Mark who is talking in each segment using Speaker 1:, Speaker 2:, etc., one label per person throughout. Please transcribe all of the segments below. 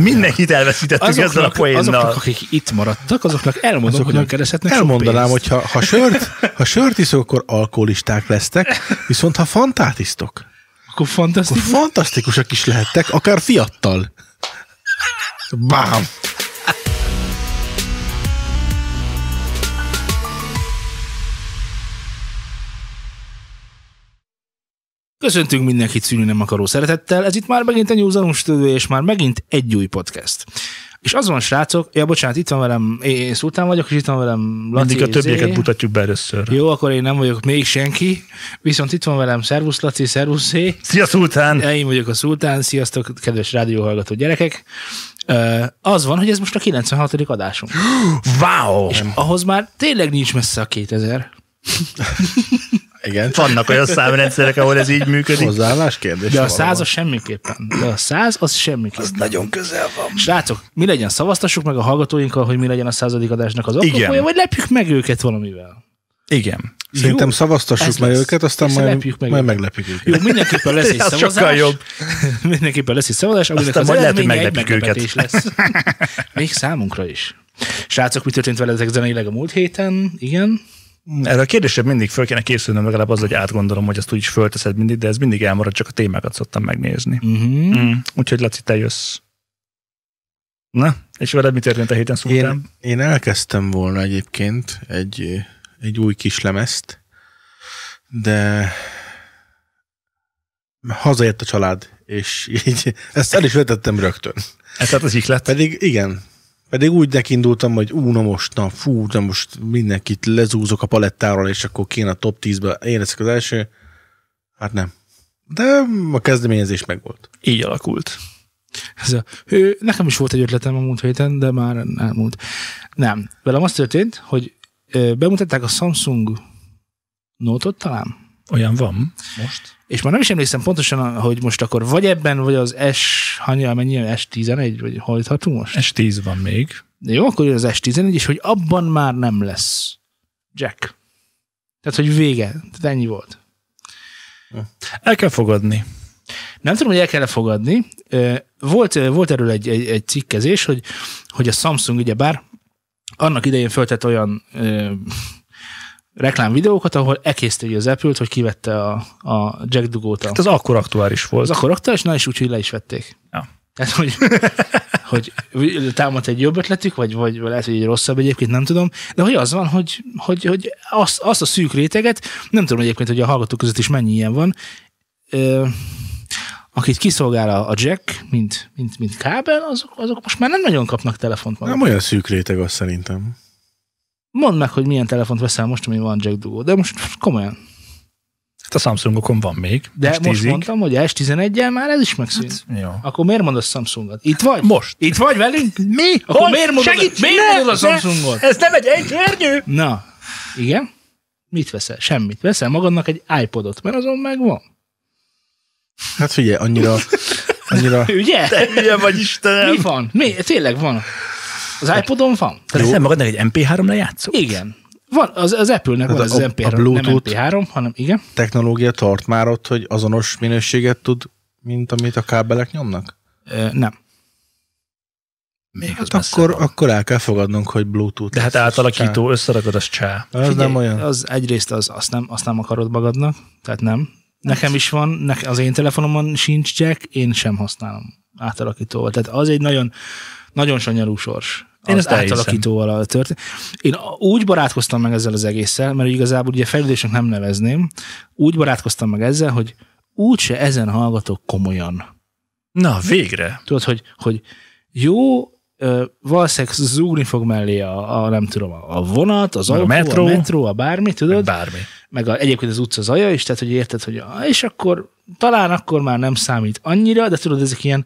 Speaker 1: Mindenkit elveszítettük
Speaker 2: Azoknak,
Speaker 1: ezzel a poénnal.
Speaker 2: azoknak, akik itt maradtak, azoknak elmondom, azoknak hogy kereshetnek sok
Speaker 3: Elmondanám,
Speaker 2: pénzt.
Speaker 3: hogy ha, ha, sört, ha sört iszok, akkor alkoholisták lesztek, viszont ha fantát isztok,
Speaker 2: Akkor
Speaker 3: akkor
Speaker 2: fantasztikus.
Speaker 3: fantasztikusak is lehettek, akár fiattal. Bám!
Speaker 2: Köszöntünk mindenkit szülni nem akaró szeretettel, ez itt már megint egy új zanústövő, és már megint egy új podcast. És az van, srácok, ja bocsánat, itt van velem, én Szultán vagyok, és itt van velem Laci
Speaker 1: Mindig a többieket
Speaker 2: Zé.
Speaker 1: mutatjuk be először.
Speaker 2: Jó, akkor izé- én nem vagyok még senki, viszont itt van velem Szervusz Laci, Szervusz Zé.
Speaker 1: Szia, Szultán!
Speaker 2: Én vagyok a Szultán, sziasztok, kedves rádióhallgató gyerekek. Ö, Az van, hogy ez most a 96. adásunk.
Speaker 1: Wow!
Speaker 2: Ahhoz már tényleg nincs messze a 2000.
Speaker 3: Igen.
Speaker 1: Vannak olyan számrendszerek, ahol ez így működik.
Speaker 3: Hozzáállás kérdés.
Speaker 2: De a
Speaker 3: valahol.
Speaker 2: száz az semmiképpen. De a száz az semmiképpen. Az nagyon közel van. Srácok, mi legyen? Szavaztassuk meg a hallgatóinkkal, hogy mi legyen a századik adásnak az
Speaker 1: Igen.
Speaker 2: apropója, vagy lepjük meg őket valamivel.
Speaker 1: Igen.
Speaker 3: Szerintem
Speaker 2: Jó,
Speaker 3: szavaztassuk
Speaker 2: ez
Speaker 3: meg
Speaker 2: lesz.
Speaker 3: őket, aztán
Speaker 2: Persze,
Speaker 3: majd,
Speaker 2: lepjük meg
Speaker 3: majd
Speaker 2: őket.
Speaker 3: meglepjük őket.
Speaker 2: Jó, mindenképpen lesz egy
Speaker 1: Az
Speaker 2: szavazás.
Speaker 1: sokkal jobb.
Speaker 2: Mindenképpen lesz egy szavazás, aminek
Speaker 1: Aztán
Speaker 2: az
Speaker 1: majd lehet, hogy
Speaker 2: eredménye egy
Speaker 1: meglepjük
Speaker 2: meglepetés lesz. Még számunkra is. Srácok, mi történt veletek zeneileg a múlt héten? Igen.
Speaker 1: Erre a kérdésre mindig föl kéne készülnöm, legalább az, hogy átgondolom, hogy azt úgy is fölteszed mindig, de ez mindig elmarad, csak a témákat szoktam megnézni.
Speaker 2: Uh-huh.
Speaker 1: Mm. Úgyhogy Laci, te jössz. Na, és veled mi történt a héten szóltál?
Speaker 3: Én, én elkezdtem volna egyébként egy, egy új kis lemezt, de hazaért a család, és így ezt el is vetettem rögtön.
Speaker 1: Ez hát az ihlet.
Speaker 3: Pedig igen, pedig úgy nekindultam, hogy ú, na most, na fú, na most mindenkit lezúzok a palettáról, és akkor kéne a top 10-be, én leszek az első. Hát nem. De a kezdeményezés megvolt.
Speaker 1: Így alakult.
Speaker 2: Ez a, ő, nekem is volt egy ötletem a múlt héten, de már elmúlt. Nem. Velem az történt, hogy ö, bemutatták a Samsung Note-ot talán,
Speaker 1: Olyan van most.
Speaker 2: és már nem is emlékszem pontosan, hogy most akkor vagy ebben, vagy az S, hanyja, mennyi, S11, vagy hol tartunk most?
Speaker 1: S10 van még.
Speaker 2: Jó, akkor jön az S11, és hogy abban már nem lesz Jack. Tehát, hogy vége. Tehát ennyi volt.
Speaker 1: El kell fogadni.
Speaker 2: Nem tudom, hogy el kell fogadni. Ö, Volt, ö, volt erről egy, egy, egy cikkezés, hogy, hogy a Samsung ugyebár annak idején föltett olyan ö, reklámvideókat, ahol ekészteli az apple hogy kivette a, a Jack dugót. a-
Speaker 1: Hát az akkor aktuális volt.
Speaker 2: az akkor aktuális, na és úgy, hogy le is vették.
Speaker 1: Ja.
Speaker 2: Tehát, hogy, hogy támadt egy jobb ötletük, vagy, vagy lehet, hogy egy rosszabb egyébként, nem tudom. De hogy az van, hogy, hogy, hogy azt, azt a szűk réteget, nem tudom egyébként, hogy a hallgatók között is mennyi ilyen van, ö, akit kiszolgál a, a jack, mint, mint, mint kábel, azok, azok most már nem nagyon kapnak telefont
Speaker 3: Nem
Speaker 2: maguk.
Speaker 3: olyan szűk réteg az szerintem.
Speaker 2: Mondd meg, hogy milyen telefont veszel most, ami van jack dugó. De most komolyan.
Speaker 1: Hát a Samsungokon van még.
Speaker 2: De
Speaker 1: S10-ig.
Speaker 2: most mondtam, hogy S11-el már ez is megszűnt.
Speaker 1: Jó.
Speaker 2: Akkor miért mondasz Samsungot? Itt vagy?
Speaker 1: Hát- Most.
Speaker 2: Itt vagy velünk?
Speaker 1: Mi?
Speaker 2: Akkor miért mondod- miért mondod a Samsungot?
Speaker 1: Ez nem egy egyernyő?
Speaker 2: Na, igen. Mit veszel? Semmit. Veszel magadnak egy iPodot, mert azon meg van.
Speaker 3: Hát figyelj, annyira, annyira
Speaker 2: Ugye?
Speaker 1: Hülye vagy Istenem.
Speaker 2: Mi van? Mi? Tényleg van. Az iPodon van?
Speaker 1: Veszel magadnak egy MP3 lejátszó?
Speaker 2: Igen. Van, az, az Apple-nek van
Speaker 3: Hát a-
Speaker 2: ez az
Speaker 3: a-
Speaker 2: MP3,
Speaker 3: a
Speaker 2: nem
Speaker 3: Bluetooth.
Speaker 2: MP3, hanem igen.
Speaker 3: technológia tart már ott, hogy azonos minőséget tud, mint amit a kábelek nyomnak?
Speaker 2: Ö, nem.
Speaker 1: Még
Speaker 3: Hát akkor, akkor el kell fogadnunk, hogy Bluetooth.
Speaker 1: De hát
Speaker 3: lesz.
Speaker 1: átalakító, összeragad, az csá.
Speaker 3: Csá. Ez nem olyan.
Speaker 2: Az egyrészt az, azt nem, azt nem akarod magadnak, tehát nem. Nekem is van, ne, az én telefonomon sincs jack, én sem használom átalakítóval. Tehát az egy nagyon, nagyon sanyarú sors.
Speaker 1: Én
Speaker 2: Én az
Speaker 1: ezt elhiszem.
Speaker 2: átalakítóval a történet. Én a- úgy barátkoztam meg ezzel az egésszel, mert igazából ugye fejlődésnek nem nevezném, úgy barátkoztam meg ezzel, hogy úgyse ezen hallgatok komolyan
Speaker 1: Na, végre.
Speaker 2: tudod, hogy, hogy jó, ö, valószínűleg zúgni fog mellé a, a nem tudom, a a vonat, az
Speaker 1: A
Speaker 2: autó,
Speaker 1: metró.
Speaker 2: a metró, a bármi, tudod,
Speaker 1: Bármi.
Speaker 2: meg a, egyébként az utca zaja is, tehát hogy érted, hogy ah, és akkor talán akkor már nem számít annyira, de tudod, ezek ilyen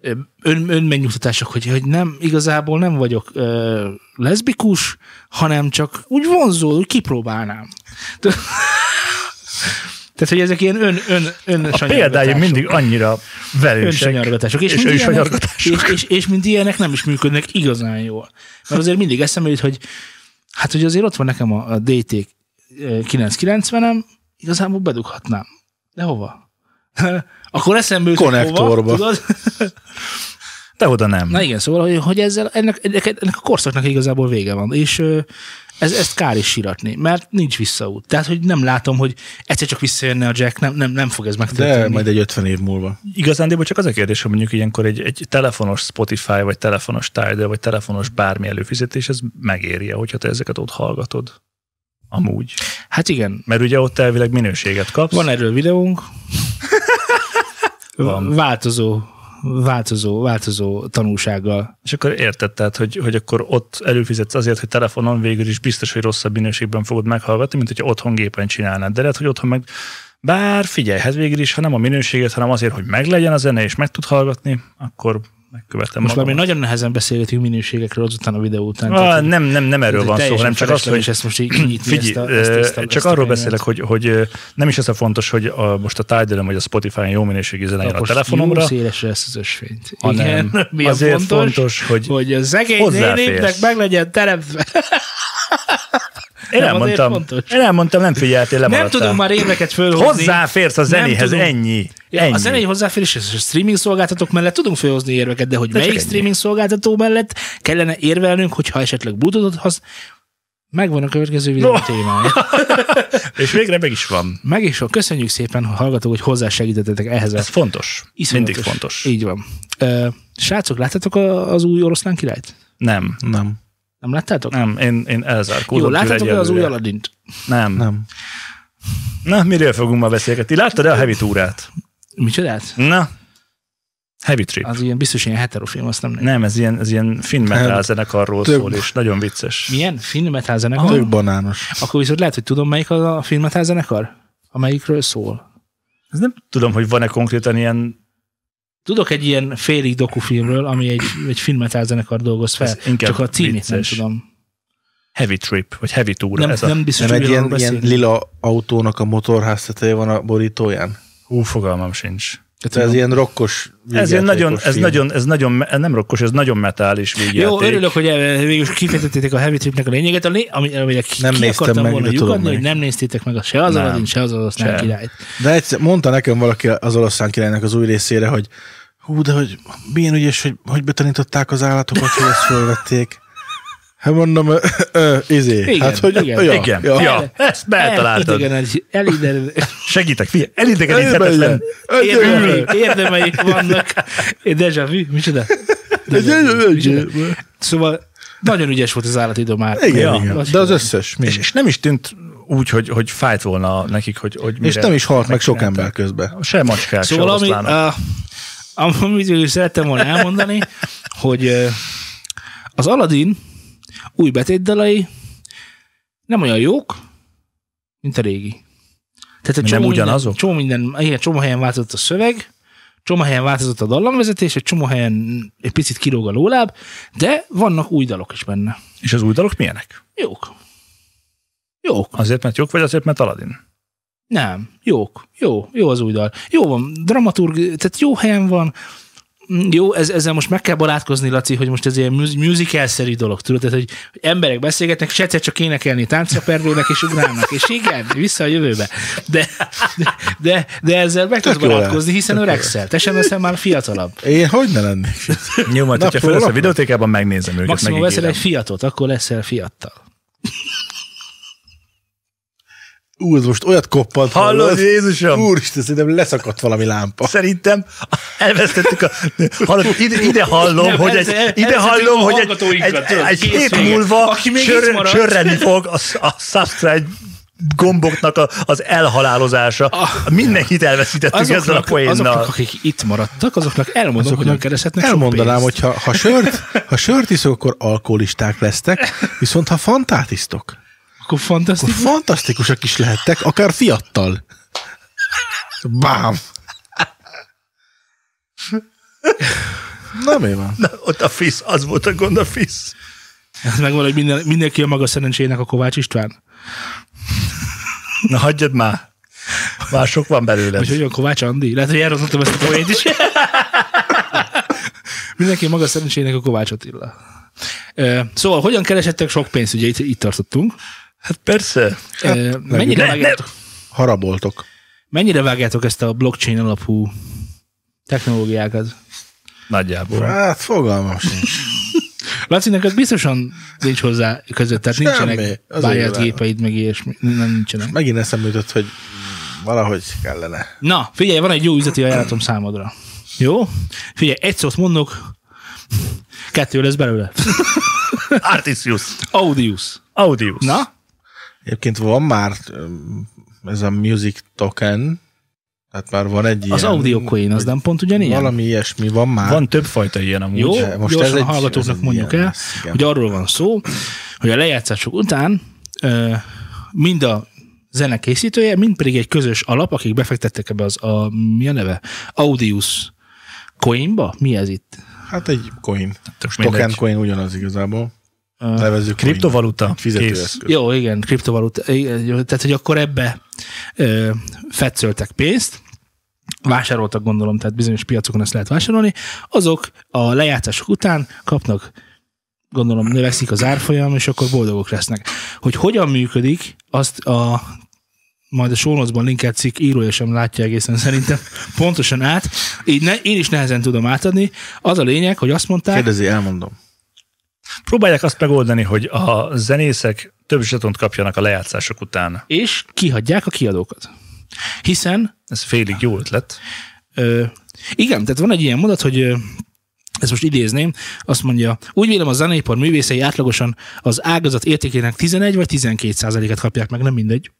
Speaker 2: ö, ön, önmegnyugtatások, hogy, hogy nem, igazából nem vagyok ö, leszbikus, hanem csak úgy vonzó, úgy kipróbálnám. Tudod? Tehát, hogy ezek ilyen ön, ön, ön
Speaker 1: A példái mindig annyira velősek.
Speaker 2: önsanyargatások. És,
Speaker 1: És
Speaker 2: és, mint ilyenek,
Speaker 1: ősanyargatások.
Speaker 2: és, és, és, mint ilyenek nem is működnek igazán jól. Mert azért mindig eszembe jut, hogy hát, hogy azért ott van nekem a, a DT 990-em, igazából bedughatnám. De hova? Akkor eszembe jut, hogy hova,
Speaker 3: Konnektorba.
Speaker 2: tudod?
Speaker 1: te oda nem.
Speaker 2: Na igen, szóval, hogy, hogy ezzel, ennek, ennek, ennek a korszaknak igazából vége van, és ö, ez, ezt kár is síratni, mert nincs visszaút. Tehát, hogy nem látom, hogy egyszer csak visszajönne a Jack, nem, nem, nem fog ez megtörténni.
Speaker 3: De majd egy 50 év múlva.
Speaker 1: Igazándiból csak az a kérdés, hogy mondjuk ilyenkor egy, egy telefonos Spotify, vagy telefonos Tidal, vagy telefonos bármi előfizetés, ez megéri, hogyha te ezeket ott hallgatod. Amúgy.
Speaker 2: Hát igen,
Speaker 1: Mert ugye ott elvileg minőséget kapsz.
Speaker 2: van erről videónk.
Speaker 1: Van.
Speaker 2: Változó, változó, változó tanulsággal.
Speaker 1: És akkor érted, tehát, hogy, hogy akkor ott előfizetsz azért, hogy telefonon végül is biztos, hogy rosszabb minőségben fogod meghallgatni, mint hogyha otthon gépen csinálnád. De lehet, hogy otthon meg bár figyelj, hát végül is, ha nem a minőséget, hanem azért, hogy meglegyen a zene, és meg tud hallgatni, akkor megkövetem
Speaker 2: Most már mi
Speaker 1: magamat.
Speaker 2: nagyon nehezen beszélgetünk minőségekről azután a videó után.
Speaker 1: Ah, nem, nem, nem erről van szó,
Speaker 2: teljesen
Speaker 1: hanem csak az,
Speaker 2: felesleges
Speaker 1: hogy
Speaker 2: ezt most így kinyitni,
Speaker 1: Figyelj,
Speaker 2: ezt a- ezt-
Speaker 1: ö,
Speaker 2: ezt a-
Speaker 1: csak
Speaker 2: ezt a
Speaker 1: arról
Speaker 2: könyvet.
Speaker 1: beszélek, hogy, hogy ö, nem is ez a fontos, hogy a, most a tidal vagy a Spotify-on jó minőségű zene jön a
Speaker 2: Most
Speaker 1: telefonomra,
Speaker 2: Jó szélesre lesz az ösvényt.
Speaker 1: hanem
Speaker 2: Igen, mi a
Speaker 1: azért
Speaker 2: fontos,
Speaker 1: fontos, hogy,
Speaker 2: hogy a szegény
Speaker 1: hozzáférsz.
Speaker 2: népnek meg legyen teremtve.
Speaker 1: én
Speaker 2: nem,
Speaker 1: elmondtam,
Speaker 2: azért fontos.
Speaker 1: én elmondtam, nem figyeltél,
Speaker 2: Nem
Speaker 1: lemaradtál.
Speaker 2: tudom már éveket fölhozni.
Speaker 1: Hozzáférsz a
Speaker 2: Nem
Speaker 1: zenéhez,
Speaker 2: tudunk.
Speaker 1: ennyi.
Speaker 2: Ja,
Speaker 1: ennyi.
Speaker 2: a zenei hozzáférés és a streaming szolgáltatók mellett tudunk felhozni érveket, de hogy de
Speaker 1: csak
Speaker 2: melyik
Speaker 1: ennyi.
Speaker 2: streaming szolgáltató mellett kellene érvelnünk, hogyha esetleg Bluetooth-ot hasz... Megvan a következő videó
Speaker 1: No.
Speaker 2: témája.
Speaker 1: És végre meg is van.
Speaker 2: Meg is van. Köszönjük szépen, ha hallgatók, hogy hozzásegítettetek ehhez.
Speaker 1: Ez
Speaker 2: Ez
Speaker 1: fontos. Mindig fontos.
Speaker 2: Így van. Ö, srácok, láttátok a- az új oroszlán királyt?
Speaker 1: Nem,
Speaker 3: Nem,
Speaker 2: Nem láttátok?
Speaker 1: nem, én, én
Speaker 2: Jó,
Speaker 1: elzárkózom.
Speaker 2: láttátok az új
Speaker 1: alap?
Speaker 2: Aladint?
Speaker 1: Nem. nem.
Speaker 3: nem.
Speaker 1: Na, miről fogunk ma beszélgetni? Láttad-e a Heavy Túrát?
Speaker 2: Micsodát?
Speaker 1: Na, Heavy Trip.
Speaker 2: Az ilyen biztos ilyen heterofilm, azt nem nem.
Speaker 1: Nem, ez ilyen, ez ilyen finn metal
Speaker 3: Nem.
Speaker 1: zenekarról
Speaker 3: Több.
Speaker 1: szól, és nagyon vicces.
Speaker 2: Hát, Milyen? Film metal zenekar?
Speaker 3: Tök banános.
Speaker 2: Akkor viszont lehet, hogy tudom, melyik az a film metal zenekar? Amelyikről szól.
Speaker 1: Ez nem tudom, hogy van-e konkrétan ilyen,
Speaker 2: Tudok egy ilyen félig dokufilmről, ami egy, egy film metal zenekar dolgoz fel.
Speaker 1: ez inkább
Speaker 2: Csak a címét nem
Speaker 1: vicces.
Speaker 2: tudom.
Speaker 1: Heavy Trip, vagy Heavy Tour.
Speaker 2: Nem,
Speaker 1: ez a...
Speaker 2: nem biztos,
Speaker 3: Nem egy
Speaker 2: hogy
Speaker 3: ilyen,
Speaker 2: arról
Speaker 3: ilyen
Speaker 2: beszélünk.
Speaker 3: lila autónak a motorház teteje van a borítóján.
Speaker 1: Hú, fogalmam sincs.
Speaker 3: Tehát ez ilyen rokkos
Speaker 1: Ez, ilyen
Speaker 3: vígjátékos
Speaker 1: nagyon, ez,
Speaker 3: film.
Speaker 1: nagyon, ez nagyon, ez nem rokkos, ez nagyon metális végjáték.
Speaker 2: Jó, örülök, hogy el- végül is kifejtettétek a heavy tripnek a lényeget, ami, ami, amire ki,
Speaker 3: Nem
Speaker 2: ki
Speaker 3: néztem
Speaker 2: akartam
Speaker 3: meg,
Speaker 2: volna
Speaker 3: de tudom
Speaker 2: lyukadni, hogy
Speaker 3: meg.
Speaker 2: nem néztétek meg a se az
Speaker 1: Nem.
Speaker 2: Aladdin, se az oroszlán
Speaker 1: Se.
Speaker 2: királyt.
Speaker 3: De egyszer mondta nekem valaki az oroszlán királynak az új részére, hogy hú, de hogy milyen ügyes, hogy, hogy betanították az állatokat, hogy ezt fölvették. Hát mondom, ö, ö, izé.
Speaker 2: Igen,
Speaker 3: hát, hogy,
Speaker 2: igen.
Speaker 3: ja,
Speaker 1: Igen,
Speaker 3: Ja.
Speaker 1: ja. ja. ezt beeltaláltad.
Speaker 2: Elidegen- elidegen-
Speaker 1: Segítek, figyelj,
Speaker 3: Elbeljen.
Speaker 1: elidegeníthetetlen.
Speaker 2: Érdemeik, érdemeik vannak. Deja vu, micsoda? Micsoda? Szóval nagyon ügyes volt az állatidő már.
Speaker 3: Igen,
Speaker 1: Ja,
Speaker 3: igen.
Speaker 2: lassan.
Speaker 3: De az összes.
Speaker 1: És,
Speaker 3: És,
Speaker 1: és, nem is tűnt úgy, hogy, hogy fájt volna nekik, hogy, hogy mire.
Speaker 3: és nem is halt meg sok ember közben.
Speaker 1: Se macskák,
Speaker 2: Szóval
Speaker 1: se
Speaker 2: ami,
Speaker 1: oroszlánok.
Speaker 2: a, amit végül szerettem volna elmondani, hogy ö, az Aladdin új betétdalai nem olyan jók, mint a régi. Tehát egy
Speaker 1: Nem
Speaker 2: csomó Minden,
Speaker 1: ugyanazok?
Speaker 2: csomó, minden, igen, csomó helyen változott a szöveg, csomó helyen változott a dallamvezetés, egy csomó helyen egy picit kilóg a lóláb, de vannak új dalok is benne.
Speaker 1: És az új dalok milyenek?
Speaker 2: Jók. Jók.
Speaker 1: Azért, mert jók, vagy azért, mert Aladdin?
Speaker 2: Nem. Jók. Jó. Jó az új dal. Jó van. Dramaturg, tehát jó helyen van. Mm, Jó, ez, ezzel most meg kell barátkozni, Laci, hogy most ez ilyen mus- musical-szerű dolog, tudod? Tehát, hogy, hogy emberek beszélgetnek, és egyszer csak énekelni táncra perdülnek, és ugrálnak, és igen, vissza a jövőbe. De, de, de, de ezzel meg tudsz
Speaker 3: Tök jó lehet.
Speaker 2: barátkozni, hiszen öregszel. Te sem leszel már fiatalabb.
Speaker 3: Én hogy ne lennék?
Speaker 1: Jó, majd,
Speaker 3: Na,
Speaker 1: hogyha felesz a
Speaker 3: holnap?
Speaker 1: videótékában, megnézem őket,
Speaker 2: Maximum veszel
Speaker 1: megígérem.
Speaker 2: egy fiatot, akkor leszel fiattal.
Speaker 3: Ú, ez most olyat koppant.
Speaker 1: Hallod, Jézusom?
Speaker 3: Úristen, szerintem leszakadt valami lámpa.
Speaker 1: Szerintem elvesztettük a... Hallod, ide, ide hallom,
Speaker 2: Nem,
Speaker 1: hogy
Speaker 2: ez-
Speaker 1: egy,
Speaker 2: ez-
Speaker 1: ide
Speaker 2: ez
Speaker 1: hallom,
Speaker 2: a
Speaker 1: hogy egy,
Speaker 2: hallgatóinkra,
Speaker 1: egy,
Speaker 2: tudod,
Speaker 1: egy
Speaker 2: kész
Speaker 1: hét
Speaker 2: vége.
Speaker 1: múlva
Speaker 2: Aki még itt
Speaker 1: csör,
Speaker 2: maradt.
Speaker 1: csörreni fog a, a subscribe gomboknak a, az elhalálozása. Mindenkit elveszítettük ezzel a
Speaker 2: Ah. azoknak,
Speaker 1: poénnal.
Speaker 2: akik itt maradtak, azoknak elmondom, azoknak hogyan kereshetnek sok
Speaker 3: Elmondanám,
Speaker 2: pénzt.
Speaker 3: hogy ha, ha, sört, ha sört iszok, akkor alkoholisták lesztek, viszont ha fantát isztok,
Speaker 2: Akkor fantasztikus.
Speaker 3: akkor fantasztikusak is lehettek, akár fiattal. Bám! Na mi van?
Speaker 1: Na, ott a fisz, az volt a gond a fisz.
Speaker 2: Ez megvan, hogy minden, mindenki a maga szerencsének a Kovács István.
Speaker 1: Na, hagyjad már. Már sok van belőle.
Speaker 2: Vagy hogy olyan Kovács Andi? Lehet, hogy elrontottam ezt a poént is. mindenki a maga szerencsének a Kovács Attila. Ö, Szóval, hogyan keresettek sok pénzt? Ugye itt, itt tartottunk.
Speaker 1: Hát persze.
Speaker 2: Ö, Mennyire
Speaker 1: ne-
Speaker 2: vágjátok,
Speaker 3: Haraboltok.
Speaker 2: mennyire vágjátok ezt a blockchain alapú technológiákat?
Speaker 1: Nagyjából.
Speaker 3: Hát fogalmam sincs.
Speaker 2: Laci, neked biztosan nincs hozzá között, tehát
Speaker 3: Semmi,
Speaker 2: nincsenek
Speaker 3: az
Speaker 2: báját
Speaker 3: igazán.
Speaker 2: gépeid, meg ilyesmi, nem nincsenek.
Speaker 3: Megint eszembe jutott, hogy valahogy kellene.
Speaker 2: Na, figyelj, van egy jó üzleti ajánlatom számodra. Jó? Figyelj, egy szót mondok, kettő lesz belőle.
Speaker 1: Artisius.
Speaker 2: Audius.
Speaker 1: Audius.
Speaker 2: Na?
Speaker 3: Egyébként van már öm, ez a music token, tehát már van egy ilyen...
Speaker 2: Az audio coin, az nem pont ugyanilyen?
Speaker 3: Valami ilyesmi van már.
Speaker 1: Van többfajta ilyen amúgy.
Speaker 2: Jó,
Speaker 3: De
Speaker 2: most
Speaker 3: most
Speaker 2: gyorsan
Speaker 3: ez egy-
Speaker 2: a hallgatóknak
Speaker 3: ez egy
Speaker 2: mondjuk
Speaker 3: ilyen
Speaker 2: el,
Speaker 3: lesz, igen.
Speaker 2: hogy arról van szó, hogy a lejátszások után ö, mind a zene készítője, mind pedig egy közös alap, akik befektettek ebbe az, a, mi a neve? Audius coinba? Mi ez itt?
Speaker 3: Hát egy coin.
Speaker 1: Tök mindegy.
Speaker 3: Token coin ugyanaz igazából. Nevezzük
Speaker 1: Kriptovaluta.
Speaker 3: coinnak.
Speaker 1: Kész.
Speaker 3: Fizetőeszköz.
Speaker 2: Jó, igen, kriptovaluta. igen, jó, Tehát, hogy akkor ebbe ö, fetszöltek pénzt, vásároltak gondolom, tehát bizonyos piacokon ezt lehet vásárolni, azok a lejátszások után kapnak, gondolom növekszik az árfolyam, és akkor boldogok lesznek. Hogy hogyan működik, azt a majd a sónocban linkelt cikk írója sem látja egészen szerintem pontosan át. Így ne, én is nehezen tudom átadni. Az a lényeg, hogy azt mondták,
Speaker 3: Kérdezi, elmondom.
Speaker 1: Próbálják azt megoldani, hogy a zenészek több zsetont kapjanak a lejátszások után.
Speaker 2: és kihagyják a kiadókat. Hiszen
Speaker 1: Ez félig jó ötlet.
Speaker 2: Ö, igen, tehát van egy ilyen mondat, hogy ö, ezt most idézném, azt mondja, úgy vélem a zeneipar művészei átlagosan az ágazat értékének 11 vagy 12 százalékát kapják meg, nem mindegy.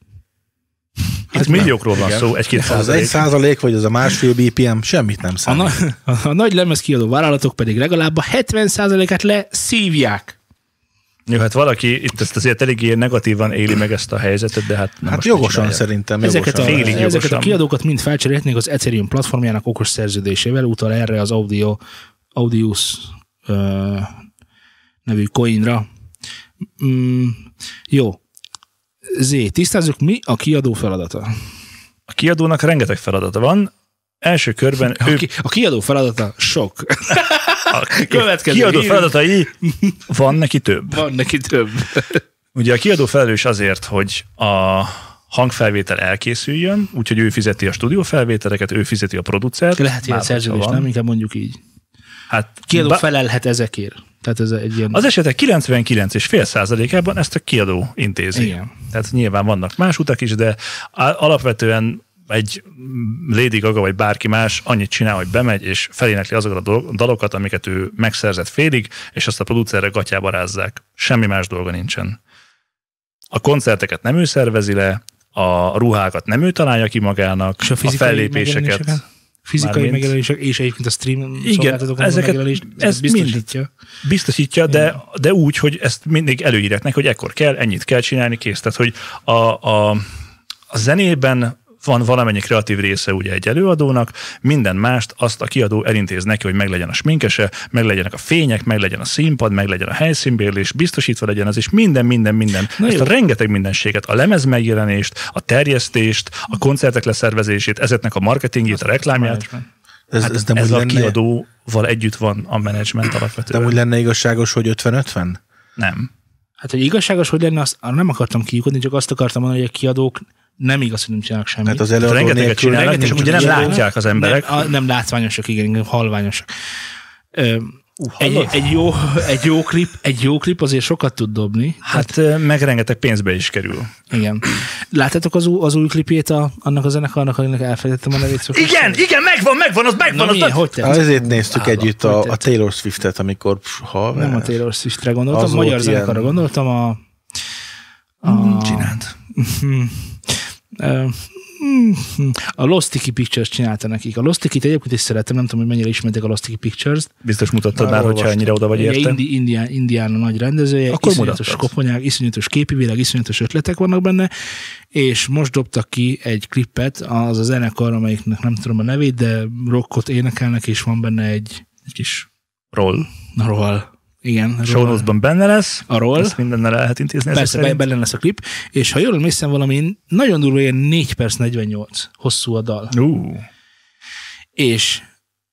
Speaker 1: Itt milliókról van
Speaker 3: Igen.
Speaker 1: szó, egy-két
Speaker 3: Az egy
Speaker 1: százalék.
Speaker 3: százalék, vagy az a másfél BPM, semmit nem
Speaker 2: A,
Speaker 3: számít.
Speaker 2: na- a nagy lemez kiadó vállalatok pedig legalább a 70 százalékát leszívják.
Speaker 1: Jó, hát valaki itt ezt azért eléggé negatívan éli meg ezt a helyzetet, de hát nem
Speaker 3: Hát
Speaker 1: most
Speaker 3: jogosan
Speaker 1: mit csinálják.
Speaker 3: szerintem.
Speaker 2: Ezeket a,
Speaker 3: jogosan.
Speaker 1: Félig jogosan.
Speaker 2: ezeket a kiadókat mind felcserélhetnék az Ethereum platformjának okos szerződésével, utal erre az Audio, Audius ö, nevű coinra. Mm, jó. Z, tisztázzuk, mi a kiadó feladata?
Speaker 1: A kiadónak rengeteg feladata van. Első körben
Speaker 2: A,
Speaker 1: ő
Speaker 2: ki, a kiadó feladata sok.
Speaker 1: a
Speaker 2: következő
Speaker 1: kiadó
Speaker 2: hírünk.
Speaker 1: feladatai van neki több.
Speaker 2: Van neki több.
Speaker 1: Ugye a kiadó felelős azért, hogy a hangfelvétel elkészüljön, úgyhogy ő fizeti a stúdiófelvételeket, ő fizeti a producert.
Speaker 2: Lehet ilyen
Speaker 1: Már
Speaker 2: szerződés,
Speaker 1: hogyha
Speaker 2: nem?
Speaker 1: van.
Speaker 2: Inkább mondjuk így.
Speaker 1: Hát
Speaker 2: Kiadó
Speaker 1: ba-
Speaker 2: felelhet ezekért. Tehát ez egy ilyen...
Speaker 1: az esetek 99,5%-ában ezt a kiadó intézi.
Speaker 2: Igen.
Speaker 1: Tehát nyilván vannak más utak is, de á- alapvetően egy Lady Gaga vagy bárki más annyit csinál, hogy bemegy és felénekli azokat a dol- dalokat, amiket ő megszerzett félig, és azt a producerre gatyába rázzák. Semmi más dolga nincsen. A koncerteket nem ő szervezi le, a ruhákat nem ő találja ki magának,
Speaker 2: És a
Speaker 1: a
Speaker 2: fizikai
Speaker 1: fellépéseket.
Speaker 2: megjelenéseket? Fizikai
Speaker 1: Mármint-
Speaker 2: megjelenések, és egyébként a stream szolgáltatókon
Speaker 1: ezeket-
Speaker 2: megjelenést
Speaker 1: ez
Speaker 2: biztosítja. Mind.
Speaker 1: Biztosítja, de, de úgy, hogy ezt mindig előírják hogy ekkor kell, ennyit kell csinálni, kész. Tehát, hogy a, a, a zenében van valamennyi kreatív része ugye egy előadónak, minden mást azt a kiadó elintéz neki, hogy meglegyen a sminkese, meglegyenek a fények, meglegyen a színpad, meglegyen a helyszínbérlés, biztosítva legyen az, és minden, minden, minden. Na Ezt
Speaker 2: jó.
Speaker 1: a rengeteg mindenséget, a lemez megjelenést, a terjesztést, a koncertek leszervezését, ezeknek a marketingét, a reklámját.
Speaker 3: Ez,
Speaker 1: Hát
Speaker 3: ez
Speaker 1: ez,
Speaker 3: nem
Speaker 1: ez
Speaker 3: úgy
Speaker 1: a
Speaker 3: lenne,
Speaker 1: kiadóval együtt van a menedzsment
Speaker 3: nem
Speaker 1: alapvetően.
Speaker 3: úgy lenne igazságos, hogy 50-50?
Speaker 1: Nem.
Speaker 2: Hát, hogy igazságos, hogy lenne, azt arra nem akartam kiukodni, csak azt akartam mondani, hogy a kiadók nem igaz, hogy nem csinálnak semmit.
Speaker 3: Hát az
Speaker 1: Tehát
Speaker 3: előadó
Speaker 1: rengeteget
Speaker 3: nélkül
Speaker 1: csinálnak,
Speaker 2: Rengeteg
Speaker 1: csak ugye nem
Speaker 2: kiadó-
Speaker 1: látják az emberek.
Speaker 2: Nem, a, nem látványosak, igen, igen halványosak. Ö, egy,
Speaker 1: hallod?
Speaker 2: egy, jó, egy, jó klip, egy jó klip azért sokat tud dobni.
Speaker 1: Hát ö, meg rengeteg pénzbe is kerül.
Speaker 2: Igen. Láttátok az, új, az új klipjét a, annak a zenekarnak, aminek elfelejtettem a nevét? Szóval
Speaker 1: Igen, igen, megvan, megvan, az megvan. az
Speaker 2: Na, milyen,
Speaker 1: nagy-
Speaker 2: hogy
Speaker 3: Hát
Speaker 2: tetszett?
Speaker 3: Ezért néztük
Speaker 2: Állat,
Speaker 3: együtt
Speaker 2: hogy
Speaker 3: a, a
Speaker 2: tetszett?
Speaker 3: Taylor Swiftet, amikor pff, ha
Speaker 2: Nem a Taylor Swiftre gondoltam,
Speaker 3: Az
Speaker 2: a
Speaker 3: volt
Speaker 2: magyar
Speaker 3: ilyen.
Speaker 2: zenekarra gondoltam, a...
Speaker 1: Mm, Csinált.
Speaker 2: Hmm. Ö, hmm, hmm. A Lost Sticky Pictures csinálta nekik. A Lost Sticky-t egyébként is szeretem, nem tudom, hogy mennyire ismertek a Lost Sticky Pictures-t.
Speaker 1: Biztos mutattad
Speaker 3: Már
Speaker 1: már, hogyha
Speaker 3: olvastam.
Speaker 1: ennyire oda vagy
Speaker 2: Ugye
Speaker 1: érte.
Speaker 2: Indi, Indián, Indián a nagy rendezője,
Speaker 1: Akkor
Speaker 2: iszonyatos
Speaker 1: mutattad.
Speaker 2: koponyák, iszonyatos képi világ, iszonyatos ötletek vannak benne, és most dobtak ki egy klippet, az a zenekar, amelyiknek nem tudom a nevét, de rockot énekelnek, és van benne egy
Speaker 1: Egy kis roll.
Speaker 2: roll. Igen,
Speaker 1: Show
Speaker 2: roll.
Speaker 1: notes-ban benne lesz.
Speaker 2: A roll.
Speaker 1: Ezt mindennel el lehet intézni. ezek
Speaker 2: Persze, be,
Speaker 1: szerint.
Speaker 2: benne lesz a klip, és ha jól emlékszem, valami nagyon durva, ilyen 4 perc 48 hosszú a dal.
Speaker 1: Ú,
Speaker 2: és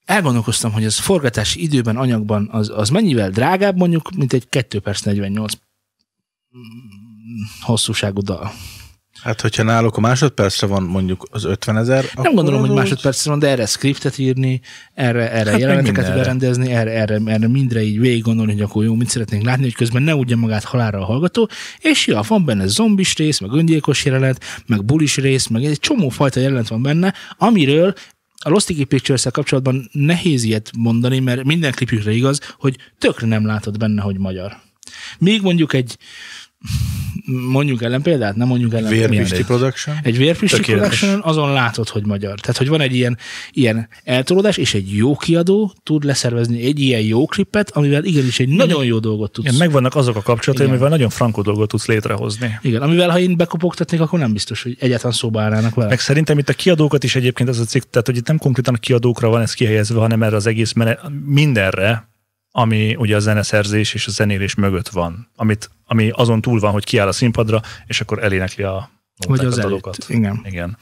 Speaker 2: elgondolkoztam, hogy az forgatási időben, anyagban az, az mennyivel drágább mondjuk, mint egy 2 perc 48 hosszúságú dal.
Speaker 3: Hát, hogyha náluk a másodpercre van mondjuk az 50 ezer,
Speaker 2: Nem gondolom, hogy másodpercre van, de erre scriptet írni, erre, erre
Speaker 1: meg
Speaker 2: hát jeleneteket
Speaker 1: mindenre.
Speaker 2: berendezni, erre, erre, erre mindre így végig gondolni, hogy akkor jó, mit szeretnénk látni, hogy közben ne ugye magát halálra a hallgató, és ja, van benne zombis rész, meg öngyilkos jelenet, meg bulis rész, meg egy csomó fajta jelenet van benne, amiről a Lost Tiki pictures kapcsolatban nehéz ilyet mondani, mert minden klipjükre igaz, hogy tökre nem látod benne, hogy magyar. Még mondjuk egy mondjuk ellen példát, nem mondjuk ellen
Speaker 3: Vérpisti Production.
Speaker 2: egy vérfüstű
Speaker 1: Tökéletes.
Speaker 2: production azon látod, hogy magyar. Tehát, hogy van egy ilyen, ilyen eltolódás, és egy jó kiadó tud leszervezni egy ilyen jó klipet, amivel igenis egy nagyon jó dolgot tudsz.
Speaker 1: Igen, megvannak azok a kapcsolatai,
Speaker 2: Igen.
Speaker 1: amivel nagyon frankó dolgot tudsz létrehozni.
Speaker 2: Igen, amivel ha én bekopogtatnék, akkor nem biztos, hogy egyáltalán szóba állnának vele.
Speaker 1: Meg szerintem itt a kiadókat is egyébként az a cikk, tehát hogy itt nem konkrétan a kiadókra van ez kihelyezve, hanem erre az egész mene, mindenre, ami ugye a zeneszerzés és a zenélés mögött van, amit, ami azon túl van, hogy kiáll a színpadra, és akkor elénekli a
Speaker 2: Vagy az
Speaker 1: nótákat,
Speaker 2: előtt.
Speaker 1: dalokat.
Speaker 2: Igen.
Speaker 1: Igen.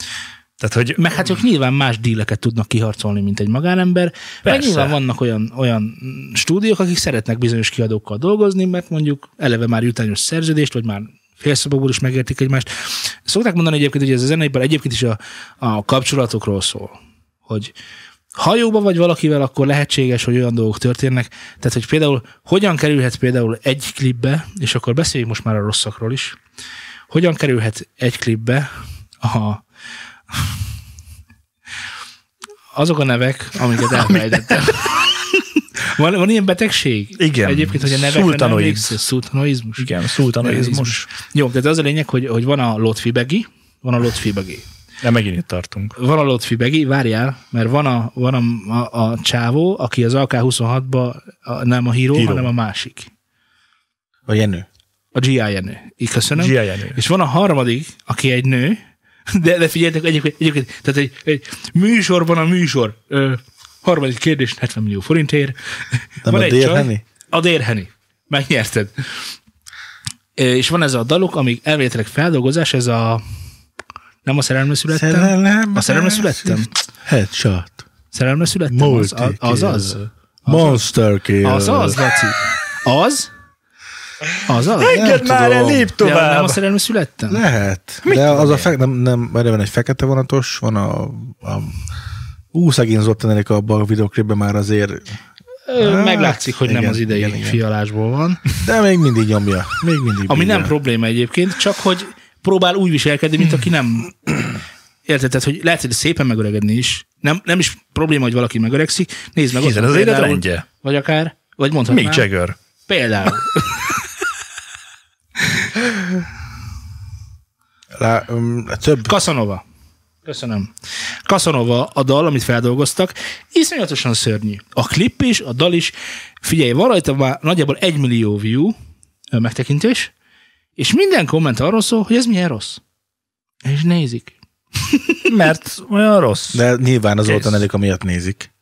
Speaker 1: Tehát, hogy
Speaker 2: Meg hát ők nyilván más díleket tudnak kiharcolni, mint egy magánember. Persze. Meg
Speaker 1: Persze.
Speaker 2: nyilván vannak olyan, olyan stúdiók, akik szeretnek bizonyos kiadókkal dolgozni, mert mondjuk eleve már jutányos szerződést, vagy már félszobakból is megértik egymást. Szokták mondani egyébként, hogy ez a zeneipar egyébként is a, a kapcsolatokról szól. Hogy ha jóba vagy valakivel, akkor lehetséges, hogy olyan dolgok történnek. Tehát, hogy például hogyan kerülhet például egy klipbe, és akkor beszéljünk most már a rosszakról is, hogyan kerülhet egy klipbe a azok a nevek, amiket elfelejtettem. Van, van ilyen betegség?
Speaker 1: Igen.
Speaker 2: Egyébként, hogy a nevekre
Speaker 1: Szultanoid.
Speaker 2: nem emlékszel, szultanoizmus.
Speaker 1: igen, szultanoizmus.
Speaker 2: Jó, tehát az a lényeg, hogy, hogy van a lotfibegi, van a lotfibegi.
Speaker 1: De megint itt tartunk.
Speaker 2: Van a lotfibegi, várjál, mert van a, van a, a, a csávó, aki az AK-26-ba a, nem a híró,
Speaker 1: Híró.
Speaker 2: hanem a másik.
Speaker 3: A Jenő.
Speaker 2: A GI Jenő. Így köszönöm.
Speaker 1: G.I. Jenő.
Speaker 2: És van a harmadik, aki egy nő, de, de figyeljetek, egyébként, egyébként tehát egy, egy műsorban a műsor. Ö, harmadik kérdés, 70 millió forintért.
Speaker 3: Nem a délheni?
Speaker 2: A dérheni. Megnyerted. Ö, és van ez a dalok, amik elvételek feldolgozás, ez a nem a szerelemre születtem? a szerelemre születtem?
Speaker 3: Headshot.
Speaker 2: Szerelemre születtem? Az,
Speaker 3: Multi.
Speaker 2: az, az.
Speaker 3: Monster Kill.
Speaker 2: Az az, Laci. Az? Az az?
Speaker 1: Engedd
Speaker 3: tudom.
Speaker 1: már el, lép
Speaker 2: De nem a
Speaker 1: tovább!
Speaker 2: szerelemre születtem?
Speaker 3: Lehet. de az a fe, nem, nem, erre van egy fekete vonatos, van a, a Ú, szegény Zoltán Erika abban a videoklipben már azért,
Speaker 2: Ö,
Speaker 3: Hát,
Speaker 2: Meglátszik, hogy nem
Speaker 3: igen,
Speaker 2: az idei
Speaker 3: igen, igen.
Speaker 2: fialásból van.
Speaker 3: de még mindig nyomja. Még mindig
Speaker 2: Ami
Speaker 3: bírja.
Speaker 2: nem probléma egyébként, csak hogy próbál úgy viselkedni, mint aki nem... Érted? Tehát, hogy lehet, hogy szépen megöregedni is. Nem, nem is probléma, hogy valaki megöregszik. Nézd meg
Speaker 1: Hiszen
Speaker 2: ott
Speaker 1: az
Speaker 2: van
Speaker 1: élet
Speaker 2: például-
Speaker 1: rendje.
Speaker 2: Vagy akár, vagy mondhatnám.
Speaker 1: Mick Jagger.
Speaker 2: Például.
Speaker 3: Lá, um, több.
Speaker 2: Kasanova. Köszönöm. Kasanova a dal, amit feldolgoztak, iszonyatosan szörnyű. A klip is, a dal is. Figyelj, van rajta már nagyjából egy millió view ö, megtekintés, és minden komment arról szól, hogy ez milyen rossz. És nézik.
Speaker 1: Mert olyan rossz.
Speaker 3: De nyilván az
Speaker 1: Kész.
Speaker 3: Zoltán Erika miatt nézik.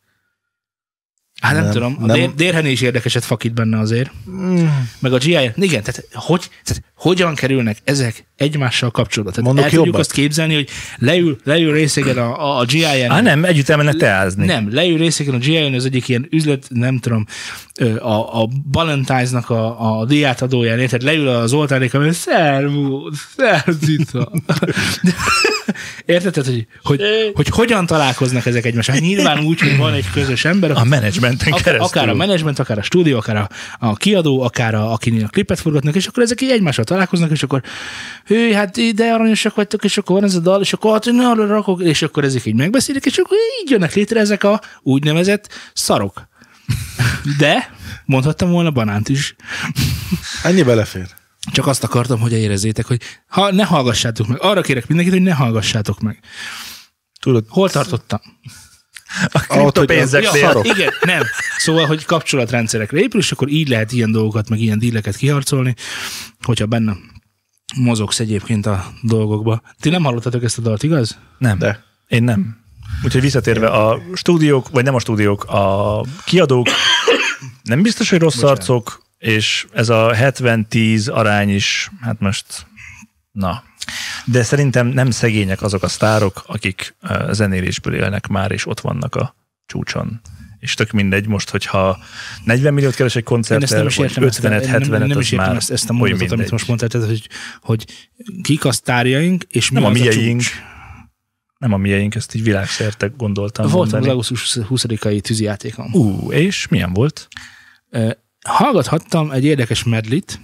Speaker 2: Hát nem,
Speaker 3: Nem,
Speaker 2: nem tudom, a
Speaker 3: nem.
Speaker 2: nem. Dérheni is érdekeset fakít benne azért. Meg a GI, igen, tehát, hogy, tehát hogyan kerülnek ezek egymással kapcsolatba? Tehát
Speaker 3: Mondok
Speaker 2: el tudjuk
Speaker 3: jobbat?
Speaker 2: azt képzelni, hogy leül, leül részegen a, a, a GI-en.
Speaker 1: Á, nem, együtt elmennek teázni.
Speaker 2: Nem, leül részeken a GIN az egyik ilyen üzlet, nem tudom, ö, a, a Ballantinesnak a, a diát adóján, érted? Leül az oltáréka, mert szervusz, szervita. érted? Tehát, hogy, hogy, hogy, hogyan találkoznak ezek egymással? Hát nyilván úgy, hogy van egy közös ember,
Speaker 1: A
Speaker 2: aki
Speaker 1: menedzsmenten
Speaker 2: akár,
Speaker 1: keresztül.
Speaker 2: akár a menedzsment, akár a stúdió, akár a, a kiadó, akár a, akinél a klipet forgatnak, és akkor ezek így egymással találkoznak, és akkor hű, hát ide aranyosak vagytok, és akkor van ez a dal, és akkor hát ne arra rakok, és akkor ezek így megbeszélik, és akkor így jönnek létre ezek a úgynevezett szarok. De mondhattam volna banánt is.
Speaker 3: Ennyi belefér.
Speaker 2: Csak azt akartam, hogy érezzétek, hogy ha ne hallgassátok meg. Arra kérek mindenkit, hogy ne hallgassátok meg.
Speaker 3: Tudod,
Speaker 2: Hol tartottam?
Speaker 1: Kriptopénzek
Speaker 2: Ja,
Speaker 1: tér.
Speaker 2: szarok. igen, nem. Szóval, hogy kapcsolatrendszerekre épül, és akkor így lehet ilyen dolgokat, meg ilyen díleket kiharcolni, hogyha benne mozogsz egyébként a dolgokba. Ti nem hallottatok ezt a dalt, igaz?
Speaker 1: Nem.
Speaker 3: De.
Speaker 1: Én nem. Úgyhogy visszatérve a stúdiók, vagy nem a stúdiók, a kiadók, nem biztos, hogy rossz arcok, és ez a 70-10 arány is, hát most, na. De szerintem nem szegények azok a sztárok, akik ö, zenélésből élnek már, és ott vannak a csúcson. és tök mindegy most, hogyha 40 milliót keres egy
Speaker 2: Én ezt
Speaker 1: koncerttel,
Speaker 2: nem
Speaker 1: vagy
Speaker 2: is értem,
Speaker 1: 50-et,
Speaker 2: ezt, nem,
Speaker 1: 70-et,
Speaker 2: nem, nem
Speaker 1: az
Speaker 2: is értem
Speaker 1: már
Speaker 2: ezt, ezt a
Speaker 1: oly
Speaker 2: mondatot, amit
Speaker 1: mindegy.
Speaker 2: most mondtál, tehát, hogy, hogy kik a sztárjaink, és mi
Speaker 1: Nem a
Speaker 2: az
Speaker 1: mieink.
Speaker 2: csúcs.
Speaker 1: Nem a miénk, ezt így világszerte gondoltam
Speaker 2: Voltam az
Speaker 1: mondani.
Speaker 2: augusztus 20-ai tűzijátékon.
Speaker 1: Ú, és milyen volt?
Speaker 2: Ö, Hallgathattam egy érdekes medlit,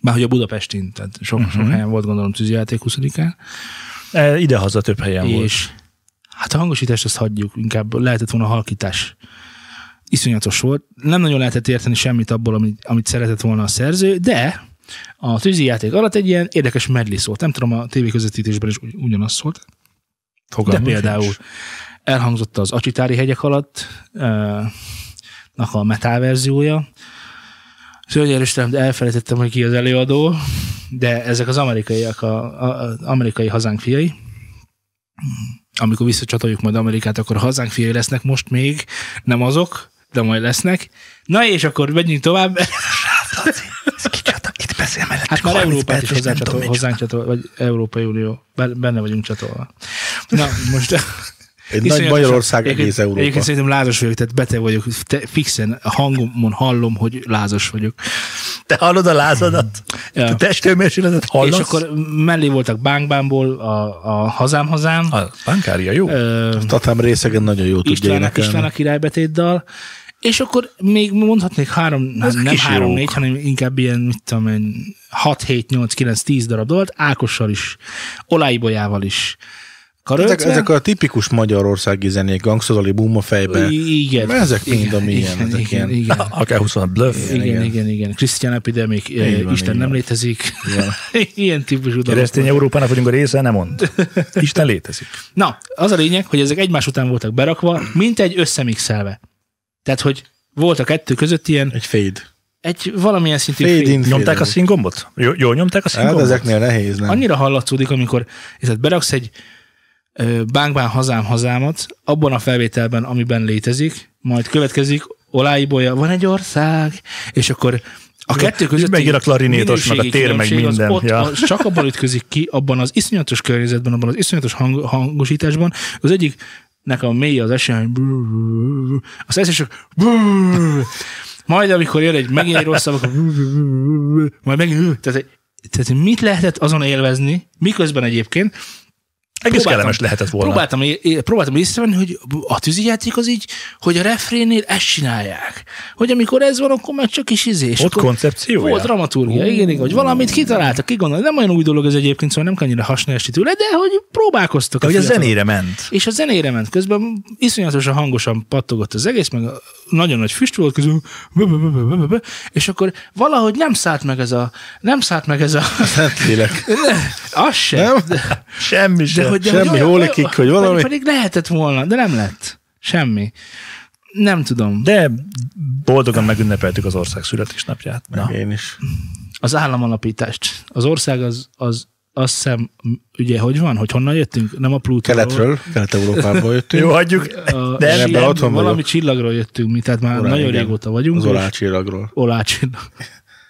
Speaker 2: már hogy a Budapestin, tehát sok,
Speaker 1: Mhm.
Speaker 2: uh-huh. sok helyen volt gondolom tűzijáték 20-án,
Speaker 1: E, Idehaza több helyen volt.
Speaker 2: és hát a hangosítást azt hagyjuk, inkább lehetett volna halkítás. Iszonyatos volt. Nem nagyon lehetett érteni semmit abból, amit, amit szeretett volna a szerző, de a tűzijáték alatt egy ilyen érdekes medli szólt. Nem tudom, a tévéközvetítésben is ugy- ugyanaz szólt. De
Speaker 1: Fogalmam
Speaker 2: például
Speaker 1: sincs.
Speaker 2: elhangzott az Acsitári hegyek alatt ö, nak a metal verziója. Szörnyű Istenem, de elfelejtettem, hogy ki az előadó, de ezek az amerikaiak, a, a, a amerikai hazánk fiai. Amikor visszacsatoljuk majd Amerikát, akkor hazánk fiai lesznek most még, nem azok, de majd lesznek. Na és akkor megyünk tovább.
Speaker 1: Kicsit, itt beszél mellett.
Speaker 2: Hát már Európát is hozzá csatol, hozzánk csatol, vagy Európai Unió, Bár- benne vagyunk csatolva. Na, most...
Speaker 3: Egy nagy
Speaker 2: Iszonyatos-
Speaker 3: Magyarország,
Speaker 2: Egyébként-
Speaker 3: egész Európa.
Speaker 2: Egyébként szerintem lázas vagyok, tehát beteg vagyok. Te, fixen a hangomon hallom, hogy lázas vagyok.
Speaker 1: Te hallod a lázadat?
Speaker 2: Ja.
Speaker 1: Te testőmérséletet hallasz?
Speaker 2: Hallasz? És akkor mellé voltak Bánkbánból a, a Hazám Hazám,
Speaker 1: A bankária jó?
Speaker 2: ö,
Speaker 3: Tatám részegen nagyon jó tudja
Speaker 2: István,
Speaker 3: énekelni.
Speaker 2: István a királybetétdal, és akkor még mondhatnék három, hát nem
Speaker 1: kis
Speaker 2: három,
Speaker 1: jók.
Speaker 2: négy, hanem inkább ilyen, mit tudom én, 6, 7, 8, 9, 10 darab dalt, Ákossal is, Oláibolyával is.
Speaker 3: Ezek,
Speaker 2: Karöltve.
Speaker 3: ezek a tipikus magyarországi zenék, gangszodali bum a fejbe.
Speaker 2: I- igen.
Speaker 3: Ezek mind a milyen,
Speaker 2: igen,
Speaker 3: ezek
Speaker 2: igen,
Speaker 3: ilyen. Ah,
Speaker 2: igen.
Speaker 1: AK-26 bluff.
Speaker 2: Igen, igen,
Speaker 3: igen.
Speaker 2: igen. igen. Christian Epidemic,
Speaker 3: Így
Speaker 2: van,
Speaker 3: van,
Speaker 2: Isten
Speaker 3: így
Speaker 2: nem
Speaker 3: van.
Speaker 2: létezik. Ilyen típusú dolgok.
Speaker 1: Keresztény Európának vagyunk a része, nem mond. Isten létezik.
Speaker 2: Na, az a lényeg, hogy ezek egymás után voltak berakva, mint egy összemixelve. Tehát, hogy volt a kettő között ilyen,
Speaker 3: Egy fade.
Speaker 2: egy valamilyen szintű
Speaker 3: Fade
Speaker 2: fény.
Speaker 3: in, fade
Speaker 1: Nyomták a
Speaker 3: out.
Speaker 1: színgombot? Jó, jól nyomták a
Speaker 3: Hát
Speaker 1: színgombot?
Speaker 3: ezeknél nehéz, nem?
Speaker 2: Annyira hallatszódik, amikor tehát beraksz egy ö, bánkbán hazám hazámat, abban a felvételben, amiben létezik, majd következik Oláibolya, van egy ország, és akkor a kettő között
Speaker 1: megjön a klarinétos, meg a tér, meg minden,
Speaker 2: Az ott,
Speaker 1: ja.
Speaker 2: az csak abban ütközik ki, abban az iszonyatos környezetben, abban az iszonyatos hang, hangosításban. Az egyik nekem a mély az eső, hogy brrrr, az eső csak brrrr. majd amikor jön egy megint egy rosszabb, akkor brrrr, majd megint, tehát, egy- tehát mit lehetett azon élvezni, miközben egyébként
Speaker 1: Egész
Speaker 2: Próbáltam.
Speaker 1: kellemes lehetett volna.
Speaker 2: Próbáltam, é- é- próbáltam észrevenni, hogy a tűzijáték az így, hogy a refrénél ezt csinálják. Hogy amikor ez van, akkor már csak is izés.
Speaker 1: Ott koncepciója?
Speaker 2: Volt dramaturgia, igen, igen, hogy valamit kitaláltak, kigondoltak. Nem olyan új dolog ez egyébként, szóval nem kell annyira hasnálni tőle, de hogy próbálkoztak.
Speaker 1: De hogy a
Speaker 2: fiatalok.
Speaker 1: zenére ment.
Speaker 2: És a zenére ment közben, iszonyatosan hangosan pattogott az egész, meg a- nagyon nagy füst volt közül, bö- bö- bö- bö- bö- bö- bö, és akkor valahogy nem szállt meg ez a, nem szállt meg ez a,
Speaker 3: Szentlélek.
Speaker 2: az se.
Speaker 3: Nem?
Speaker 1: Semmi sem.
Speaker 2: De hogy, de
Speaker 3: Semmi,
Speaker 2: hogy
Speaker 3: hol nekik, hogy valami?
Speaker 2: Pedig lehetett volna, de nem lett. Semmi. Nem tudom. De
Speaker 1: De boldogan megünnepeltük az ország születésnapját. Na.
Speaker 3: Én is.
Speaker 2: az államalapítást. Az ország az, az azt hiszem, m- ugye, hogy van, hogy honnan jöttünk? Nem a Plutóról.
Speaker 3: Keletről, Kelet-Európából jöttünk.
Speaker 1: Jó, hagyjuk.
Speaker 2: A,
Speaker 1: De
Speaker 2: de
Speaker 3: ebben
Speaker 2: ebben
Speaker 3: otthon
Speaker 2: valami
Speaker 3: vagyok.
Speaker 2: csillagról jöttünk mi, tehát már
Speaker 3: Orán,
Speaker 2: nagyon
Speaker 3: igen.
Speaker 2: régóta vagyunk.
Speaker 3: Az
Speaker 2: és-
Speaker 3: orálcsillagról.
Speaker 2: Olácsillag.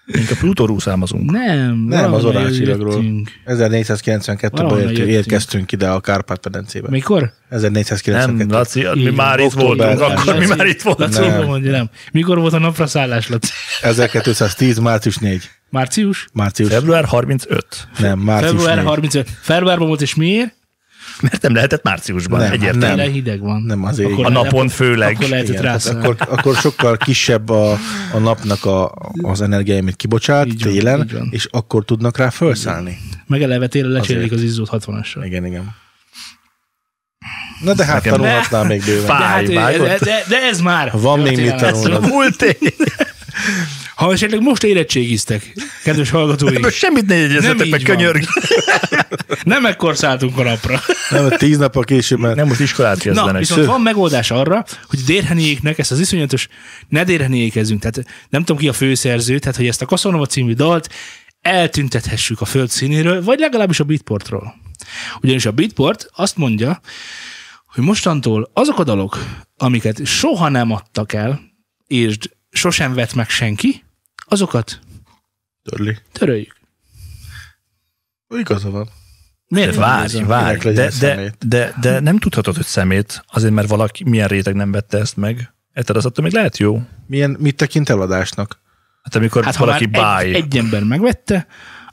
Speaker 1: Mink a Plutóról származunk.
Speaker 2: Nem,
Speaker 3: Nem, az
Speaker 2: valahonnan
Speaker 3: orálcsillagról.
Speaker 2: jöttünk.
Speaker 3: 1492-ben
Speaker 2: Valahonnan
Speaker 3: értünk,
Speaker 2: jöttünk.
Speaker 3: érkeztünk ide a Kárpát-pedencébe.
Speaker 2: Mikor?
Speaker 1: Nem,
Speaker 3: 1492
Speaker 1: Laci, Hát mi
Speaker 2: Igen,
Speaker 1: már itt
Speaker 3: októberben.
Speaker 1: voltunk, akkor mi
Speaker 2: Laci-
Speaker 1: már itt voltunk.
Speaker 2: Laci,
Speaker 3: Nem.
Speaker 2: mondja, nem. Mikor volt a napra szállás, Laci?
Speaker 3: 1210. március 4.
Speaker 2: Március?
Speaker 3: Március.
Speaker 1: Február 35.
Speaker 3: Nem, március
Speaker 2: Február
Speaker 3: 4.
Speaker 2: 35. Februárban volt, és miért?
Speaker 1: Mert nem lehetett márciusban
Speaker 3: Nem,
Speaker 1: egyértelmű.
Speaker 2: Tényleg hideg van.
Speaker 3: Nem, azért
Speaker 1: A
Speaker 3: nem.
Speaker 1: napon főleg.
Speaker 2: Akkor lehetett
Speaker 3: Igen, tehát
Speaker 2: rászállni.
Speaker 3: akkor, akkor sokkal kisebb a, a napnak a, az energiája, amit kibocsát
Speaker 2: Így van,
Speaker 3: télen,
Speaker 2: így van.
Speaker 3: és akkor tudnak rá felszállni.
Speaker 2: Meg eleve tényleg lecserélik
Speaker 3: Azért.
Speaker 2: az izzót 60-assal.
Speaker 3: Igen, igen. Na de hát
Speaker 1: Nekem-
Speaker 3: tanulhatnál még bőven.
Speaker 1: Fá-
Speaker 2: De, hát,
Speaker 1: Állj,
Speaker 2: de,
Speaker 1: vágod?
Speaker 2: de, de, ez már.
Speaker 3: Van még mit
Speaker 2: Tényleg.
Speaker 3: tanulnod.
Speaker 1: Múlt év.
Speaker 2: Ha esetleg most érettségiztek, kedves hallgatóink,
Speaker 1: Ebből semmit ne
Speaker 2: Nem
Speaker 1: jegyezzetek
Speaker 2: így
Speaker 1: meg,
Speaker 2: van.
Speaker 1: könyörg.
Speaker 2: nem ekkor szálltunk a napra.
Speaker 3: Nem, tíz nappal később, mert
Speaker 1: Nem most iskolát
Speaker 2: Na,
Speaker 1: kezdenek.
Speaker 2: viszont van megoldás arra, hogy dérheniéknek ezt az iszonyatos, ne dérheniékezzünk, tehát nem tudom ki a főszerző, tehát hogy ezt a Kaszanova című dalt eltüntethessük a föld színéről, vagy legalábbis a Beatportról. Ugyanis a Beatport azt mondja, hogy mostantól azok a dalok, amiket soha nem adtak el, és sosem vett meg senki, azokat
Speaker 3: törli.
Speaker 2: töröljük.
Speaker 3: Igaza van.
Speaker 2: Miért van
Speaker 1: Várj,
Speaker 2: igazam?
Speaker 1: várj,
Speaker 3: Minek legyen
Speaker 1: de, de,
Speaker 3: szemét?
Speaker 1: de, de nem tudhatod, hogy szemét, azért mert valaki, milyen réteg nem vette ezt meg. Érted, az attól még lehet jó.
Speaker 3: Milyen, mit tekint eladásnak?
Speaker 1: Hát amikor
Speaker 2: Hát
Speaker 1: hát,
Speaker 2: ha
Speaker 1: valaki
Speaker 2: már
Speaker 1: báj,
Speaker 2: egy, egy ember megvette,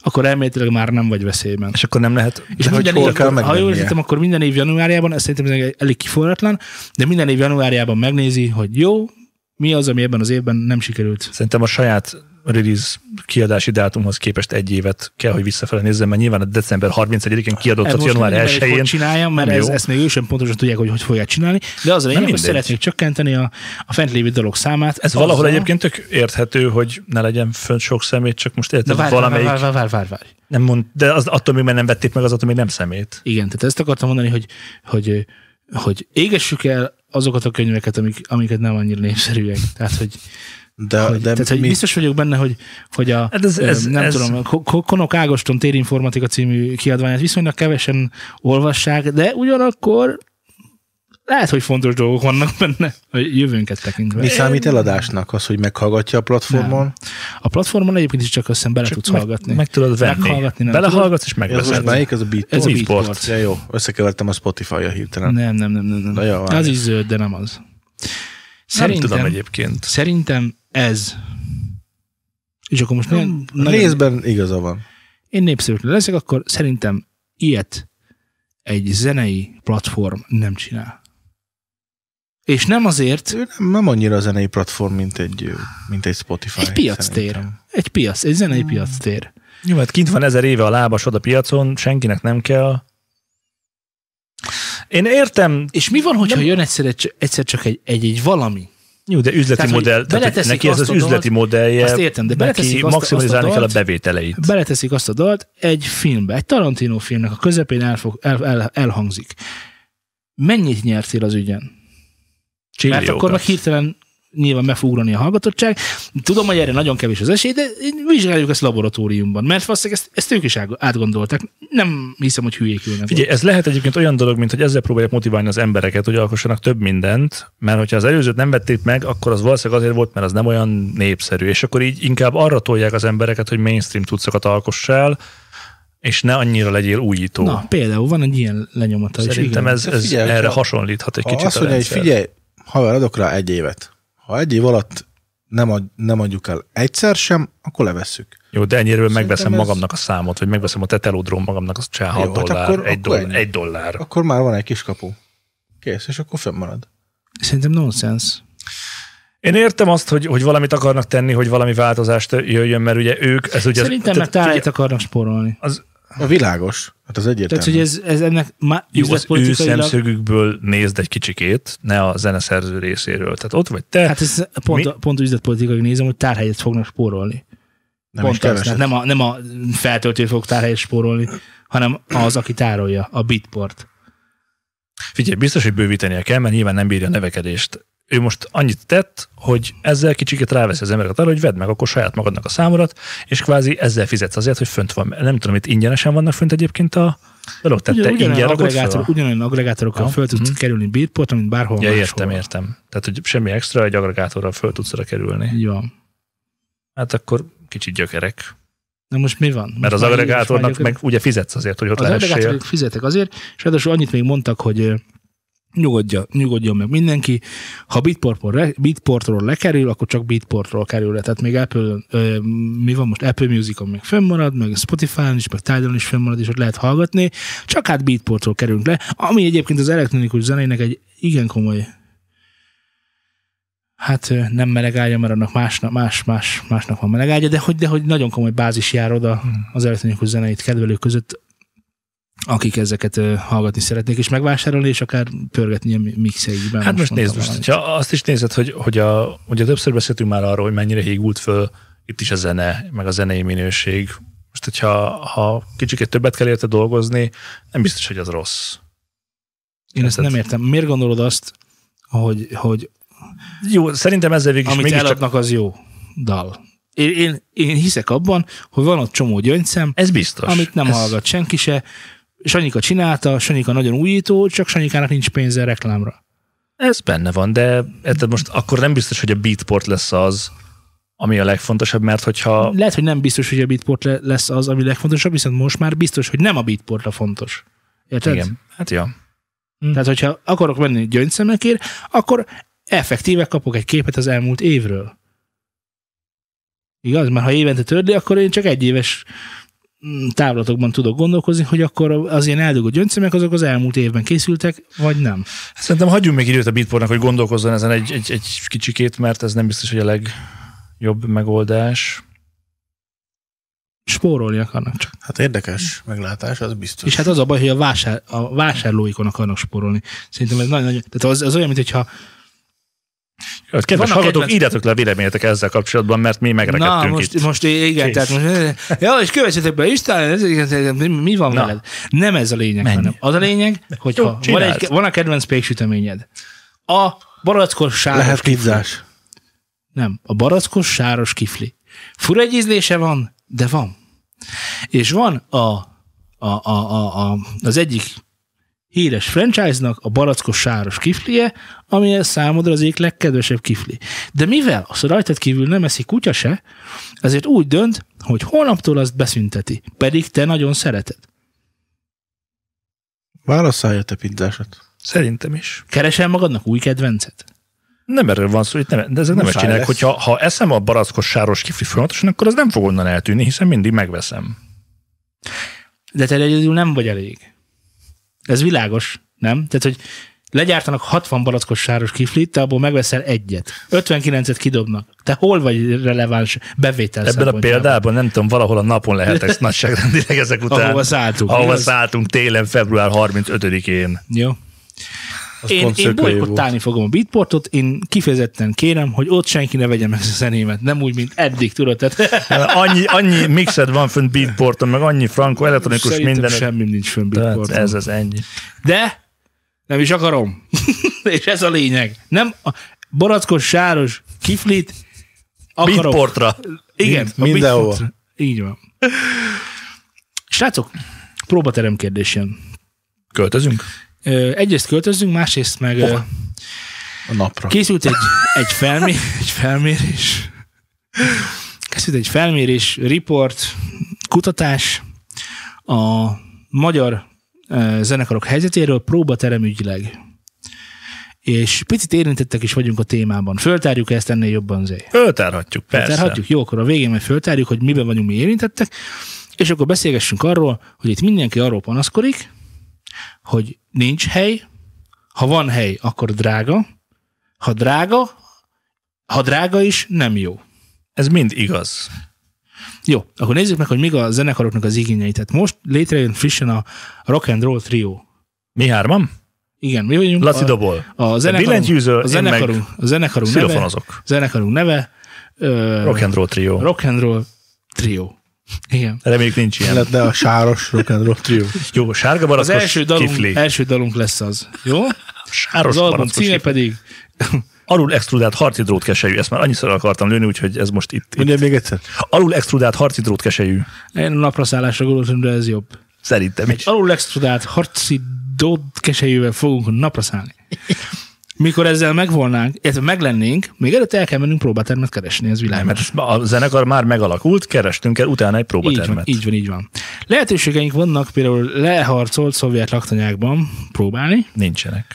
Speaker 2: akkor elméletileg már nem vagy veszélyben.
Speaker 1: és akkor nem lehet...
Speaker 2: És
Speaker 3: De hogy
Speaker 2: minden
Speaker 3: hol
Speaker 2: év,
Speaker 3: kell
Speaker 2: akkor, ha jól
Speaker 3: megvennie?
Speaker 2: értettem, akkor minden év januárjában, ez szerintem ez elég kiforratlan, de minden év januárjában megnézi, hogy jó, mi az, ami ebben az évben nem sikerült.
Speaker 1: Szerintem a saját release kiadási dátumhoz képest egy évet kell, hogy visszafele nézzem, mert nyilván a december 31-én kiadottat
Speaker 2: Hát most
Speaker 1: január
Speaker 2: mindenki hogy
Speaker 1: 1-én.
Speaker 2: csináljam, mert
Speaker 1: nem
Speaker 2: ez,
Speaker 1: jó.
Speaker 2: ezt még ők sem pontosan tudják, hogy hogy fogják csinálni, de az a lényeg, hogy
Speaker 1: mindegy.
Speaker 2: szeretnék csökkenteni a, a fent lévő dolog számát.
Speaker 1: Ez valahol
Speaker 2: Azzal-
Speaker 1: egyébként tök érthető, hogy ne legyen fönt sok szemét, csak most
Speaker 2: De
Speaker 1: érted,
Speaker 2: várj,
Speaker 1: valamelyik
Speaker 2: valamelyik... várj, várj, várj, várj, várj.
Speaker 1: nem mond, de az, attól még, mert nem vették meg, az attól még nem szemét.
Speaker 2: Igen, tehát ezt akartam mondani, hogy, hogy, hogy égessük el azokat a könyveket, amik, amiket nem annyira népszerűek. Tehát, hogy,
Speaker 3: De,
Speaker 2: hogy,
Speaker 3: de
Speaker 2: tehát, hogy
Speaker 3: mi,
Speaker 2: biztos vagyok benne, hogy, hogy a,
Speaker 1: Hát ez- ez-
Speaker 2: ö, nem
Speaker 1: ez-
Speaker 2: tudom, Ko- Ko- Konok Ágoston térinformatika című kiadványát viszonylag kevesen olvassák, de ugyanakkor lehet, hogy fontos dolgok vannak benne a jövőnket tekintve.
Speaker 3: mi számít eladásnak? Az, hogy meghallgatja a platformon?
Speaker 2: A platformon egyébként is csak azt hiszem bele
Speaker 1: Csak
Speaker 2: tudsz
Speaker 1: meg,
Speaker 2: hallgatni.
Speaker 1: Meg tudod venni.
Speaker 2: Meghallgatni nem
Speaker 1: Belehallgatsz, és
Speaker 3: Ez most
Speaker 1: megveszed.
Speaker 3: melyik? Ez a beat?
Speaker 2: Ez a
Speaker 1: Beatport.
Speaker 2: Beatport.
Speaker 3: Ja, jó, összekevertem a Spotify-ja hirtelen.
Speaker 2: Nem, nem, nem, nem. nem.
Speaker 3: Na jó,
Speaker 2: az
Speaker 3: várj.
Speaker 2: is zöld, de nem az.
Speaker 1: Nem
Speaker 2: Szerintem,
Speaker 1: tudom egyébként.
Speaker 2: szerintem ez. És akkor most nem, nagyon,
Speaker 3: Részben igaza van.
Speaker 2: én népszerűtlen leszek, akkor szerintem ilyet egy zenei platform nem csinál. És nem azért,
Speaker 3: Ő nem, nem annyira a zenei platform, mint egy, ö, mint egy Spotify.
Speaker 2: egy piac tér.
Speaker 3: szerintem.
Speaker 2: Egy piac, egy zenei piac tér.
Speaker 1: Jó, hát kint van ezer éve a lábasod a piacon, senkinek nem kell. Én értem,
Speaker 2: És mi van, hogyha jön egyszer, egyszer csak egy, egy, egy valami?
Speaker 1: jó, de üzleti
Speaker 2: Tehát,
Speaker 1: tehát,
Speaker 2: hogy
Speaker 1: modell, tehát hogy
Speaker 2: beleteszik
Speaker 1: neki ez
Speaker 2: azt
Speaker 1: az
Speaker 2: a
Speaker 1: üzleti modellje,
Speaker 2: Azt értem, de
Speaker 1: neki
Speaker 2: beleteszik azt, azt a
Speaker 1: maximalizálni kell a
Speaker 2: dalt,
Speaker 1: bevételeit.
Speaker 2: beleteszik azt a dalt egy filmbe, egy Tarantino filmnek a közepén elfog, el, el, elhangzik. Mennyit nyertél az ügyen? Mert
Speaker 1: Csilliókat.
Speaker 2: akkor meg hirtelen nyilván meg fog ugrani a hallgatottság. Tudom, hogy erre nagyon kevés az esély, de vizsgáljuk ezt laboratóriumban, mert valószínűleg ezt, ezt ők is ág- átgondolták. Nem hiszem, hogy hülyék ülnek.
Speaker 1: Figyelj, ez lehet egyébként olyan dolog, mint hogy ezzel próbálják motiválni az embereket, hogy alkossanak több mindent, mert hogyha az előzőt nem vették meg, akkor az valószínűleg azért volt, mert az nem olyan népszerű, és akkor így inkább arra tolják az embereket, hogy mainstream tudszakat alkossál, és ne annyira legyél újító.
Speaker 2: Na, például van egy ilyen lenyomata is.
Speaker 1: Szerintem
Speaker 2: igen.
Speaker 1: ez,
Speaker 3: De
Speaker 1: ez
Speaker 3: figyelj,
Speaker 1: erre
Speaker 3: ha-
Speaker 1: hasonlíthat egy
Speaker 3: Ha
Speaker 1: kicsit
Speaker 3: azt
Speaker 1: a
Speaker 3: mondja, hogy
Speaker 1: rendszer.
Speaker 3: figyelj, haver, adok rá egy évet. Ha egy év alatt nem, ad, nem adjuk el egyszer sem, akkor levesszük.
Speaker 1: Jó, de ennyire megveszem
Speaker 3: ez-
Speaker 1: magamnak a számot, vagy megveszem a tetelódrom magamnak, az csá, 6
Speaker 3: Jó, hát
Speaker 1: dollár,
Speaker 3: akkor-
Speaker 1: egy,
Speaker 3: akkor
Speaker 1: dollár,
Speaker 3: ennyi.
Speaker 1: egy dollár.
Speaker 3: Akkor már van egy kis kapu. Kész, és akkor fönnmarad.
Speaker 2: Szerintem nonsense.
Speaker 1: Én értem azt, hogy, hogy valamit akarnak tenni, hogy valami változást jöjjön, mert ugye ők, ez ugye...
Speaker 2: Szerintem meg
Speaker 1: tehát-
Speaker 2: tárájt akarnak spórolni.
Speaker 3: A világos, hát az egyértelmű.
Speaker 2: Tehát, hogy ez, ez ennek már
Speaker 1: Jó, az ő
Speaker 2: üzletpolitikailag...
Speaker 1: szemszögükből nézd egy kicsikét, ne a zeneszerző részéről. Tehát ott vagy te, hát,
Speaker 2: Hát ez pont,
Speaker 1: Mi?
Speaker 2: pont üzletpolitikai nézem, hogy tárhelyet fognak spórolni.
Speaker 3: nem
Speaker 2: pont
Speaker 3: is keveset.
Speaker 2: nem a, nem a feltöltő fog tárhelyet spórolni, hanem az, aki tárolja, a bitport.
Speaker 1: figyelj, biztos, hogy bővítenie kell, mert nyilván nem bírja a nevekedést. Ő most annyit tett, hogy ezzel kicsiket ráveszi az embereket arra, hogy vedd meg akkor saját magadnak a számodat, és kvázi ezzel fizetsz azért, hogy fönt van. Nem tudom, itt ingyenesen vannak fönt egyébként a dolog, tehát te
Speaker 2: Ugyan, ugyanolyan,
Speaker 1: ingyen rakod föl?
Speaker 2: aggregátor, ugyanolyan aggregátorokkal
Speaker 1: Ja.
Speaker 2: föl tudsz
Speaker 1: Mhm.
Speaker 2: kerülni bitportra, mint bárhol
Speaker 1: Ja,
Speaker 2: máshol.
Speaker 1: értem, értem. Tehát, hogy semmi extra, egy aggregátorral föl tudsz oda kerülni.
Speaker 2: Így van.
Speaker 1: Hát akkor kicsit gyökerek.
Speaker 2: Na most mi van?
Speaker 1: Mert
Speaker 2: Most
Speaker 1: az
Speaker 2: már- most
Speaker 1: aggregátornak
Speaker 2: már-
Speaker 1: meg ugye fizetsz azért, hogy ott
Speaker 2: Az
Speaker 1: lehessél.
Speaker 2: agregátorok fizetek azért, és ráadásul annyit még mondtak, hogy ö, nyugodja, nyugodjon meg mindenki. Ha Bitportról, le, Bitportról lekerül, akkor csak Bitportról kerül le. Tehát még Apple, ö, mi van most, Apple Musicon még fönnmarad, meg Spotify-on is, meg Tidal-on is fönnmarad, és ott lehet hallgatni. Csak hát Bitportról kerülünk le, ami egyébként az elektronikus zenének egy igen komoly hát ö, nem melegágya, mert annak más, más, más, másnak van melegágya, de hogy, de hogy nagyon komoly bázis jár oda
Speaker 1: Hmm.
Speaker 2: az elektronikus zeneit kedvelők között, akik ezeket ö, hallgatni szeretnék, és megvásárolni, és akár pörgetni a mi- mixeikben.
Speaker 1: Hát most nézd,
Speaker 2: mondtam
Speaker 1: most,
Speaker 2: valamit.
Speaker 1: hogyha azt is nézed, hogy, hogy a, ugye többször beszéltünk már arról, hogy mennyire hígult föl itt is a zene, meg a zenei minőség. Most, hogyha ha kicsiket többet kell érte dolgozni, nem biztos, hogy az rossz.
Speaker 2: Én ezt nem értem. Miért gondolod azt, hogy, hogy
Speaker 1: Jó, szerintem ezzel végig is
Speaker 2: amit
Speaker 1: mégiscsak...
Speaker 2: eladnak, az jó dal? Én, én, én hiszek abban, hogy van ott csomó gyöngyszem,
Speaker 1: Ez biztos.
Speaker 2: amit nem
Speaker 1: ez,
Speaker 2: ez... hallgat senki se. Sanyika csinálta, Sanyika nagyon újító, csak Sanyikának nincs pénze reklámra.
Speaker 1: Ez benne van, de érted most akkor nem biztos, hogy a beatport lesz az, ami a legfontosabb, mert hogyha
Speaker 2: Lehet, hogy nem biztos, hogy a Beatport le- lesz az, ami legfontosabb, viszont most már biztos, hogy nem a Beatport a fontos. Érted?
Speaker 1: Igen. Hát ja.
Speaker 2: Tehát, hogyha akarok menni gyöngyszemekért, akkor effektíve kapok egy képet az elmúlt évről. Igaz? Mert ha évente törli, akkor én csak egy éves mm, távlatokban tudok gondolkozni, hogy akkor az ilyen eldugott gyöncömek azok az elmúlt évben készültek, vagy nem.
Speaker 1: Szerintem hagyjunk még időt a Bitportnak, hogy gondolkozzon ezen egy, egy, egy kicsikét, mert ez nem biztos, hogy a legjobb megoldás.
Speaker 2: Spórolni akarnak csak.
Speaker 3: Hát érdekes meglátás, az biztos.
Speaker 2: És hát az a baj, hogy a, vásár, a vásárlóikon akarnak spórolni. Szerintem ez nagyon-nagyon... Tehát az, az olyan, mintha
Speaker 1: Kedves Vannak
Speaker 2: Vannak
Speaker 1: hallgatók,
Speaker 2: kedvenc-
Speaker 1: írjátok le véleményetek ezzel kapcsolatban, mert mi megrekedtünk
Speaker 2: Na, most,
Speaker 1: itt.
Speaker 2: most igen,
Speaker 1: Kész.
Speaker 2: Kész. tehát most, ja, és kövessetek be István, ez, ez, ez, mi- mi van
Speaker 1: Na.
Speaker 2: Na. veled? Nem ez a lényeg,
Speaker 1: Menj.
Speaker 2: hanem az a lényeg, hogy
Speaker 1: Jó,
Speaker 2: ha van,
Speaker 1: csináld.
Speaker 2: egy, van a kedvenc péksüteményed, a barackos sáros
Speaker 3: Lehet
Speaker 2: kifli.
Speaker 3: pizzás.
Speaker 2: Nem, a barackos sáros kifli. Fura egy ízlése van, de van. És van a, a, a, a, a az egyik híres franchise-nak a barackos sáros kiflie, ami számodra az egyik legkedvesebb kifli. De mivel azt rajtad kívül nem eszik kutya se, ezért úgy dönt, hogy holnaptól azt beszünteti, pedig te nagyon szereted.
Speaker 3: Válaszolja te pizzásat.
Speaker 1: Szerintem is.
Speaker 2: Keresel magadnak új kedvencet?
Speaker 1: Nem erről van szó, itt nem, de ezek nem ezt
Speaker 3: Muszáj
Speaker 1: csinálják,
Speaker 3: lesz.
Speaker 1: hogyha ha eszem a barackos sáros kifli folyamatosan, akkor az nem fog onnan eltűnni, hiszen mindig megveszem.
Speaker 2: De te egyedül nem vagy elég. Ez világos, nem? Tehát, hogy legyártanak 60 barackos sáros kiflit, te abból megveszel egyet. 59-et kidobnak. Te hol vagy releváns bevétel
Speaker 1: Ebben a
Speaker 2: szempontjából?
Speaker 1: példában nem tudom, valahol a napon lehetek nagyságrendileg ezek után.
Speaker 2: Ahova szálltunk,
Speaker 1: Ahova
Speaker 2: igaz?
Speaker 1: szálltunk télen, február 35-én.
Speaker 2: Jó. Én,
Speaker 3: pont
Speaker 2: én
Speaker 3: szökőjé
Speaker 2: bolykottálni fogom a beatportot, én kifejezetten kérem, hogy ott senki ne vegye meg a zenémet, nem úgy, mint eddig, tudod? Tehát
Speaker 1: Annyi, annyi mixed van fönt beatporton, meg annyi franco elektronikus
Speaker 2: szerintem
Speaker 1: minden.
Speaker 2: semmi nincs fönn
Speaker 1: Tehát
Speaker 2: beatporton.
Speaker 1: ez az ennyi.
Speaker 2: De nem is akarom. És ez a lényeg. Nem a barackos sáros kiflit akarom.
Speaker 1: Beatportra.
Speaker 2: Igen,
Speaker 3: Mind-
Speaker 2: a Big
Speaker 3: mindenhova.
Speaker 2: Foot. Így van. Srácok, próbaterem kérdés jön.
Speaker 1: Költözünk?
Speaker 2: Ö, Egyrészt költözzünk, másrészt meg ö,
Speaker 3: A napra.
Speaker 2: készült egy, egy, felmé, egy felmérés. Készült egy felmérés, report, kutatás a magyar ö, zenekarok helyzetéről próbaterem ügyileg. És picit érintettek is vagyunk a témában. Föltárjuk ezt ennél jobban, Zé.
Speaker 1: Föltárhatjuk, persze.
Speaker 2: Föltárhatjuk? Jó, akkor a végén majd föltárjuk, hogy miben vagyunk mi érintettek, és akkor beszélgessünk arról, hogy itt mindenki arról panaszkodik, hogy nincs hely, ha van hely, akkor drága, ha drága, ha drága is, nem jó.
Speaker 1: Ez mind igaz.
Speaker 2: Jó, akkor nézzük meg, hogy mik a zenekaroknak az igényei. Tehát most létrejön frissen a Rock and Roll Trio.
Speaker 1: Mi hárman?
Speaker 2: Igen, mi vagyunk?
Speaker 1: Laci
Speaker 2: a,
Speaker 1: dobol.
Speaker 2: a,
Speaker 1: billentyűzöl,
Speaker 2: zenekarunk, a
Speaker 1: én
Speaker 2: zenekarunk, a zenekarunk neve,
Speaker 1: Szilofonozok.
Speaker 2: zenekarunk neve, ö,
Speaker 1: Rock and roll trio.
Speaker 2: rock and Roll Trio. Igen.
Speaker 1: Reméljük nincs ilyen.
Speaker 3: Lehet, de a sáros rock and roll trio.
Speaker 1: Jó, sárga
Speaker 2: Az
Speaker 1: barackos
Speaker 2: első dalunk,
Speaker 1: kifli.
Speaker 2: első dalunk lesz az. Jó?
Speaker 1: Sáros
Speaker 2: Az album
Speaker 1: barackos
Speaker 2: címe
Speaker 1: kifli.
Speaker 2: pedig
Speaker 1: Alul extrudált harci drótkeselyű. Ezt már annyiszor el akartam lőni, úgyhogy ez most itt. itt.
Speaker 3: Mondja még egyszer.
Speaker 1: Alul extrudált harci drótkeselyű.
Speaker 2: én a napraszállásra gondoltam, de ez jobb.
Speaker 1: Szerintem
Speaker 2: Egy
Speaker 1: is.
Speaker 2: alul extrudált harci dód keselyével fogunk napraszállni. Mikor ezzel megvolnánk, illetve meglennénk, még előtt el kell mennünk próbátermet keresni, ez világos.
Speaker 1: Mert ezt ma- a zenekar már megalakult, kerestünk el utána egy
Speaker 2: Így van,
Speaker 1: próbatermet.
Speaker 2: így van, így van. Lehetőségeink vannak például leharcolt szovjet laktanyákban próbálni.
Speaker 1: Nincsenek.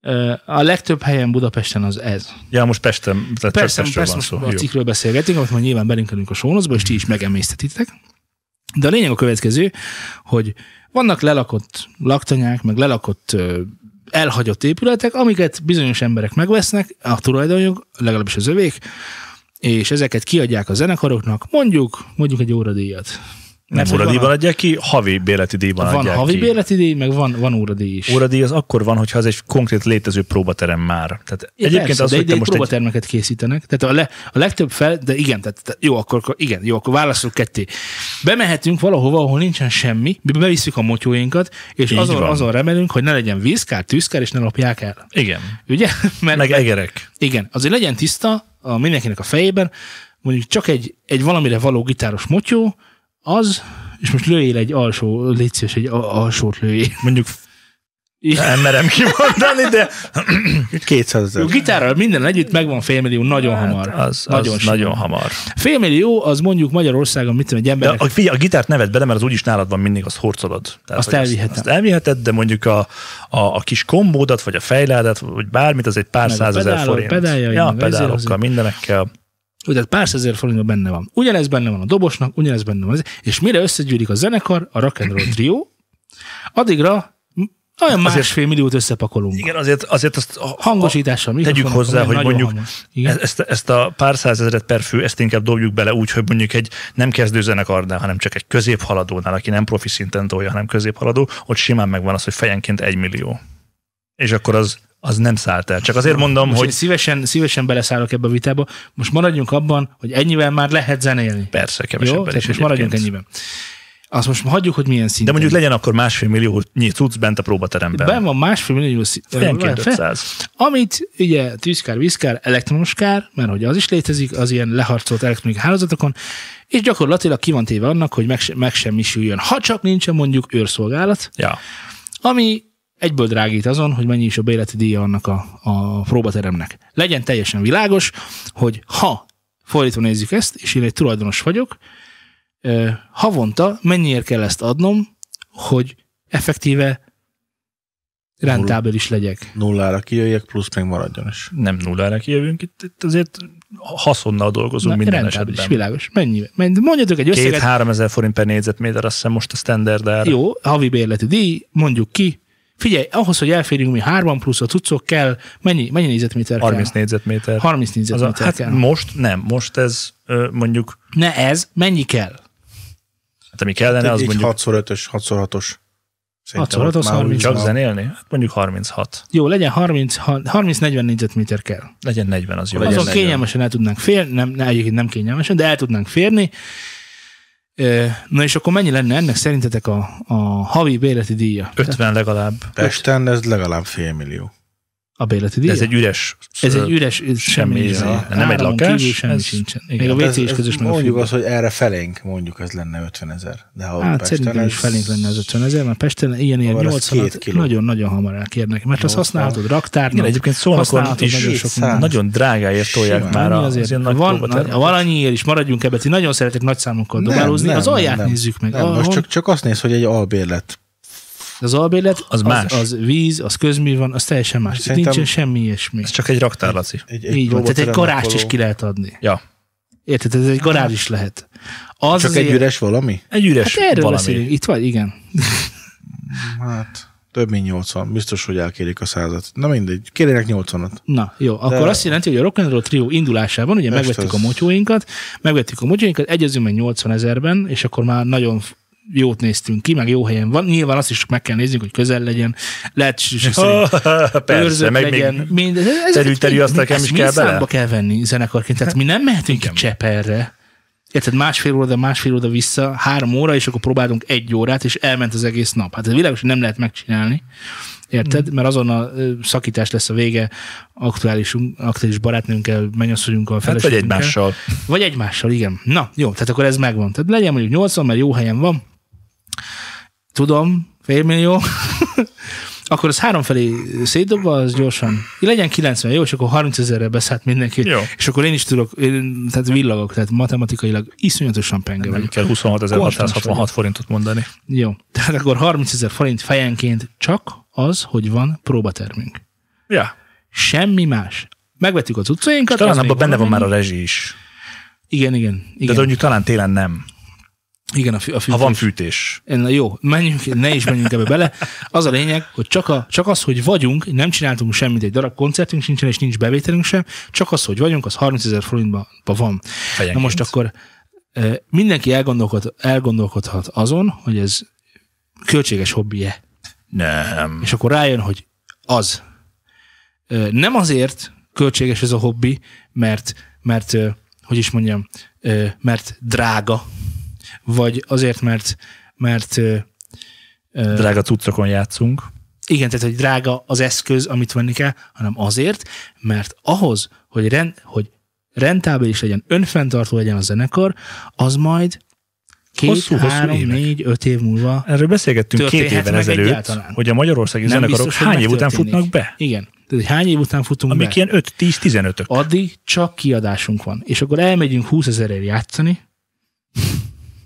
Speaker 2: Ö, A legtöbb helyen Budapesten az ez.
Speaker 1: Ja, most Pestem, tehát csak
Speaker 2: Persze,
Speaker 1: Pestről van
Speaker 2: persze most
Speaker 1: szó.
Speaker 2: a
Speaker 1: Jó.
Speaker 2: cikkről beszélgetünk, amit majd nyilván belinkelünk a sónozba, és ti is megemésztetitek. De a lényeg a következő, hogy vannak lelakott laktanyák, meg lelakott ö, elhagyott épületek, amiket bizonyos emberek megvesznek, a tulajdonjog, legalábbis az övék, és ezeket kiadják a zenekaroknak, mondjuk, mondjuk egy óradíjat.
Speaker 1: Nem
Speaker 2: Mert hogy
Speaker 1: óradíjban
Speaker 2: van a-
Speaker 1: adják ki, havi béleti díjban
Speaker 2: Van
Speaker 1: adják
Speaker 2: havi
Speaker 1: ki.
Speaker 2: bérletidíj, meg van, van óradíj is.
Speaker 1: Óradíj az akkor van, hogyha az egy konkrét létező próbaterem már. Tehát
Speaker 2: Ja,
Speaker 1: egyébként
Speaker 2: persze,
Speaker 1: az,
Speaker 2: de
Speaker 1: hogy te
Speaker 2: idei
Speaker 1: most egy
Speaker 2: próbatermeket készítenek. Tehát a, le, a legtöbb fel, de igen, tehát tehát jó, akkor, akkor igen, jó, akkor válaszol ketté. Bemehetünk valahova, ahol nincsen semmi, mi bevisszük a motyóinkat, és
Speaker 1: Így
Speaker 2: azon,
Speaker 1: van.
Speaker 2: azon remelünk, hogy ne legyen vízkár, tűzkár, és ne lopják el.
Speaker 1: Igen.
Speaker 2: Ugye? Mert
Speaker 1: Meg egerek.
Speaker 2: igen, azért legyen tiszta a mindenkinek a fejében, mondjuk csak egy, egy valamire való gitáros motyó, az, és most lőjél egy alsó, légy szíves, egy a- alsót lőjél.
Speaker 1: Mondjuk Nem merem kimondani, de
Speaker 3: 200 ezer.
Speaker 2: Jó, gitárral minden együtt megvan félmillió, nagyon hamar.
Speaker 1: Hát az, az
Speaker 2: nagyon
Speaker 1: nagyon,
Speaker 2: simán.
Speaker 1: nagyon hamar.
Speaker 2: Félmillió az mondjuk Magyarországon, mit tudom, egy
Speaker 1: De
Speaker 2: embernek
Speaker 1: a, figyelj, a gitárt nevet bele, mert az úgyis nálad van mindig, azt horcolod. Tehát,
Speaker 2: Azt
Speaker 1: hogy
Speaker 2: elvihetem.
Speaker 1: Azt elviheted, de mondjuk a, a, a kis kombódat, vagy a fejládat, vagy bármit, az egy pár
Speaker 2: Meg a
Speaker 1: százezer
Speaker 2: pedálok,
Speaker 1: forint.
Speaker 2: pedáljai,
Speaker 1: ja,
Speaker 2: meg ezért
Speaker 1: pedálokkal,
Speaker 2: azért.
Speaker 1: mindenekkel.
Speaker 2: Úgy, tehát hát pár százezer forintban benne van. Ugyanez benne van a dobosnak, ugyanez benne van. az- És mire összegyűlik a zenekar, a rock and roll trio, addigra m- olyan
Speaker 1: Azért-
Speaker 2: másfél milliót összepakolunk. Igen.
Speaker 1: Igen, azért, azért azt a-
Speaker 2: Hangosítással,
Speaker 1: tegyük
Speaker 2: mikrofonokkal,
Speaker 1: hozzá, hogy
Speaker 2: nagyon
Speaker 1: mondjuk
Speaker 2: hangos.
Speaker 1: E-
Speaker 2: Igen.
Speaker 1: Ezt, ezt a pár százezret per fő, ezt inkább dobjuk bele úgy, hogy mondjuk egy nem kezdő zenekarnál, hanem csak egy középhaladónál, aki nem profi szinten tolja, hanem középhaladó, ott simán megvan az, hogy fejenként egy millió. És akkor az, az nem szállt el. Csak azért mondom,
Speaker 2: Most hogy... én
Speaker 1: hogy
Speaker 2: szívesen, szívesen beleszállok ebbe a vitába. Most maradjunk abban, hogy ennyivel már lehet zenélni.
Speaker 1: persze
Speaker 2: Jó?
Speaker 1: kevesebben
Speaker 2: Tehát
Speaker 1: is
Speaker 2: most maradjunk
Speaker 1: egyébként.
Speaker 2: ennyiben. Azt most hagyjuk, hogy milyen
Speaker 1: De
Speaker 2: szinten.
Speaker 1: mondjuk legyen akkor másfél millió nyi cucc bent a próbateremben.
Speaker 2: Ben van másfél millió szint.
Speaker 1: Fejenként 500.
Speaker 2: Amit ugye tűzkár, vízkár, elektronos kár, mert hogy az is létezik, az ilyen leharcolt elektronik hálózatokon, és gyakorlatilag ki van téve annak, hogy meg, megsemmisüljön, ha csak nincsen mondjuk őrszolgálat,
Speaker 1: Ja.
Speaker 2: ami egyből drágít azon, hogy mennyi is a béleti díja annak a, a próbateremnek. Legyen teljesen világos, hogy ha fordítva nézzük ezt, és én egy tulajdonos vagyok, ö, havonta mennyiért kell ezt adnom, hogy effektíve rentábil is legyek.
Speaker 3: Nullára kijöjjek, plusz még maradjon is.
Speaker 1: Nem nullára kijövünk, itt, itt azért haszonnal dolgozunk Na, minden
Speaker 2: rentábilis,
Speaker 1: esetben.
Speaker 2: világos. Mennyi? Mennyi? Mondjatok egy összeget.
Speaker 1: Két-három ezer forint per négyzetméter, azt hiszem most a standard ára.
Speaker 2: Jó, havi bérleti díj, mondjuk ki. Figyelj, ahhoz, hogy elférjünk mi hárman plusz a cuccok kell, mennyi, mennyi négyzetméter
Speaker 1: 30
Speaker 2: kell?
Speaker 1: négyzetméter.
Speaker 2: 30
Speaker 1: Az a,
Speaker 2: négyzetméter
Speaker 1: hát
Speaker 2: kell.
Speaker 1: most nem, most ez ö, mondjuk,
Speaker 2: Ne ez, mennyi kell?
Speaker 1: hát ami kellene, az
Speaker 3: Így
Speaker 1: mondjuk
Speaker 3: 6x5-ös, 6x6-os. Szerintem
Speaker 2: 6x6-os,
Speaker 3: ott már
Speaker 2: 30.
Speaker 3: úgy
Speaker 1: csak
Speaker 3: van.
Speaker 1: zenélni? Hát mondjuk 36.
Speaker 2: Jó, legyen 30 ha- 30-40 négyzetméter kell.
Speaker 1: Legyen 40 az jó.
Speaker 3: Legyen
Speaker 2: Azon
Speaker 3: legyen.
Speaker 2: kényelmesen el tudnánk férni, nem, ne, egyébként nem kényelmesen, de el tudnánk férni. Ö, Na és akkor mennyi lenne ennek szerintetek a, a havi bérleti díja?
Speaker 1: 50 legalább.
Speaker 3: Pesten ez legalább félmillió.
Speaker 2: A bérleti
Speaker 1: De
Speaker 2: díja?
Speaker 1: ez egy üres.
Speaker 2: Ez
Speaker 1: ö,
Speaker 2: egy üres, semmi,
Speaker 1: semmi
Speaker 2: semmi
Speaker 1: izé.
Speaker 2: áramon
Speaker 1: Nem egy lakás,
Speaker 2: Kívül semmi
Speaker 1: ez-
Speaker 2: ez, sincsen.
Speaker 1: igen,
Speaker 2: Még a
Speaker 3: Hát
Speaker 2: WC
Speaker 3: ez-
Speaker 2: is
Speaker 3: ez
Speaker 2: közös meg a
Speaker 3: Mondjuk
Speaker 2: függő.
Speaker 3: az, hogy erre felénk, mondjuk ez lenne 50 ezer. De ha
Speaker 2: Hát
Speaker 3: Pesten
Speaker 2: szerintem is
Speaker 3: ez-
Speaker 2: felénk lenne az 50 ezer, mert Pesten ilyen ilyen
Speaker 3: Hamar az
Speaker 2: 80
Speaker 3: két kiló.
Speaker 2: nagyon-nagyon hamar elkérnek, mert azt
Speaker 3: 80.
Speaker 2: használhatod raktárnak.
Speaker 1: Igen, egyébként szólnak
Speaker 2: Használhatod nagyon
Speaker 1: is
Speaker 2: sok
Speaker 3: mindent.
Speaker 1: nagyon drágáért tolják
Speaker 3: Simán.
Speaker 1: már
Speaker 2: Annyi
Speaker 1: a, az ilyen nagy
Speaker 2: van,
Speaker 1: próbatermet.
Speaker 2: nagy, valannyiért is maradjunk ebben, ti nagyon szeretek nagy számokkal
Speaker 3: Nem,
Speaker 2: dobálózni,
Speaker 3: nem,
Speaker 2: az
Speaker 3: nem,
Speaker 2: alját
Speaker 3: nem.
Speaker 2: nézzük meg.
Speaker 3: Nem,
Speaker 2: A-
Speaker 3: most
Speaker 2: hon-
Speaker 3: csak, csak azt néz, hogy egy albérlet.
Speaker 2: Az albérlet,
Speaker 1: Az
Speaker 2: az,
Speaker 1: más.
Speaker 2: az, az víz, az közmű van, az teljesen más. Itt
Speaker 3: Szerintem-
Speaker 2: nincsen semmi ilyesmi.
Speaker 1: Ez csak egy raktár, Laci.
Speaker 2: Így
Speaker 3: Egy,
Speaker 2: van, tehát egy
Speaker 3: próbateremnek
Speaker 2: garást is
Speaker 3: való.
Speaker 2: ki lehet adni.
Speaker 1: Ja.
Speaker 2: Érted, ez egy garázs is lehet. Az
Speaker 3: Hát. Csak egy
Speaker 2: azért-
Speaker 3: üres valami?
Speaker 1: Egy üres
Speaker 2: Hát erről
Speaker 1: valami.
Speaker 2: beszélünk, itt vagy, igen.
Speaker 3: Hát több mint 80. Biztos, hogy elkérik a százat. Na mindegy, kérjenek 80-at.
Speaker 2: Na, jó, akkor
Speaker 3: De-
Speaker 2: azt jelenti, hogy a Rock and Roll Trio indulásában, ugye
Speaker 3: Most
Speaker 2: megvettük
Speaker 3: az-
Speaker 2: a motyóinkat, megvettük a motyóinkat, egyezünk meg 80 ezerben, és akkor már nagyon f- jót néztünk ki, meg jó helyen van. Nyilván azt is meg kell néznünk, hogy közel legyen, lehet szerint
Speaker 1: Persze,
Speaker 2: őrzött
Speaker 1: meg
Speaker 2: legyen,
Speaker 1: még hát,
Speaker 2: mind, ez, ez,
Speaker 1: terül-
Speaker 2: ez-
Speaker 1: terül, azt nekem
Speaker 2: ezt
Speaker 1: is
Speaker 2: mind
Speaker 1: kell bele?
Speaker 2: számba kell venni zenekarként, tehát mi nem mehetünk ki Cseperre. Érted, másfél óra, de másfél óra vissza, három óra, és akkor próbáltunk egy órát, és elment az egész nap. Hát ez világos, hogy nem lehet megcsinálni. Érted?
Speaker 1: Hmm.
Speaker 2: Mert azonnal ö, szakítás lesz a vége aktuális, aktuális barátnőnkkel, mennyasszonyunkkal,
Speaker 1: Hát vagy
Speaker 2: feleségünkkel.
Speaker 1: egymással.
Speaker 2: Vagy egymással, igen. Na, jó, tehát akkor ez megvan. Tehát legyen mondjuk 80, mert jó helyen van. Tudom, félmillió. akkor az háromfelé szétdobva, az gyorsan. Legyen 90, jó, és akkor 30 ezerre beszállt mindenki.
Speaker 1: Jó.
Speaker 2: És akkor én is tudok, én, tehát villagok, tehát matematikailag iszonyatosan penge
Speaker 1: Nem
Speaker 2: vagyok.
Speaker 1: kell 26.666
Speaker 2: Konstans
Speaker 1: forintot mondani.
Speaker 2: Jó, tehát akkor 30 ezer forint fejenként csak az, hogy van próbatermünk.
Speaker 1: Ja. Semmi
Speaker 2: Más. Megvettük az utcainkat.
Speaker 1: Talán abban benne van már a rezsi is.
Speaker 2: Igen, igen.
Speaker 1: De
Speaker 2: Igen,
Speaker 1: mondjuk talán télen nem,
Speaker 2: igen a, fű, a fű,
Speaker 1: ha van fűtés.
Speaker 2: Na jó, menjünk, ne is menjünk ebbe bele. Az a lényeg, hogy csak, a, csak az, hogy vagyunk, nem csináltunk semmit, egy darab koncertünk sincsen, és nincs bevételünk sem, csak az, hogy vagyunk, az 30 ezer forintban van.
Speaker 1: Fejenként.
Speaker 2: Na most akkor ö, mindenki elgondolkod, elgondolkodhat azon, hogy ez költséges hobbije.
Speaker 1: Nem.
Speaker 2: És akkor rájön, hogy az. Ö, Nem azért költséges ez a hobbi, mert, mert ö, hogy is mondjam, ö, mert drága, vagy azért, mert, mert ö, ö,
Speaker 1: Drága cuccokon játszunk.
Speaker 2: igen, tehát, hogy drága az eszköz, amit venni kell, hanem azért, mert ahhoz, hogy, rend, hogy rentábilis legyen, önfenntartó legyen a zenekar, az majd Két,
Speaker 1: Hosszú,
Speaker 2: hosszú,
Speaker 1: hosszú
Speaker 2: három,
Speaker 1: évek.
Speaker 2: négy, öt év múlva.
Speaker 1: Erről beszélgettünk két
Speaker 2: Történhet
Speaker 1: évvel
Speaker 2: meg
Speaker 1: ezelőtt,
Speaker 2: egyáltalán.
Speaker 1: hogy a magyarországi
Speaker 2: Nem
Speaker 1: zenekarok
Speaker 2: biztos, hogy
Speaker 1: hány év után
Speaker 2: megtörténik.
Speaker 1: futnak be.
Speaker 2: Igen. Tehát, hogy hány év után futunk be?
Speaker 1: Amik ilyen 5-10-15-ök.
Speaker 2: Addig csak kiadásunk van. És akkor elmegyünk 20 ezerért játszani,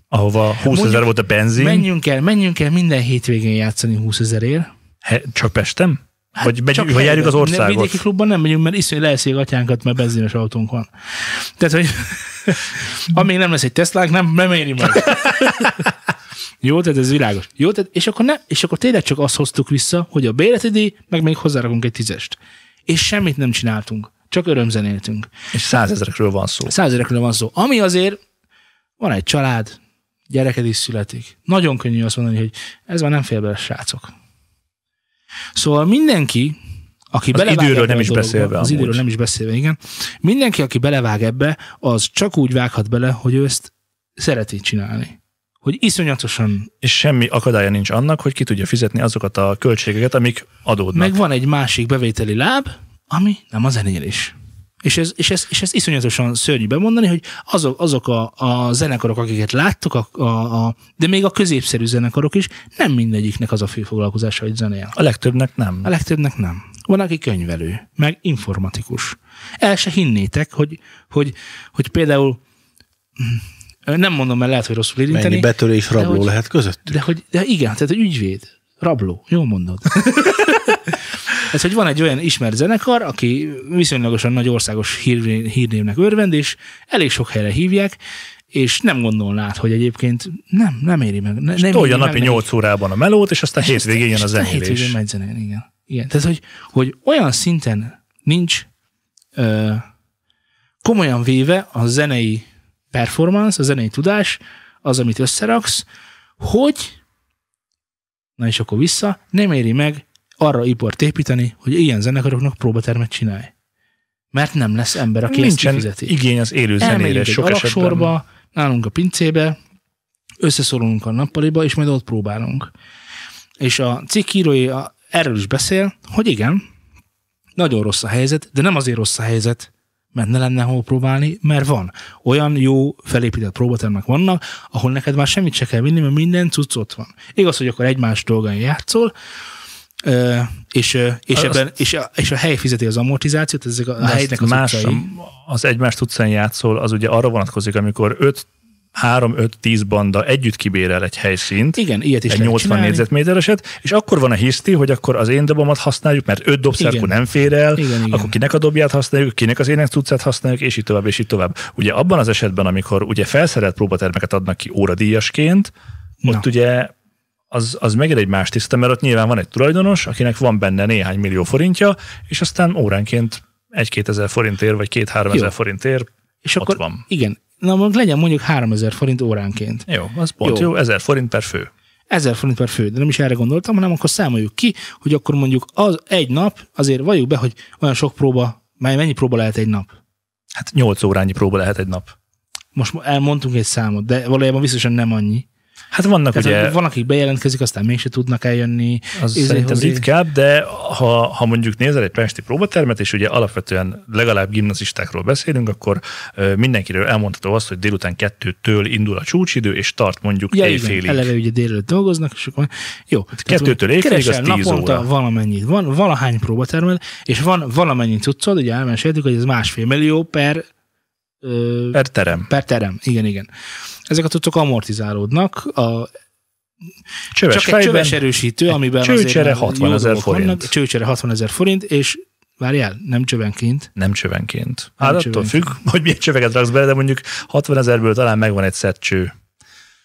Speaker 1: ahova 20 ezer
Speaker 2: Mondjuk,
Speaker 1: volt a benzin,
Speaker 2: Menjünk el, menjünk el minden hétvégén játszani 20 ezerért.
Speaker 1: he, csak Pestem? Vagy, megy,
Speaker 2: Hát Csak
Speaker 1: vagy járjuk az
Speaker 2: helyben. Ne,
Speaker 1: országot?
Speaker 2: Vidéki klubban nem megyünk, mert iszonyú leeszik atyánkat, mert benzines autónk van. Tehát, hogy amíg nem lesz egy Teslánk, nem, nem éri meg. Jó, tehát ez világos. Jó, tehát, és, akkor ne, és akkor tényleg csak azt hoztuk vissza, hogy a bérleti díj, meg még hozzárakunk egy tízest. És semmit nem csináltunk. Csak örömzenéltünk.
Speaker 1: És százezerekről van szó.
Speaker 2: Százerekről van szó. Ami azért van egy család, gyereked is születik. Nagyon könnyű azt mondani, hogy ez már nem fér bele, srácok. Szóval mindenki, aki
Speaker 1: Az
Speaker 2: belevág
Speaker 1: időről
Speaker 2: ebbe
Speaker 1: nem
Speaker 2: a
Speaker 1: is
Speaker 2: dologba-
Speaker 1: beszélve
Speaker 2: Az
Speaker 1: amúgy.
Speaker 2: időről nem is beszélve, igen. Mindenki, aki belevág ebbe, az csak úgy vághat bele, hogy ő ezt szereti csinálni. Hogy iszonyatosan.
Speaker 1: És semmi akadálya nincs annak, hogy ki tudja fizetni azokat a költségeket, amik adódnak.
Speaker 2: Meg van egy másik bevételi láb, ami nem a zenélés. És ez, és, ez, és ez iszonyatosan szörnyű bemondani, hogy azok, azok a, a zenekarok, akiket láttuk, a, a, a, de még a középszerű zenekarok is, nem mindegyiknek az a fő foglalkozása, hogy zenél.
Speaker 1: A legtöbbnek nem.
Speaker 2: A legtöbbnek nem. Van, aki könyvelő, meg informatikus. El se hinnétek, hogy, hogy, hogy például mm, nem mondom, mert lehet, hogy rosszul érinteni.
Speaker 3: Mennyi betörés rabló
Speaker 2: hogy-
Speaker 3: lehet közöttük?
Speaker 2: De hogy, de igen, tehát hogy ügyvéd, rabló, jól mondod. Ez, hogy van egy olyan ismert zenekar, aki viszonylagosan nagy országos hír, hírnévnek örvend, és elég sok helyre hívják, és nem gondolnád, hogy egyébként nem, nem éri meg. Ne, nem
Speaker 1: És
Speaker 2: éri
Speaker 1: tolja
Speaker 2: meg
Speaker 1: napi
Speaker 2: nekik.
Speaker 1: 8 órában a melót, és aztán hétvégén jön a
Speaker 2: És aztán
Speaker 1: zenélés.
Speaker 2: Hétvégén megy zenélni, igen. igen. Tehát, hogy, hogy olyan szinten nincs ö, komolyan véve a zenei performance, a zenei tudás, az, amit összeraksz, hogy, na és akkor vissza, nem éri meg arra ipart építeni, hogy ilyen zenekaroknak próbatermet csinálj. Mert nem lesz ember, aki Nincsen ezt
Speaker 1: Nincsen
Speaker 2: kifizeti.
Speaker 1: igény az élő zenére
Speaker 2: Elmegyünk egy
Speaker 1: sok esetben.
Speaker 2: alaksorba, nálunk a pincébe, összeszorulunk a nappaliba, és majd ott próbálunk. És a cikk írója erről is beszél, hogy igen, nagyon rossz a helyzet, de nem azért rossz a helyzet, mert ne lenne hol próbálni, mert van. Olyan jó felépített próbatermek vannak, ahol neked már semmit se kell vinni, mert minden cucc ott van. Igaz, hogy akkor egymás dolgán játszol, ö, és, ö, és,
Speaker 1: Azt-
Speaker 2: ebben, és, a, és a hely fizeti az amortizációt, ezek a, a
Speaker 1: De
Speaker 2: helynek
Speaker 1: azt
Speaker 2: az
Speaker 1: más,
Speaker 2: utcai.
Speaker 1: az egymást utcán játszol, az ugye arra vonatkozik, amikor 5 3-5-10 banda együtt kibérel egy helyszínt,
Speaker 2: Igen, ilyet is
Speaker 1: egy
Speaker 2: lehet
Speaker 1: 80
Speaker 2: csinálni.
Speaker 1: négyzetmétereset, és akkor van a hiszti, hogy akkor az én dobomat használjuk, mert öt dobszerkó
Speaker 2: Igen.
Speaker 1: nem fér el,
Speaker 2: Igen, igen.
Speaker 1: akkor kinek a dobját használjuk, kinek az ének cuccát használjuk, és így tovább, és így tovább. Ugye abban az esetben, amikor ugye felszerelt próbatermeket adnak ki óradíjasként,
Speaker 2: Na.
Speaker 1: ott ugye az, az megint egy más tiszta, mert ott nyilván van egy tulajdonos, akinek van benne néhány millió forintja, és aztán óránként egy-két ezer forintért, vagy két-három
Speaker 2: Jó.
Speaker 1: ezer forintért
Speaker 2: És
Speaker 1: ott
Speaker 2: akkor
Speaker 1: van.
Speaker 2: Igen. Na, mondjuk legyen mondjuk 3000 forint óránként.
Speaker 1: Jó, az pont jó,
Speaker 2: Jó.
Speaker 1: jó ezer forint per fő.
Speaker 2: 1000 forint per fő, de nem is erre gondoltam, hanem akkor számoljuk ki, hogy akkor mondjuk az egy nap, azért valljuk be, hogy olyan sok próba, mely mennyi próba lehet egy nap?
Speaker 1: Hát 8 órányi próba lehet egy nap.
Speaker 2: Most mo- elmondtunk egy számot, de valójában biztosan nem annyi.
Speaker 1: Hát vannak
Speaker 2: Tehát
Speaker 1: ugye...
Speaker 2: Ugye, van, akik bejelentkezik, aztán mégse tudnak eljönni.
Speaker 1: Az
Speaker 2: izé-
Speaker 1: szerintem
Speaker 2: hozé-
Speaker 1: ritkább, de ha, ha mondjuk nézel egy pesti próbatermet, és ugye alapvetően legalább gimnazistákról beszélünk, akkor ö, mindenkiről elmondható azt, hogy délután kettőtől indul a csúcsidő, és tart mondjuk
Speaker 2: Ja,
Speaker 1: ja,
Speaker 2: igen,
Speaker 1: éjfélig.
Speaker 2: eleve ugye délelőtt dolgoznak, és akkor jó. Tehát
Speaker 1: kettőtől éjfélig, az
Speaker 2: keresel
Speaker 1: 10
Speaker 2: naponta
Speaker 1: óra.
Speaker 2: valamennyit, van valahány próbatermed, és van valamennyi cuccod, ugye elmeséltük, hogy ez másfél millió per ö,
Speaker 1: Per terem.
Speaker 2: Per terem, igen, igen. Ezek a tudtok amortizálódnak. A,
Speaker 1: Csöves
Speaker 2: csak egy
Speaker 1: fejben.
Speaker 2: csöves erősítő, amiben azért
Speaker 1: csőcsere
Speaker 2: már
Speaker 1: 60
Speaker 2: jó
Speaker 1: ezer
Speaker 2: dolgok
Speaker 1: forint.
Speaker 2: vannak. Csőcsere 60 ezer forint, és várjál, nem csövenként.
Speaker 1: Nem csövenként. Hát attól
Speaker 2: csövenként.
Speaker 1: függ, hogy milyen csöveket raksz bele, de mondjuk 60 ezerből talán megvan egy szett cső.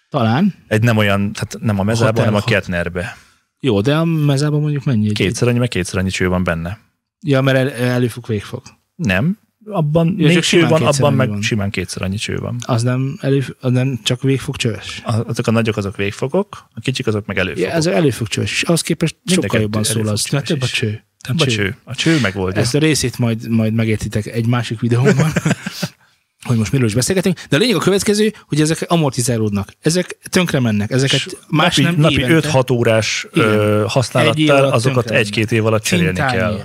Speaker 2: Talán.
Speaker 1: Egy nem olyan, tehát nem a mezában,
Speaker 2: Hotel
Speaker 1: hanem a
Speaker 2: hat.
Speaker 1: ketnerbe.
Speaker 2: Jó, de a mezában mondjuk mennyi? Egy-
Speaker 1: Kétszer annyi, meg kétszer annyi cső van benne.
Speaker 2: Ja, mert el, előfog, végfog.
Speaker 1: Nem, abban
Speaker 2: Ja,
Speaker 1: négy
Speaker 2: csak
Speaker 1: cső
Speaker 2: simán
Speaker 1: van,
Speaker 2: kétszer
Speaker 1: abban
Speaker 2: annyi
Speaker 1: meg
Speaker 2: van.
Speaker 1: simán kétszer annyi cső van.
Speaker 2: Az nem, előf, az nem csak végfog csöves.
Speaker 1: A- azok a nagyok azok végfogok, a kicsik azok meg előfogok.
Speaker 2: Ja, ez előfog csöves, és ahhoz képest
Speaker 1: Mind a
Speaker 2: sokkal jobban
Speaker 1: kettő
Speaker 2: szól az.
Speaker 1: előfogcsöves
Speaker 2: Mert több a
Speaker 1: is.
Speaker 2: cső.
Speaker 1: Több a cső. A cső megoldja. Ez
Speaker 2: Ezt a részét majd, majd megértitek egy másik videóban, hogy most miről is beszélgetünk. De a lényeg a következő, hogy ezek amortizálódnak. Ezek tönkre mennek. Ezeket más
Speaker 1: napi,
Speaker 2: nem
Speaker 1: napi
Speaker 2: évente.
Speaker 1: 5-6 órás
Speaker 2: Igen.
Speaker 1: ö,
Speaker 2: Egy év
Speaker 1: használattal
Speaker 2: alatt
Speaker 1: azokat
Speaker 2: tönkre
Speaker 1: egy-két év alatt cserélni
Speaker 2: Cintányér.
Speaker 1: kell.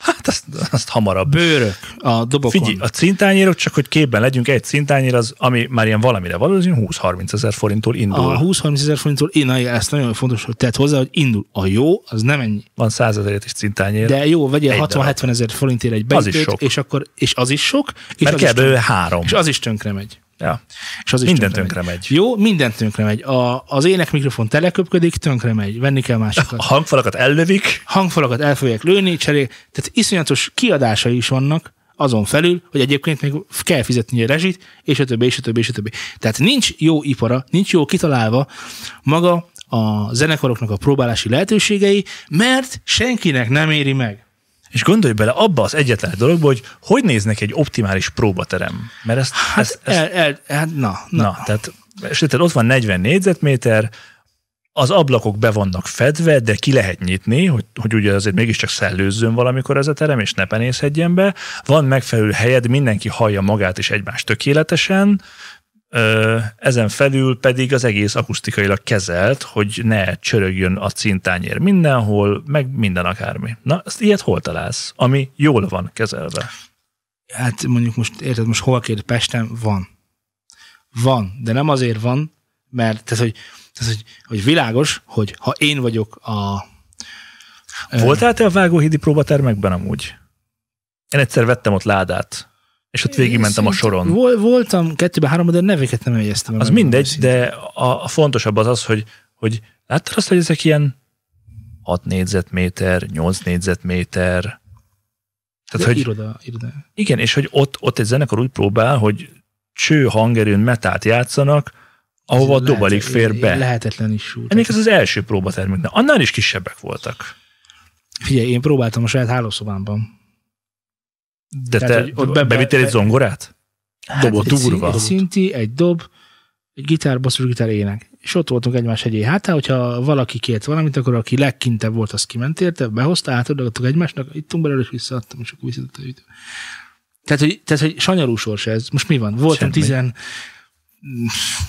Speaker 1: Hát azt, azt hamarabb.
Speaker 2: Bőrök a dobokon.
Speaker 1: Figyelj, a cintányérok, csak hogy képben legyünk, egy cintányér az, ami már ilyen valamire való, az ilyen 20-30 ezer forinttól indul.
Speaker 2: a 20-30 ezer forinttól, én na, ezt nagyon fontos, hogy tett hozzá, hogy indul. A jó, az nem ennyi.
Speaker 1: Van 100 ezeret is cintányér.
Speaker 2: De jó, vegyél
Speaker 1: Egy
Speaker 2: 60-70 ezer forintért egy
Speaker 1: Az is
Speaker 2: beütőt,
Speaker 1: sok.
Speaker 2: és akkor, és az is sok, és
Speaker 1: Mert
Speaker 2: az is
Speaker 1: kell
Speaker 2: tönkre,
Speaker 1: belőle három.
Speaker 2: és az is tönkre megy.
Speaker 1: Ja.
Speaker 2: És az is
Speaker 1: Minden tönkre megy.
Speaker 2: Jó, minden tönkre megy. A, az ének mikrofon teleköpködik, tönkre megy. Venni kell másikat.
Speaker 1: A hangfalakat ellövik,
Speaker 2: Hangfalakat el fogják lőni, cserél. Tehát iszonyatos kiadásai is vannak azon felül, hogy egyébként még kell fizetni a rezsit, és a többi, és a többi, és a többi. Tehát nincs jó ipara, nincs jó kitalálva maga a zenekaroknak a próbálási lehetőségei, mert senkinek nem éri meg.
Speaker 1: és gondolj bele abba az egyetlen dologba, hogy hogy néznek egy optimális próbaterem. Mert ezt,
Speaker 2: Hát,
Speaker 1: ezt, ezt
Speaker 2: el, el, hát na, na,
Speaker 1: Na, tehát, és tehát ott van 40 négyzetméter, az ablakok be vannak fedve, de ki lehet nyitni, hogy, hogy ugye azért mégiscsak szellőzzön valamikor ez a terem, és ne penészhedjen be. Van megfelelő helyed, mindenki hallja magát és egymást tökéletesen, Ö, ezen felül pedig az egész akusztikailag kezelt, hogy ne csörögjön a cintányér mindenhol, meg minden akármi. Na, ezt ilyet hol találsz, ami jól van kezelve?
Speaker 2: hát mondjuk most, érted, most hol kérd Pesten? Van. Van, de nem azért van, mert tehát, hogy, tehát, hogy, hogy világos, hogy ha én vagyok a...
Speaker 1: Voltál te a Vágóhídi próbatermekben amúgy? Én egyszer vettem ott ládát, és ott végigmentem a soron.
Speaker 2: Vol, voltam kettőben, háromban, de nevéket nem jegyeztem. meg,
Speaker 1: Az
Speaker 2: megmondom
Speaker 1: mindegy,
Speaker 2: őszintén.
Speaker 1: de a, a fontosabb az az, hogy, hogy láttad azt, hogy ezek ilyen 6 négyzetméter, 8 négyzetméter. Tehát,
Speaker 2: De
Speaker 1: hogy
Speaker 2: Iroda, iroda.
Speaker 1: igen, és hogy ott, ott egy zenekar úgy próbál, hogy cső hangerőn metált játszanak, ahova a
Speaker 2: Ez
Speaker 1: dobalig
Speaker 2: lehetet-
Speaker 1: fér be.
Speaker 2: Lehetetlen is súlyt.
Speaker 1: Ennek ez az első próbatermünk. Na, Annál is kisebbek voltak.
Speaker 2: Figyelj, én próbáltam a saját hálószobámban.
Speaker 1: De
Speaker 2: Tehát,
Speaker 1: te
Speaker 2: hogy ott be-
Speaker 1: bevittél egy
Speaker 2: be-
Speaker 1: zongorát? Dobott,
Speaker 2: Hát egy, szín-
Speaker 1: durva.
Speaker 2: Egy szinti, egy dob, egy gitár, basszus, gitár ének. És ott voltunk egymás hegyé hátá, hogyha valaki kért valamit, akkor aki legkintebb volt, az kiment érte, behozta, átadattuk egymásnak, ittunk belőle, és visszaadtam, és akkor visszadott a ütő. Tehát, hogy, tehát, hogy sanyarú sors ez. Most mi van? Voltam
Speaker 1: Semmi.
Speaker 2: tizen...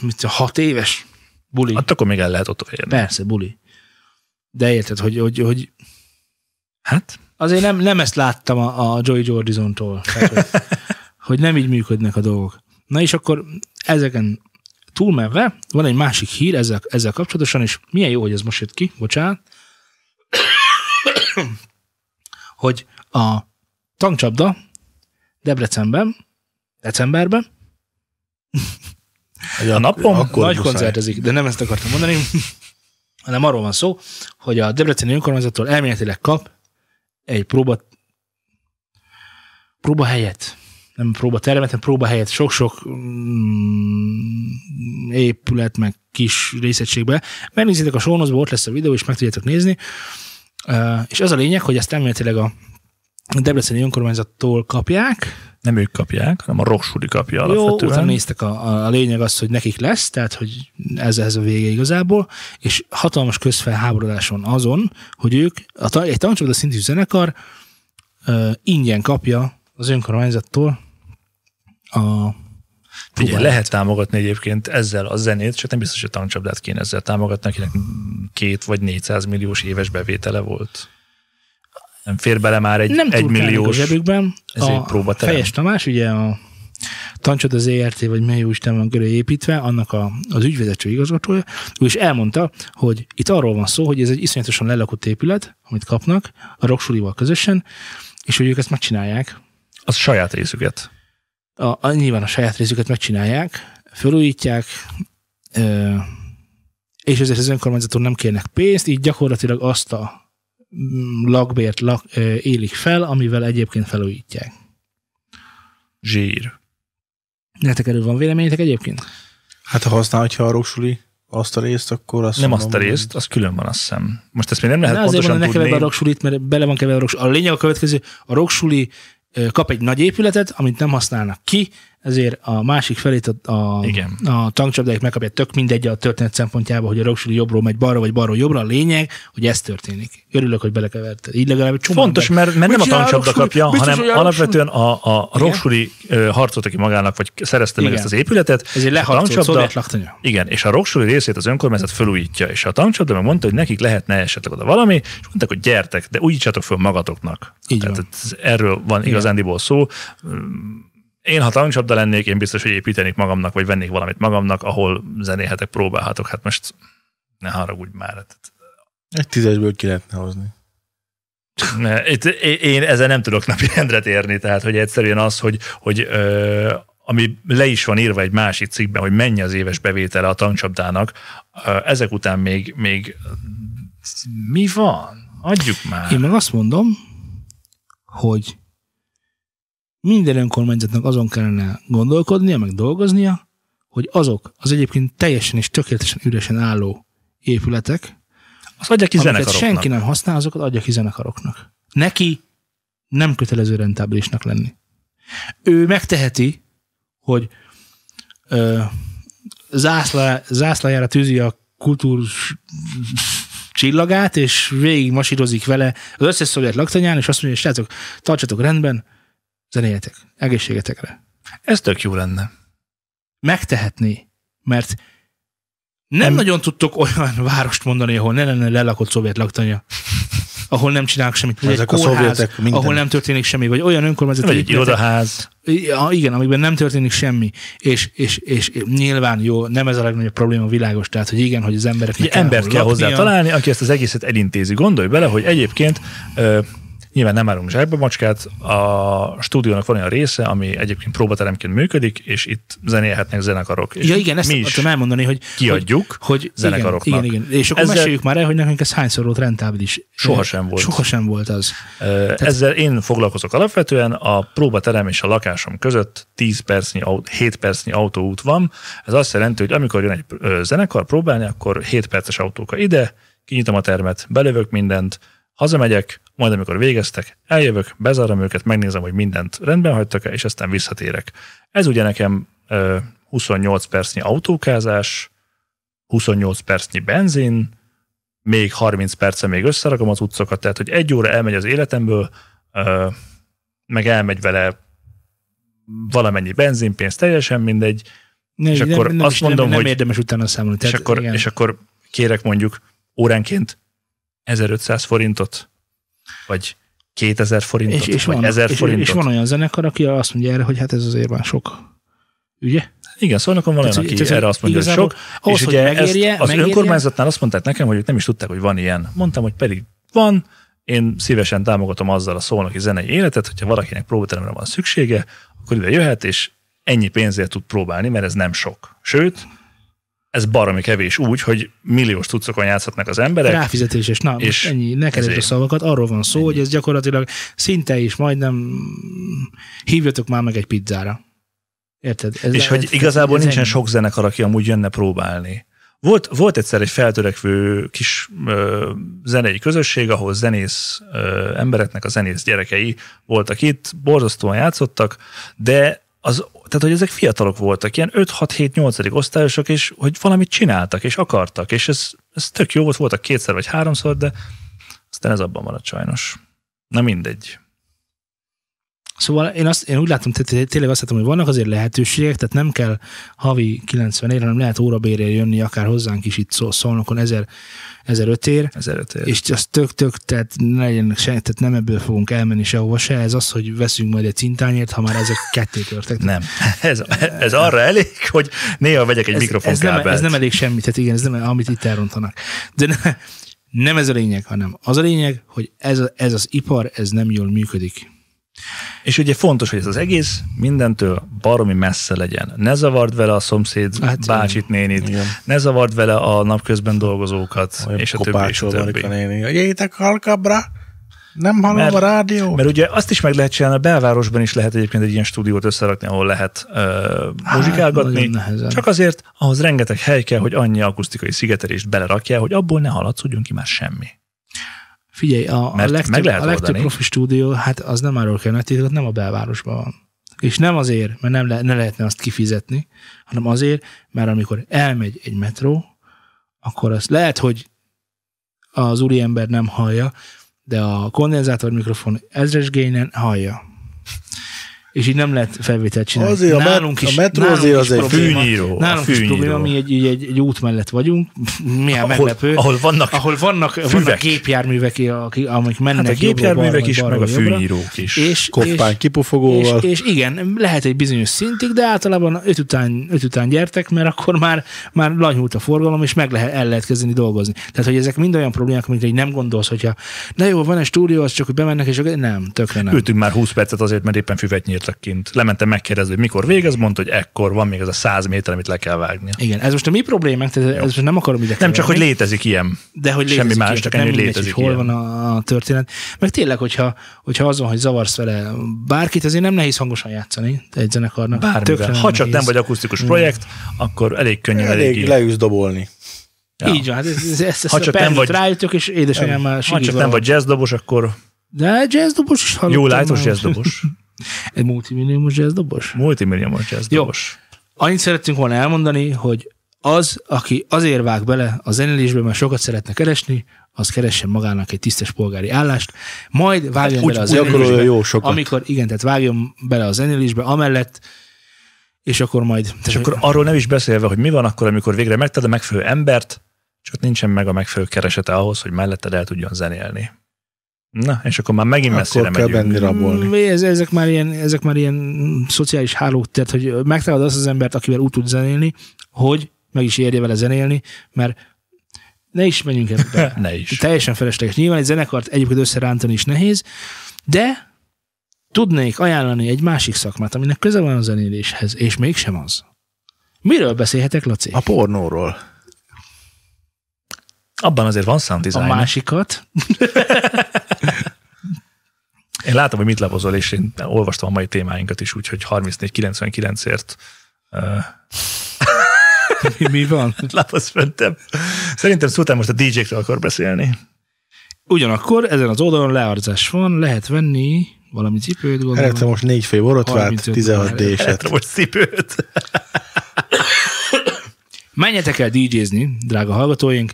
Speaker 2: Mit, tudom, hat éves buli.
Speaker 1: Hát akkor még el lehet ott érni.
Speaker 2: Persze, buli. De érted, hogy, hogy, hogy
Speaker 1: Hát,
Speaker 2: Azért nem, nem ezt láttam a, a Joey Jordison-tól, tehát, hogy, hogy nem így működnek a dolgok. Na és akkor ezeken túlmenve van egy másik hír ezzel, ezzel kapcsolatosan, és milyen jó, hogy ez most jött ki, bocsánat, hogy a tankcsapda Debrecenben, decemberben
Speaker 1: a napon
Speaker 3: akkor
Speaker 2: nagy
Speaker 3: muszáj.
Speaker 2: koncertezik, de nem ezt akartam mondani, hanem arról van szó, hogy a Debreceni önkormányzattól elméletileg kap egy próba próba helyet, nem próba termet, hanem próba helyet, sok-sok mm, épület, meg kis részegységbe. Megnézzétek a sónozba, ott lesz a videó, és meg tudjátok nézni. Ö, És az a lényeg, hogy ezt elméletileg a Debreceni önkormányzattól kapják,
Speaker 1: nem ők kapják, hanem a roksuli kapja
Speaker 2: jó, utána
Speaker 1: alapvetően.
Speaker 2: néztek, a, a, a lényeg az, hogy nekik lesz, tehát hogy ez, ez a vége igazából, és hatalmas közfelháborodás van azon, hogy ők, a, ta- egy tankcsapda szintű zenekar ö, ingyen kapja az önkormányzattól a
Speaker 1: Figyelj,
Speaker 2: próbáját.
Speaker 1: lehet támogatni egyébként ezzel a zenét, csak nem biztos, hogy a tankcsapdát kéne ezzel támogatni, akinek két vagy 400 milliós éves bevétele volt. Nem fér bele már egy,
Speaker 2: nem
Speaker 1: egy
Speaker 2: turkálnak
Speaker 1: milliós.
Speaker 2: a zsebükben.
Speaker 1: ez egy próbaterem.
Speaker 2: Fejes Tamás, ugye a Tancsoda ZRT, vagy mely Isten van köré építve, annak a, az ügyvezető igazgatója, ő is elmondta, hogy itt arról van szó, hogy ez egy iszonyatosan lelakott épület, amit kapnak a roksulival közösen, és hogy ők ezt megcsinálják,
Speaker 1: Az saját részüket.
Speaker 2: a, a, nyilván a saját részüket megcsinálják, felújítják, ö, és ezért az önkormányzaton nem kérnek pénzt, így gyakorlatilag azt a mm, lakbért lak, ö, élik fel, amivel egyébként felújítják.
Speaker 1: Zsír.
Speaker 2: Nektek erről van véleményetek egyébként?
Speaker 3: Hát ha használ, hogyha a roksuli azt a részt, akkor azt
Speaker 1: Nem
Speaker 3: mondom,
Speaker 1: azt a részt, az külön van, azt hiszem. Most ezt még nem lehet
Speaker 2: Ne azért
Speaker 1: pontosan
Speaker 2: mondom, ne
Speaker 1: tudni.
Speaker 2: keverbe a roksulit, mert bele van keverve a roksuli. A lényeg a következő, a roksuli ö, kap egy nagy épületet, amit nem használnak ki, ezért a másik felét a, a,
Speaker 1: Igen.
Speaker 2: a tankcsapdáik megkapják, tök mindegy a történet szempontjából, hogy a roksuli jobbról megy balra, vagy balról jobbra, a lényeg, hogy ez történik. Örülök, hogy belekeverte. Így legalább egy csomó
Speaker 1: Fontos,
Speaker 2: ember-
Speaker 1: mert, mert
Speaker 2: Mit
Speaker 1: nem a
Speaker 2: csinál
Speaker 1: tankcsapda
Speaker 2: roksuli?
Speaker 1: kapja,
Speaker 2: Biztos, hogy
Speaker 1: hanem
Speaker 2: a roksuli-
Speaker 1: alapvetően a, a, a
Speaker 2: Igen.
Speaker 1: roksuli ö, harcolt, aki magának, vagy szerezte meg
Speaker 2: Igen.
Speaker 1: ezt az épületet.
Speaker 2: Ezért
Speaker 1: és a
Speaker 2: leharcolt szóval
Speaker 1: tankcsapda-
Speaker 2: szovjet laktanya.
Speaker 1: Igen, és a roksuli részét az önkormányzat felújítja, és a tankcsapda meg mondta, hogy nekik lehetne esetleg oda valami, és mondták, hogy gyertek, de újítsatok föl magatoknak.
Speaker 2: Így
Speaker 1: Tehát
Speaker 2: van.
Speaker 1: ez- erről van igazándiból szó. Én, ha tankcsapda lennék, én biztos, hogy építenék magamnak, vagy vennék valamit magamnak, ahol zenélhetek, próbálhatok. Hát most ne haragudj már. hát
Speaker 3: Egy tízesből ki lehetne hozni.
Speaker 1: Ne, Itt, é- én ezzel nem tudok napi rendre térni, tehát hogy egyszerűen az, hogy, hogy ö, ami le is van írva egy másik cikkben, hogy mennyi az éves bevétele a tancsapdának, ö, ezek után még, még mi van? Adjuk már.
Speaker 2: Én meg azt mondom, hogy minden önkormányzatnak azon kellene gondolkodnia, meg dolgoznia, hogy azok az egyébként teljesen és tökéletesen üresen álló épületek,
Speaker 1: Azt adják ki
Speaker 2: amiket
Speaker 1: zenekaroknak.
Speaker 2: senki nem használ, azokat adja ki zenekaroknak. Neki nem kötelező rentábilisnak lenni. Ő megteheti, hogy ö, zászlá, zászlájára tűzi a kultúr csillagát, és végig masírozik vele az összes szovjet laktanyán, és azt mondja, hogy srácok, tartsatok rendben, zenéljetek, egészségetekre
Speaker 1: Ez tök jó lenne.
Speaker 2: megtehetné, mert nem, nem nagyon tudtok olyan várost mondani, ahol ne lenne lelakott szovjet laktanya, ahol nem csinálnak semmit, vagy
Speaker 3: Ezek
Speaker 2: egy
Speaker 3: a
Speaker 2: kórház,
Speaker 3: szovjetek minden.
Speaker 2: ahol nem történik semmi, vagy olyan önkormányzati
Speaker 1: Vagy egy
Speaker 2: épületek-
Speaker 1: irodaház.
Speaker 2: Ja, igen, amikben nem történik semmi, és, és, és nyilván jó, nem ez a legnagyobb probléma világos, tehát hogy igen, hogy az embereknek
Speaker 1: Ugye embert
Speaker 2: hol
Speaker 1: kell hozzá
Speaker 2: laknia.
Speaker 1: találni, aki ezt az egészet elintézi. Gondolj bele, hogy egyébként ö, nyilván nem árulunk zsákba macskát, a stúdiónak van olyan része, ami egyébként próbateremként működik, és itt zenélhetnek zenekarok. És
Speaker 2: Ja igen, ezt
Speaker 1: mi is
Speaker 2: akartam elmondani, hogy
Speaker 1: kiadjuk
Speaker 2: hogy, hogy igen,
Speaker 1: zenekaroknak.
Speaker 2: igen, igen, és
Speaker 1: Ezzel-
Speaker 2: akkor Ezzel... meséljük már el, hogy nekünk ez hányszor volt rentábilis.
Speaker 1: Sohasem volt.
Speaker 2: Sohasem volt az.
Speaker 1: Ö, Ezzel én foglalkozok alapvetően, a próbaterem és a lakásom között 10 percnyi, au- 7 percnyi autóút van. Ez azt jelenti, hogy amikor jön egy ö, zenekar próbálni, akkor 7 perces autóka ide, kinyitom a termet, belövök mindent, hazamegyek, majd amikor végeztek, eljövök, bezárom őket, megnézem, hogy mindent rendben hagytak-e, és aztán visszatérek. Ez ugye nekem ö, 28 percnyi autókázás, 28 percnyi benzin, még 30 perce még összerakom az utcokat, tehát hogy egy óra elmegy az életemből, ö, meg elmegy vele valamennyi benzinpénz, teljesen mindegy,
Speaker 2: Nem,
Speaker 1: És
Speaker 2: nem,
Speaker 1: akkor
Speaker 2: nem
Speaker 1: azt
Speaker 2: is,
Speaker 1: mondom,
Speaker 2: nem, nem
Speaker 1: hogy-
Speaker 2: érdemes utána számolni.
Speaker 1: és
Speaker 2: Tehát,
Speaker 1: akkor,
Speaker 2: igen.
Speaker 1: és akkor kérek mondjuk óránként 1500 forintot, vagy 2000 forintot,
Speaker 2: és, és,
Speaker 1: vagy
Speaker 2: van,
Speaker 1: 1000
Speaker 2: és,
Speaker 1: forintot.
Speaker 2: és van olyan zenekar, aki azt mondja erre, hogy hát ez azért már sok. Ugye?
Speaker 1: Igen, szóval akkor van olyan,
Speaker 2: Tehát,
Speaker 1: aki
Speaker 2: hogy- tehát,
Speaker 1: erre azt mondja, hogy sok,
Speaker 2: igazából ahhoz,
Speaker 1: és
Speaker 2: hogy
Speaker 1: ugye
Speaker 2: megérje-
Speaker 1: ezt az
Speaker 2: megérje-
Speaker 1: önkormányzatnál azt mondták nekem, hogy ők nem is tudták, hogy van ilyen. Mondtam, hogy pedig van, én szívesen támogatom azzal a szónoki zenei életet, hogyha valakinek próbateremre van szüksége, akkor ide jöhet, és ennyi pénzért tud próbálni, mert ez nem sok. Sőt, ez baromi kevés úgy, hogy milliós tucokon játszhatnak az emberek.
Speaker 2: Ráfizetéses. Na,
Speaker 1: És
Speaker 2: és ennyi, ne keresd a
Speaker 1: ezért.
Speaker 2: szavakat. Arról van szó, hogy ez gyakorlatilag szinte is majdnem hívjatok már meg egy pizzára. Érted? Ez
Speaker 1: és
Speaker 2: le-
Speaker 1: hogy
Speaker 2: ez-
Speaker 1: igazából
Speaker 2: ez
Speaker 1: nincsen
Speaker 2: ennyi.
Speaker 1: sok zenekar, aki amúgy jönne próbálni. Volt, volt egyszer egy feltörekvő kis ö, zenei közösség, ahol zenész ö, embereknek a zenész gyerekei voltak itt, borzasztóan játszottak, de az, tehát, hogy ezek fiatalok voltak, ilyen 5-6-7-8. osztályosok, és hogy valamit csináltak, és akartak, és ez, ez tök jó volt, voltak kétszer vagy háromszor, de aztán ez abban maradt sajnos. Na mindegy.
Speaker 2: Szóval én, azt, én úgy látom, tehát té- tényleg azt látom, hogy vannak azért lehetőségek, tehát nem kell havi 90 ér, hanem lehet órabérre jönni akár hozzánk is itt szó- szolnokon 1000, 1005 ér,
Speaker 1: Ez előtt
Speaker 2: És az tök-tök, tehát ne legyenek se, tehát nem ebből fogunk elmenni sehova se, ez az, hogy veszünk majd egy cintányért, ha már ezek ketté törtek.
Speaker 1: Nem. Ez, ez arra elég, hogy néha vegyek egy
Speaker 2: ez, ez, nem,
Speaker 1: mikrofonkábelt.
Speaker 2: ez nem elég semmi, tehát igen, ez nem, amit itt elrontanak. De ne, nem ez a lényeg, hanem az a lényeg, hogy ez, a, ez az ipar, ez nem jól működik.
Speaker 1: És ugye fontos, hogy ez az egész mindentől baromi messze legyen. Ne zavard vele a szomszéd
Speaker 2: Hát,
Speaker 1: hát, bácsit, nénit, igen. ne zavard vele a napközben dolgozókat,
Speaker 3: Olyan
Speaker 1: és a többi, és a
Speaker 3: kopácsol
Speaker 1: többi.
Speaker 3: varik a néni. hogy Jétek halkabra, nem hallom
Speaker 1: Mert-
Speaker 3: a rádió.
Speaker 1: Mert ugye azt is meg lehet csinálni, a belvárosban is lehet egyébként egy ilyen stúdiót összerakni, ahol lehet ö,
Speaker 2: Hát, nagyon
Speaker 1: muzsikálgatni.
Speaker 2: nehezen.
Speaker 1: csak azért ahhoz rengeteg hely kell, hogy annyi akusztikai szigetelést belerakja, hogy abból ne haladszódjon ki már semmi.
Speaker 2: Figyelj, a, a
Speaker 1: Mert meg
Speaker 2: legtöbb,
Speaker 1: lehet
Speaker 2: a legtöbb
Speaker 1: oldani.
Speaker 2: profi stúdió, hát az nem arról kell nagy titkokat, nem a belvárosban van. És nem azért, mert nem le, ne lehetne azt kifizetni, hanem azért, mert amikor elmegy egy metró, akkor azt lehet, hogy az úriember nem hallja, de a kondenzátor mikrofon ezresgényen hallja. És így nem lehet felvételt csinálni.
Speaker 3: Azért a met- a metró
Speaker 2: nálunk
Speaker 3: azért
Speaker 2: is
Speaker 3: az egy
Speaker 2: probléma.
Speaker 1: fűnyíró, a
Speaker 2: Nálunk is
Speaker 1: fűnyíró.
Speaker 2: probléma, mi egy, egy, egy, egy út mellett vagyunk, milyen
Speaker 1: Ahol,
Speaker 2: meglepő
Speaker 1: ahol vannak
Speaker 2: ahol vannak, vannak gépjárművek, akik, amik mennek
Speaker 1: hát a gépjárművek is, meg a
Speaker 2: fűnyírók
Speaker 1: fűnyírók is.
Speaker 2: És,
Speaker 3: Koppány
Speaker 2: és,
Speaker 3: kipufogóval.
Speaker 2: és, és igen, lehet egy bizonyos szintig, de általában öt után, öt után gyertek, mert akkor már, már lanyult a forgalom, és meg lehet, el lehet kezdeni dolgozni. Tehát, hogy ezek mind olyan problémák, amikre így nem gondolsz, hogyha na jó, van egy stúdió, az csak hogy bemennek, és akkor nem, tökre nem.
Speaker 1: Ültünk már 20 percet azért, mert éppen füvet nyírtak kint. Lementem megkérdezni, hogy mikor végez, mondta, hogy ekkor van még ez a 100 méter, amit le kell vágnia.
Speaker 2: Igen, ez most a mi problémánk, tehát ez most nem akarom ide
Speaker 1: Nem csak, hogy
Speaker 2: keverni.
Speaker 1: létezik ilyen.
Speaker 2: De hogy
Speaker 1: Semmi
Speaker 2: létezik
Speaker 1: más,
Speaker 2: ilyen,
Speaker 1: csak
Speaker 2: tehát
Speaker 1: ennyi,
Speaker 2: nem
Speaker 1: hogy
Speaker 2: mindegy, hogy
Speaker 1: létezik
Speaker 2: hol van a, a történet. Meg tényleg, hogyha, hogyha az van, hogy zavarsz vele bárkit, azért nem nehéz hangosan játszani egy zenekarnak. Tökre
Speaker 1: Bármivel. Ha csak
Speaker 2: nehéz.
Speaker 1: nem vagy akusztikus projekt, akkor elég könnyen elég,
Speaker 3: Elég leűz dobolni.
Speaker 1: Ja.
Speaker 2: Így van, hát ez, ez, ez,
Speaker 1: Ha
Speaker 2: ezt
Speaker 1: csak
Speaker 2: a
Speaker 1: nem
Speaker 2: percet
Speaker 1: vagy-
Speaker 2: ráütök, és édesanyám már
Speaker 1: Ha csak nem vagy jazzdobos, akkor
Speaker 2: De jazzdobos is hallottam.
Speaker 1: jó lájtos
Speaker 2: már.
Speaker 1: jazzdobos.
Speaker 2: Egy multimilliómos jazzdobos.
Speaker 1: Multimilliómos jazzdobos.
Speaker 2: Annyit szerettünk volna elmondani, hogy az, aki azért vág bele a zenélésbe, mert sokat szeretne keresni, az keressen magának egy tisztes polgári állást, majd vágjon bele a
Speaker 3: Hát Úgy- úgy
Speaker 2: zenélésbe,
Speaker 3: gyakorolja jó sokat.
Speaker 2: amikor, igen, tehát vágjon bele a zenélésbe, amellett, és akkor majd...
Speaker 1: És akkor arról nem is beszélve, hogy mi van akkor, amikor végre megted a megfelelő embert, csak nincsen meg a megfelelő keresete ahhoz, hogy mellette el tudjon zenélni. Na, és akkor már megint messzire
Speaker 3: Akkor kell
Speaker 1: megyünk.
Speaker 3: benni rabolni.
Speaker 2: Mm, Ez, ezek, már ilyen, ezek már ilyen mm, szociális hálók, tehát hogy megtalálod azt az embert, akivel úgy tud zenélni, hogy meg is érje vele zenélni, mert ne is menjünk ebbe.
Speaker 1: Ne is.
Speaker 2: Teljesen felesleges. Nyilván egy zenekart egyébként összerántani is nehéz, de tudnék ajánlani egy másik szakmát, aminek köze van a zenéléshez, és mégsem az. Miről beszélhetek, Laci?
Speaker 3: A pornóról.
Speaker 1: Abban azért van sound
Speaker 2: A
Speaker 1: design.
Speaker 2: másikat.
Speaker 1: Én látom, hogy mit lapozol, és én olvastam a mai témáinkat is, úgyhogy 34-99-ért uh,
Speaker 2: Mi, mi van?
Speaker 1: lapoz föntem. Szerintem szóltál most a DJ-kről akar beszélni.
Speaker 2: Ugyanakkor ezen az oldalon learzás van, lehet venni valami cipőt, gondolom.
Speaker 3: Eredtem most négy fél borotvált,
Speaker 2: 35
Speaker 3: 16
Speaker 2: Hát,
Speaker 1: Eletre
Speaker 3: D-set.
Speaker 1: most cipőt.
Speaker 2: Menjetek el DJ-zni, drága hallgatóink.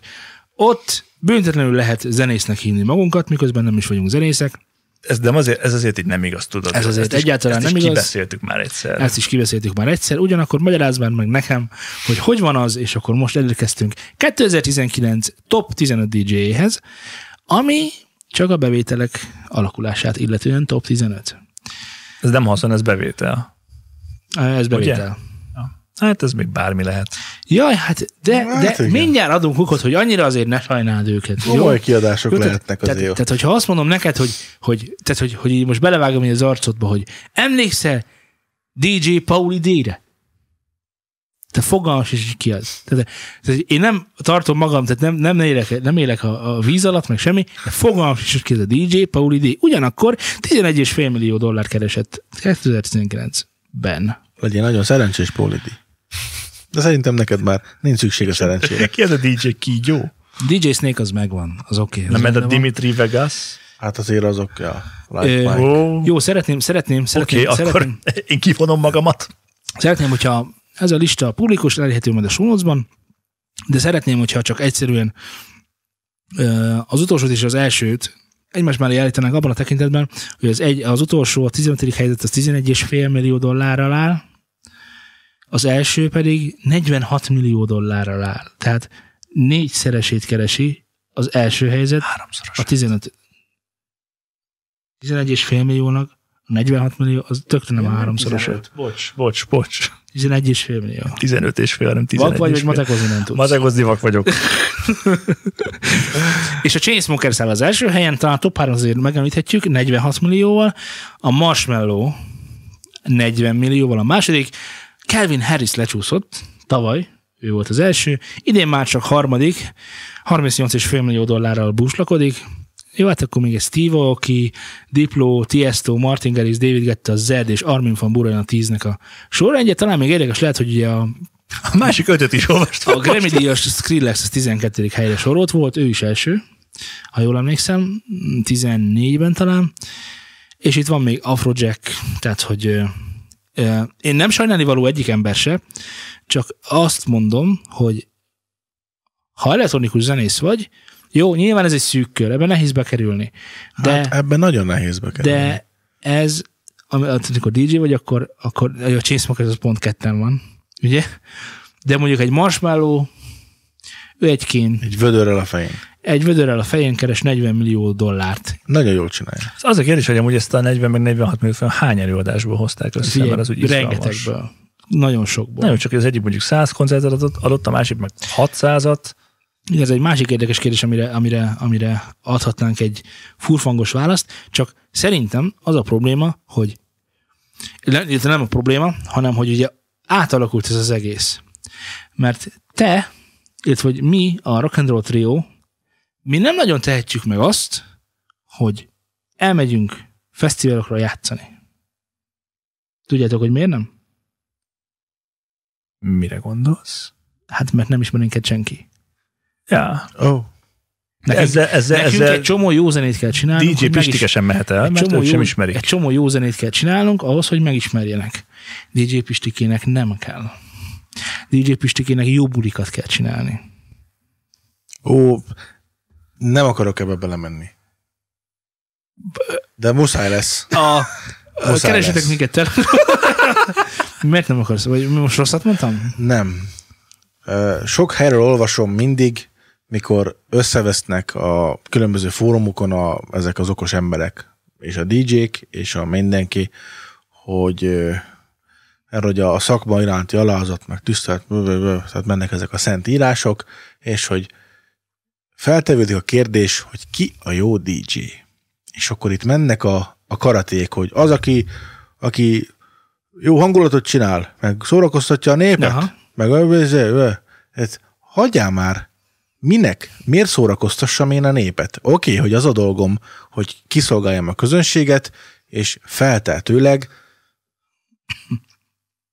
Speaker 2: Ott büntetlenül lehet zenésznek hívni magunkat, miközben nem is vagyunk zenészek.
Speaker 1: Ez, nem azért, ez azért így nem igaz, tudod.
Speaker 2: Ez azért
Speaker 1: Ezt is-
Speaker 2: egyáltalán
Speaker 1: ezt is
Speaker 2: nem igaz.
Speaker 1: kibeszéltük már egyszer.
Speaker 2: Ezt is kibeszéltük már egyszer, ugyanakkor magyarázd már meg nekem, hogy hogy van az, és akkor most elérkeztünk 2019 top 15 DJ-hez, ami csak a bevételek alakulását illetően top 15.
Speaker 1: Ez nem haszon, ez bevétel.
Speaker 2: Ez bevétel. Ugye?
Speaker 1: Hát ez még bármi lehet.
Speaker 2: Jaj, hát de,
Speaker 3: Hát
Speaker 2: de
Speaker 3: igen.
Speaker 2: mindjárt adunk hukot, hogy annyira azért ne sajnáld őket. jó?
Speaker 3: Komoly kiadások
Speaker 2: Jó, tehát-
Speaker 3: lehetnek
Speaker 2: tehát,
Speaker 3: azért.
Speaker 2: tehát, hogyha azt mondom neked, hogy, hogy, tehát, hogy, hogy így most belevágom így az arcodba, hogy emlékszel DJ Pauli D-re? Te fogalmas is, hogy ki az. Tehát, tehát én nem tartom magam, tehát nem, nem, élek, nem élek a, a, víz alatt, meg semmi, de fogalmas is, hogy ki ez a DJ Pauli D. Ugyanakkor 11,5 millió dollár keresett 2019-ben.
Speaker 3: Legyél nagyon szerencsés, Pólidi. De szerintem neked már nincs szükség a szerencsére.
Speaker 1: Ki ez a DJ Kígyó?
Speaker 2: DJ Snake az megvan, az oké. az
Speaker 1: Nem, mert a
Speaker 2: benne van.
Speaker 1: Dimitri Vegas.
Speaker 3: Hát azért azok a
Speaker 2: Ö,
Speaker 3: lifeline.
Speaker 1: Ó,
Speaker 2: Jó, szeretném, szeretném, szeretném,
Speaker 1: Oké, akkor
Speaker 2: szeretném.
Speaker 1: én kifonom magamat.
Speaker 2: Szeretném, hogyha ez a lista publikus, elérhető majd a sónocban, de szeretném, hogyha csak egyszerűen ö, az utolsót és az elsőt egymás mellé állítanánk abban a tekintetben, hogy az, egy, az utolsó, a 15. helyzet az 11,5 millió dollárral áll, az első pedig 46 millió dollárral áll. Tehát négyszeresét keresi az első helyzet
Speaker 1: Háromszoros.
Speaker 2: a 15. 11,5 milliónak, a 46 millió, az tökre nem a háromszorosa.
Speaker 1: Bocs, bocs, bocs.
Speaker 2: 11,5 millió.
Speaker 1: 15 és fél, nem 11
Speaker 2: Vak vagy,
Speaker 1: és
Speaker 2: vagy
Speaker 1: fél.
Speaker 2: matekozni nem tudsz.
Speaker 1: Matekozni vak vagyok.
Speaker 2: És a Chainsmokers száll az első helyen, talán a top 3 azért megemlíthetjük, 46 millióval, a Marshmallow 40 millióval a második, Calvin Harris lecsúszott tavaly, ő volt az első, idén már csak harmadik, 38,5 millió dollárral búslakodik, jó, hát akkor még egy Steve Aoki, Diplo, Tiesto, Martin Garrix, David Guetta, Zed és Armin van Buuren a tíznek a sorrendje. Talán még érdekes lehet, hogy ugye a
Speaker 1: A másik ötöt is olvastam.
Speaker 2: A Grammy díjas Skrillex az 12. helyre sorolt volt, ő is első, ha jól emlékszem, 14-ben talán. És itt van még Afrojack, tehát hogy ö, Ö, Én nem sajnálni való egyik ember se, csak azt mondom, hogy ha elektronikus zenész vagy, jó, nyilván ez egy szűk kör, ebben nehéz bekerülni. De,
Speaker 3: Hát ebben nagyon nehéz bekerülni.
Speaker 2: de ez, ami- tehát amikor DJ vagy, akkor, akkor a Chainsmokers az pont ketten van, ugye? De mondjuk egy marshmallow, ő egy kén,
Speaker 3: Egy vödörrel a fején.
Speaker 2: egy vödörrel a fején keres 40 millió dollárt.
Speaker 3: Nagyon jól csinálja.
Speaker 1: Ez az a kérdés, hogy amúgy ezt a 40 meg 46 minút fel hány előadásból hozták össze,
Speaker 2: Figyelj,
Speaker 1: mert az úgy izgalmas.
Speaker 2: rengetegből. Nagyon sokból.
Speaker 1: Nagyon csak, hogy az egyik mondjuk 100 koncertet adott, adott, a másik meg 600-at.
Speaker 2: Igen, ez egy másik érdekes kérdés, amire, amire, amire adhatnánk egy furfangos választ, csak szerintem az a probléma, hogy le- illetve nem a probléma, hanem hogy ugye átalakult ez az egész. Mert te, illetve hogy mi, a Rock and Roll Trio, mi nem nagyon tehetjük meg azt, hogy elmegyünk fesztiválokra játszani. Tudjátok, hogy miért nem?
Speaker 1: Mire gondolsz?
Speaker 2: Hát mert nem ismer minket senki.
Speaker 1: Ja,
Speaker 3: Oh.
Speaker 1: nekünk,
Speaker 2: Nekünk,
Speaker 1: ezzel, ezzel,
Speaker 2: nekünk
Speaker 1: ezzel
Speaker 2: egy csomó jó zenét kell csinálni.
Speaker 1: DJ Pistike sem mehet el,
Speaker 2: Egy
Speaker 1: mert
Speaker 2: csomó,
Speaker 1: őt sem
Speaker 2: jó,
Speaker 1: ismerik.
Speaker 2: egy csomó jó zenét kell csinálnunk ahhoz, hogy megismerjenek. DJ Pistikének nem kell. DJ Pistikének jó bulikat kell csinálni.
Speaker 3: Ó, nem akarok ebbe belemenni. De muszáj lesz.
Speaker 2: A, a
Speaker 3: Muszáj
Speaker 2: keresetek
Speaker 3: lesz.
Speaker 2: minket tel- Miért nem akarsz? Vagy most rosszat mondtam?
Speaker 3: Nem. Ö, Sok helyről olvasom mindig, mikor összevesznek a különböző fórumokon a, ezek az okos emberek, és a DJ-k, és a mindenki, hogy ö, erről, hogy a szakma iránti alázat, meg tisztelt, bő, bő, bő, tehát mennek ezek a szent írások, és hogy feltevődik a kérdés, hogy ki a jó DJ. És akkor itt mennek a, a karaték, hogy az, aki, aki jó hangulatot csinál, meg szórakoztatja a népet,
Speaker 2: Aha.
Speaker 3: Aha. meg ö, ö, ö, ö. hát hagyjál már, minek, miért szórakoztassam én a népet? Oké, okay, hogy az a dolgom, hogy kiszolgáljam a közönséget, és feltehetőleg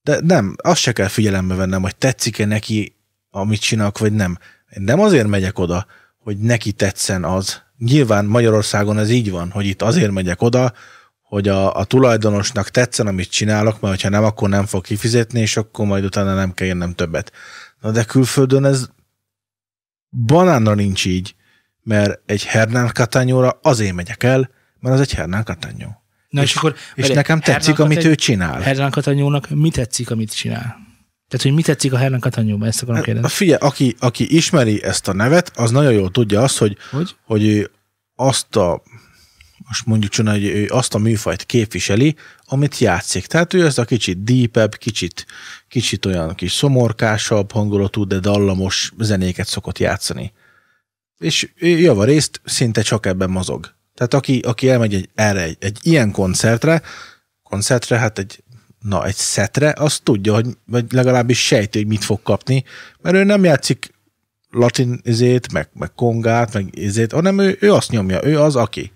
Speaker 3: de nem, azt se kell figyelembe vennem, hogy tetszik-e neki, amit csinálok, vagy nem. Én nem azért megyek oda, hogy neki tetszen az. Nyilván Magyarországon ez így van, hogy itt azért megyek oda, hogy a, a tulajdonosnak tetszen, amit csinálok, mert ha nem, akkor nem fog kifizetni, és akkor majd utána nem kell érnem többet. Na de külföldön ez banánra nincs így, mert egy Hernán Katányóra azért megyek el, mert az egy Hernán Katányó.
Speaker 2: Na és, akkor...
Speaker 3: És nekem tetszik, amit ő csinál.
Speaker 2: Hernán Katanyónak mi tetszik, amit csinál? Tehát, hogy mi tetszik a Hernán Katanyóban? Ezt akarom
Speaker 3: Hát,
Speaker 2: kérdezni.
Speaker 3: Figyelj, aki, aki ismeri ezt a nevet, az nagyon jól tudja azt, hogy,
Speaker 2: Hogy?
Speaker 3: hogy ő azt a most mondjuk csinálja, hogy ő azt a műfajt képviseli, amit játszik. Tehát ő ez a kicsit deepebb, kicsit, kicsit olyan kis szomorkásabb hangulatú, de dallamos zenéket szokott játszani. És ő javarészt szinte csak ebben mozog. Tehát aki, aki elmegy egy, erre egy, egy ilyen koncertre, koncertre, hát egy, na, egy szetre, az tudja, hogy, vagy legalábbis sejti, hogy mit fog kapni, mert ő nem játszik latin izét, meg, meg kongát, meg izét, hanem ő, ő azt nyomja, ő az aki.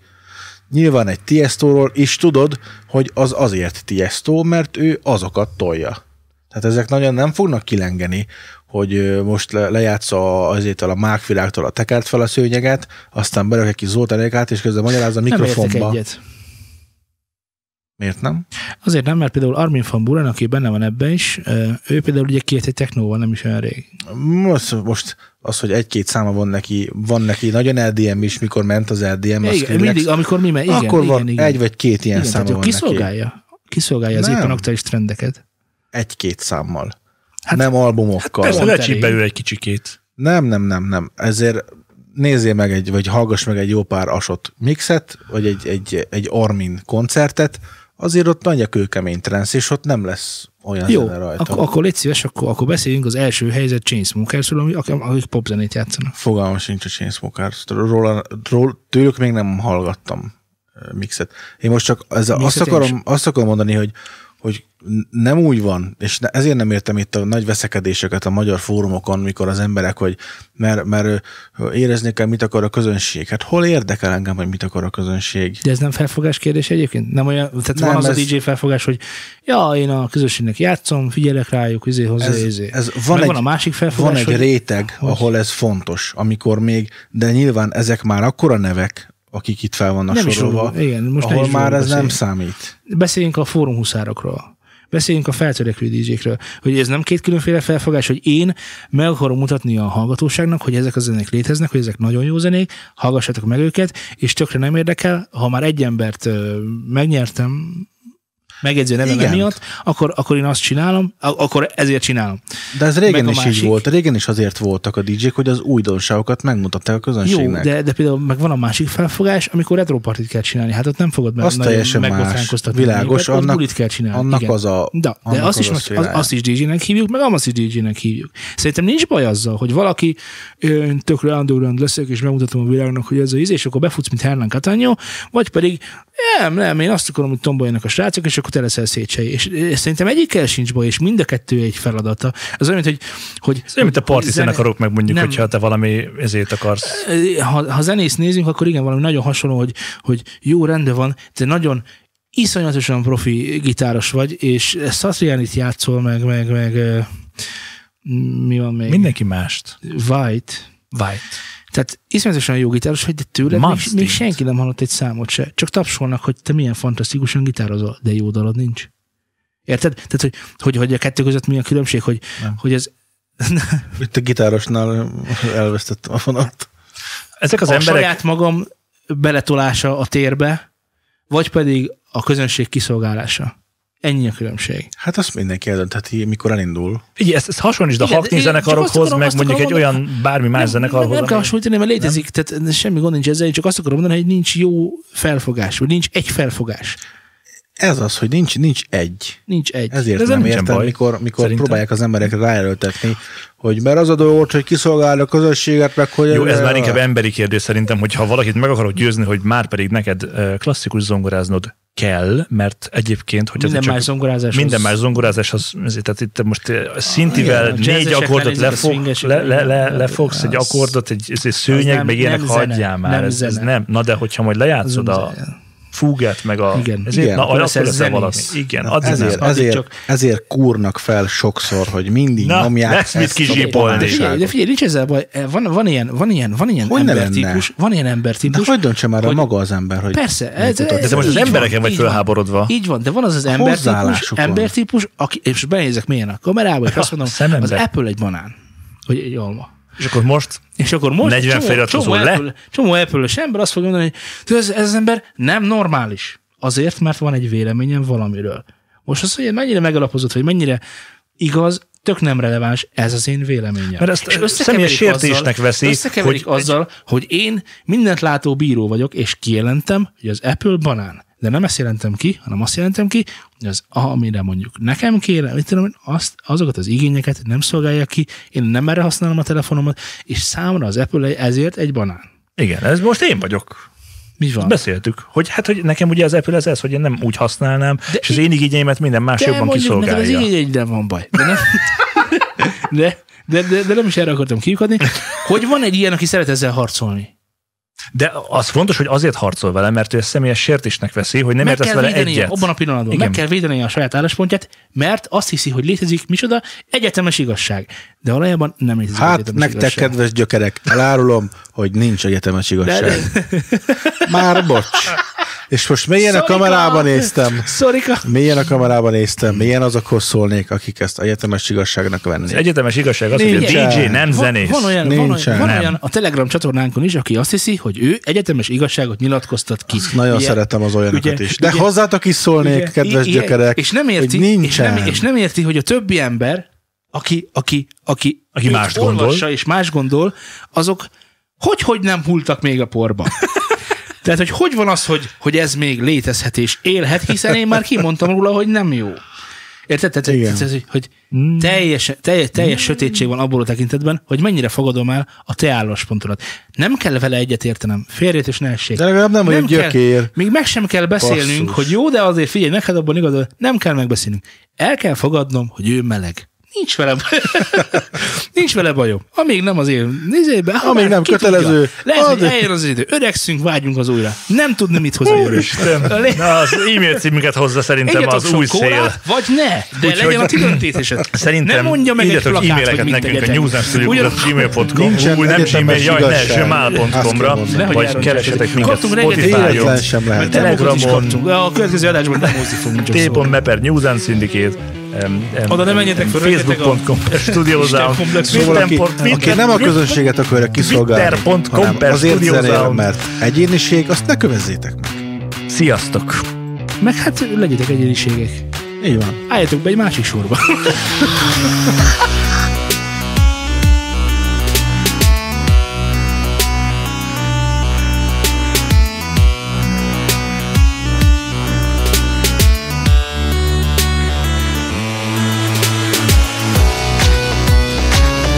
Speaker 3: Nyilván egy Tiestóról is tudod, hogy az azért Tiesto, mert ő azokat tolja. Tehát ezek nagyon nem fognak kilengeni, hogy ö, most le, lejátsza azétől a mákvilágtól a tekert fel a szőnyeget, aztán berakja ki Zoltanékát, és közben magyaráz a
Speaker 2: Nem értek
Speaker 3: mikrofonba.
Speaker 2: egyet.
Speaker 3: Miért nem?
Speaker 2: Azért nem, mert például Armin van Buren, aki benne van ebben is, ö, ő például ugye kijött egy technóval nem is olyan rég.
Speaker 3: Most, most az, hogy egy-két száma van neki, van neki nagyon LDM is, mikor ment az LDM, az
Speaker 2: Igen, mindig, amikor mi, mert E, igen,
Speaker 3: akkor
Speaker 2: igen,
Speaker 3: van
Speaker 2: igen.
Speaker 3: egy vagy két ilyen
Speaker 2: igen,
Speaker 3: száma
Speaker 2: tehát
Speaker 3: van neki.
Speaker 2: kiszolgálja, kiszolgálja az
Speaker 3: Nem.
Speaker 2: éppen aktuális trendeket.
Speaker 3: Egy-két számmal.
Speaker 2: Hát-
Speaker 3: Hát, nem albumokkal.
Speaker 1: Persze,
Speaker 2: Pont
Speaker 1: lecsípbe
Speaker 2: elég.
Speaker 1: ő egy kicsikét.
Speaker 3: nem, nem, nem, nem. Ezért nézzél meg egy, vagy hallgass meg egy jó pár asot mixet, vagy egy, egy, egy Armin koncertet, azért ott nagy a kőkemény trensz, és ott nem lesz olyan
Speaker 2: Jó,
Speaker 3: zene rajta.
Speaker 2: akkor, akkor légy szíves, akkor, akkor beszéljünk az első helyzet Chainsmokersről, ami- akik, akik popzenét játszanak.
Speaker 3: Fogalmam sincs a Chainsmokers. Róla, ról, tőlük még nem hallgattam ö, mixet. Én most csak ezzel azt,
Speaker 2: Mixet én
Speaker 3: akarom, azt akarom mondani, hogy, hogy n- nem úgy van, és ne, ezért nem értem itt a nagy veszekedéseket a magyar fórumokon, mikor az emberek, hogy mert, mert ö, ö, érezni kell, mit akar a közönség. Hát hol érdekel engem, hogy mit akar a közönség?
Speaker 2: De ez nem felfogás kérdés egyébként? Nem olyan, tehát nem,
Speaker 3: Nem,
Speaker 2: van az ez... a
Speaker 3: ez-
Speaker 2: DJ felfogás, hogy ja, én a közösségnek játszom, figyelek rájuk, izé hozzá,
Speaker 3: Ez-
Speaker 2: izé.
Speaker 3: ez van
Speaker 2: Meg
Speaker 3: egy-
Speaker 2: van a másik felfogás,
Speaker 3: Van egy
Speaker 2: hogy
Speaker 3: réteg, ahol ez fontos, amikor még, de nyilván ezek már akkora nevek, akik itt fel vannak
Speaker 2: Nem is
Speaker 3: sorolva,
Speaker 2: róluk, igen, most ne
Speaker 3: ahol
Speaker 2: is
Speaker 3: már
Speaker 2: róluk
Speaker 3: ez nem
Speaker 2: beszéljünk.
Speaker 3: számít.
Speaker 2: beszéljünk a fórumhuszárokról. Beszéljünk a feltörekvő DJ-kről, hogy ez nem két különféle felfogás, hogy én meg akarom mutatni a hallgatóságnak, hogy ezek a zenék léteznek, hogy ezek nagyon jó zenék, hallgassatok meg őket, és tökre nem érdekel, ha már egy embert ö, megnyertem, megjegyző nevem
Speaker 3: Igen.
Speaker 2: emiatt, akkor, akkor én azt csinálom, a- akkor ezért csinálom.
Speaker 3: De ez régen
Speaker 2: Meg
Speaker 3: is
Speaker 2: a
Speaker 3: így
Speaker 2: másik.
Speaker 3: volt. Régen is azért voltak a DJ-k, hogy az újdonságokat megmutatták a
Speaker 2: Jó,
Speaker 3: közönségnek.
Speaker 2: de, de például meg van a másik felfogás, amikor retropartit kell csinálni, hát ott nem fogod meg
Speaker 3: Az teljesen más.
Speaker 2: megbotránkoztatni.
Speaker 3: Világos,
Speaker 2: minket, ott
Speaker 3: annak-
Speaker 2: bulit kell csinálni.
Speaker 3: annak
Speaker 2: igen.
Speaker 3: az a...
Speaker 2: De, de
Speaker 3: annak
Speaker 2: azt, is,
Speaker 3: az a
Speaker 2: az,
Speaker 3: szférája.
Speaker 2: azt is DJ-nek hívjuk, meg azt is DJ-nek hívjuk. Szerintem nincs baj azzal, hogy valaki ö, tökre underground leszek, és bemutatom a világnak, hogy ez a íz, és akkor befutsz, mint Hernán Catanyó, vagy pedig nem, nem, én azt akarom, hogy tomboljanak a srácok, és akkor te leszel Széchenyi. És ö, szerintem egyikkel sincs baj, és mind a kettő egy feladata. Az olyan, mint hogy... hogy
Speaker 1: Ez olyan, mint a parti
Speaker 2: zene-
Speaker 1: zenekarok meg mondjuk,
Speaker 2: Nem.
Speaker 1: hogyha te valami ezért akarsz.
Speaker 2: Eh, ha, ha zenész nézünk, akkor igen, valami nagyon hasonló, hogy, hogy jó, rendben van, de nagyon iszonyatosan profi gitáros vagy, és Satrianit játszol, meg, meg, meg ö, mi van még?
Speaker 1: Mindenki mást.
Speaker 2: White.
Speaker 1: White.
Speaker 2: Tehát iszonyatosan jó gitáros vagy, de tőled még,
Speaker 1: Muffstint.
Speaker 2: még, senki nem hallott egy számot se. Csak tapsolnak, hogy te milyen fantasztikusan gitározol, de jó dalod nincs. Érted? Tehát, hogy, hogy, hogy a kettő között mi a különbség, hogy,
Speaker 3: Nem.
Speaker 2: hogy ez
Speaker 3: Itt a gitárosnál elvesztettem a vonalat.
Speaker 1: Ezek az
Speaker 2: az a
Speaker 1: emberek...
Speaker 2: emberek... saját magam beletolása a térbe, vagy pedig a közönség kiszolgálása. Ennyi a különbség.
Speaker 3: Hát azt mindenki eldöntheti, mikor elindul.
Speaker 1: Így, ezt, ezt hasonlítsd a
Speaker 2: Igen,
Speaker 1: hakni
Speaker 2: én csak azt
Speaker 1: zenekarokhoz,
Speaker 2: akarom-
Speaker 1: meg
Speaker 2: azt
Speaker 1: mondjuk egy
Speaker 2: akarom
Speaker 1: olyan bármi más zenekarhoz.
Speaker 2: nem, nem kell
Speaker 1: ami-
Speaker 2: hasonlítani, mert létezik, nem? tehát semmi gond nincs ezzel, én csak azt akarom mondani, hogy nincs jó felfogás, vagy nincs egy felfogás.
Speaker 3: Ez az, hogy nincs, nincs egy.
Speaker 2: Nincs egy.
Speaker 3: Ezért
Speaker 1: De ezzel
Speaker 3: nem
Speaker 1: nincsen
Speaker 3: értem,
Speaker 1: baj,
Speaker 3: mikor, mikor
Speaker 1: szerintem.
Speaker 3: próbálják az emberek ráerőltetni, hogy mert az a dolgot, hogy kiszolgál a közösséget, meg hogy...
Speaker 1: Jó, ez már inkább emberi kérdés szerintem, hogy ha valakit meg akarod győzni, hogy már pedig neked ö, klasszikus zongoráznod kell, mert egyébként, hogy
Speaker 2: Minden
Speaker 1: ez
Speaker 2: más zongorázás.
Speaker 1: minden más zongorázás, az, azért, tehát itt most ö, szintivel
Speaker 2: Igen, a
Speaker 1: négy
Speaker 2: jazzesekkel
Speaker 1: akkordot
Speaker 2: nézzük, a
Speaker 1: lefog,
Speaker 2: swingesek,
Speaker 1: le, le, le,
Speaker 2: igen,
Speaker 1: lefogsz, egy
Speaker 2: az-
Speaker 1: akkordot, egy, egy, egy szőnyeg,
Speaker 2: nem-
Speaker 1: meg ilyenek,
Speaker 2: nem zene,
Speaker 1: hagyjál már,
Speaker 2: nem
Speaker 1: ez, ez
Speaker 2: zene.
Speaker 1: nem. Na de, hogyha majd lejátszod
Speaker 2: Nem
Speaker 1: a
Speaker 2: zene.
Speaker 1: fúgát, meg a...
Speaker 2: Igen.
Speaker 1: ezért,
Speaker 3: Igen,
Speaker 1: na,
Speaker 2: akkor
Speaker 1: akkor
Speaker 2: leszel
Speaker 1: leszel valami.
Speaker 2: zenész.
Speaker 1: Igen,
Speaker 3: Na,
Speaker 1: addig
Speaker 3: ezért,
Speaker 1: nem.
Speaker 2: addig
Speaker 3: ezért,
Speaker 2: csak-
Speaker 3: ezért kúrnak fel sokszor, hogy mindig
Speaker 1: Na,
Speaker 3: nyomják
Speaker 1: lesz mit
Speaker 3: ezt a
Speaker 1: kizsípolni.
Speaker 2: de
Speaker 3: pontosságot.
Speaker 2: figyelj, de figyelj, nincs ezzel baj. Van, van ilyen, van ilyen, van ilyen
Speaker 3: Hogy ne
Speaker 2: embertípus. Van ilyen
Speaker 3: De
Speaker 2: embertípus.
Speaker 3: hogy döntse már el
Speaker 2: hogy-
Speaker 3: maga az ember, hogy
Speaker 2: Persze, ez,
Speaker 3: mutatod?
Speaker 1: De te most az
Speaker 2: így van,
Speaker 1: embereken vagy
Speaker 2: így van.
Speaker 1: fölháborodva.
Speaker 2: Így van, de van az az embertípus,
Speaker 3: hozzáállásuk van.
Speaker 2: embertípus aki, és benézek mélyen a kamerába, és azt
Speaker 1: A
Speaker 2: mondom,
Speaker 1: szemembe.
Speaker 2: az Apple egy banán, vagy egy alma.
Speaker 1: És akkor most
Speaker 2: És akkor most
Speaker 1: 40
Speaker 2: csomó,
Speaker 1: feliratkozó
Speaker 2: csomó,
Speaker 1: le.
Speaker 2: Apple, csomó apple ember azt fogja mondani, hogy "Tudod, ez, ez az ember nem normális. Azért, mert van egy véleményem valamiről. Most az, hogy mennyire megalapozott, vagy mennyire igaz, tök nem releváns, ez az én véleményem.
Speaker 1: Mert ezt
Speaker 2: És
Speaker 1: személyes
Speaker 2: összekeverik
Speaker 1: sértésnek
Speaker 2: azzal-
Speaker 1: veszi,
Speaker 2: Összekeverik
Speaker 1: hogy-
Speaker 2: hogy azzal, hogy én mindent látó bíró vagyok, és kijelentem, hogy az Apple banán. De nem ezt jelentem ki, hanem azt jelentem ki, hogy az, amire mondjuk nekem kéne, mit tudom, én, azt, azokat az igényeket nem szolgálják ki, én nem erre használom a telefonomat, és számomra az Apple egy- ezért egy banán.
Speaker 1: Igen, ez most én vagyok.
Speaker 2: Mi van?
Speaker 1: Beszéltük, hogy hát, hogy nekem ugye az Apple ez, ez hogy én nem úgy használnám, de és az én igényeimet minden más
Speaker 2: de
Speaker 1: jobban
Speaker 2: mondjuk nekem az
Speaker 1: kiszolgálja.
Speaker 2: így egyre van baj. De nem, de, de, de, de nem is erre akartam kiukadni, hogy van egy ilyen, aki szeret ezzel harcolni.
Speaker 1: De az fontos, hogy azért harcol vele, mert ő ezt személyes sértésnek veszi, hogy nem
Speaker 2: meg
Speaker 1: értesz
Speaker 2: kell
Speaker 1: vele
Speaker 2: védenie
Speaker 1: egyet.
Speaker 2: abban a pillanatban, Igen.
Speaker 1: Igen.
Speaker 2: meg kell védenie a saját álláspontját, mert azt hiszi, hogy létezik micsoda egyetemes igazság. De valójában nem létezik
Speaker 3: Hát
Speaker 2: egyetemes
Speaker 3: nektek,
Speaker 2: igazság.
Speaker 3: kedves gyökerek, elárulom, hogy nincs egyetemes igazság.
Speaker 2: De-
Speaker 3: Már bocs. És most mélyen a
Speaker 2: Szorika!
Speaker 3: kamerába néztem.
Speaker 2: Szorika!
Speaker 3: Mélyen a kamerába néztem, mélyen azokhoz szólnék, akik ezt egyetemes igazságnak
Speaker 1: Az
Speaker 3: vennék.
Speaker 1: egyetemes igazság az, hogy a
Speaker 3: Nincsen.
Speaker 1: DJ nem
Speaker 2: Van,
Speaker 1: zenész.
Speaker 2: van, olyan, van,
Speaker 3: Nincsen.
Speaker 2: olyan, van
Speaker 1: Nem.
Speaker 2: olyan a Telegram csatornánkon is, aki azt hiszi, hogy ő egyetemes igazságot nyilatkoztat ki.
Speaker 3: Nagyon
Speaker 2: Ugye?
Speaker 3: szeretem az olyanokat
Speaker 2: ugye-
Speaker 3: is. De
Speaker 2: ugye-
Speaker 3: hozzátok is szólnék,
Speaker 2: Ugye?
Speaker 3: kedves
Speaker 2: Ilyen-
Speaker 3: gyökerek,
Speaker 2: És nem érti, és,
Speaker 3: hogy
Speaker 2: nem,
Speaker 3: nincsen.
Speaker 2: és nem érti, hogy a többi ember, aki, aki, aki,
Speaker 1: Aki
Speaker 2: őt
Speaker 1: mást
Speaker 2: olvassa
Speaker 1: gondol.
Speaker 2: és más gondol, azok hogy, hogy nem hultak még a porba. Tehát, hogy hogy van az, hogy, hogy ez még létezhet és élhet, hiszen én már kimondtam róla, hogy nem jó. Érted? Tehát,
Speaker 3: Igen.
Speaker 2: tehát, tehát, hogy- hogy teljes, teljes, teljes sötétség van abból a tekintetben, hogy mennyire fogadom el a te álláspontodat. Nem kell vele egyetértenem. Férjét és ne essék.
Speaker 3: De legalább nem vagyok
Speaker 2: kell-
Speaker 3: gyökér.
Speaker 2: Még meg sem kell beszélnünk,
Speaker 3: Basszus.
Speaker 2: hogy jó, de azért figyelj, neked abban igazad, nem kell megbeszélnünk. El kell fogadnom, hogy ő meleg. Nincs vele, baj. nincs vele bajom. Amíg nem az én nézébe,
Speaker 3: Amíg nem kötelező.
Speaker 2: Lehet, hogy
Speaker 3: Addig.
Speaker 2: eljön az idő. Öregszünk, vágyunk az újra. Nem tudni, mit hoz a jövő. A lé-
Speaker 1: Na, az e-mail címüket hozza szerintem
Speaker 2: Egyetek
Speaker 1: az
Speaker 2: sok
Speaker 1: új
Speaker 2: kólát,
Speaker 1: szél.
Speaker 2: vagy ne, de
Speaker 1: Úgyhogy-
Speaker 2: legyen a ti döntésetek.
Speaker 1: Szerintem
Speaker 2: ne mondja meg egy
Speaker 1: írjatok
Speaker 2: plakát,
Speaker 1: e-maileket
Speaker 2: hogy mit
Speaker 1: nekünk a
Speaker 2: tegyetek.
Speaker 1: newsnapszülők.gmail.com,
Speaker 3: Nincsen
Speaker 1: új nem gmail,
Speaker 3: egyetemes
Speaker 1: jaj ne,
Speaker 3: igazság.
Speaker 1: sem
Speaker 3: Azt kell
Speaker 1: mail.com-ra,
Speaker 3: mondani.
Speaker 2: Nehogy
Speaker 1: vagy
Speaker 2: elrontsd
Speaker 1: keresetek
Speaker 2: ezeket.
Speaker 1: minket
Speaker 2: Kaptunk rengeteg
Speaker 1: Spotify-on,
Speaker 3: Véletlen sem lehet.
Speaker 2: Telegramon. Is
Speaker 1: Telegramon.
Speaker 2: kaptunk. A következő adásban nem mozi fogunk csak szólni.
Speaker 1: t.meper, News and Syndicate, em, em,
Speaker 2: Oda ne
Speaker 1: em,
Speaker 2: menjetek
Speaker 1: em,
Speaker 2: föl, rengeteg a-
Speaker 1: Facebook.com, Studiozound,
Speaker 2: Istenkomplex.
Speaker 3: Szóval aki,
Speaker 1: Twitter.com,
Speaker 3: aki nem a közönséget akarja kiszolgálni,
Speaker 1: Twitter.com
Speaker 3: hanem
Speaker 1: per
Speaker 3: azért
Speaker 1: Studio
Speaker 3: zenére,
Speaker 1: Sound.
Speaker 3: mert egyéniség, azt ne kövezzétek meg.
Speaker 1: Sziasztok!
Speaker 2: Meg hát legyetek egyéniségek.
Speaker 3: Így van.
Speaker 2: Álljatok be egy másik sorba.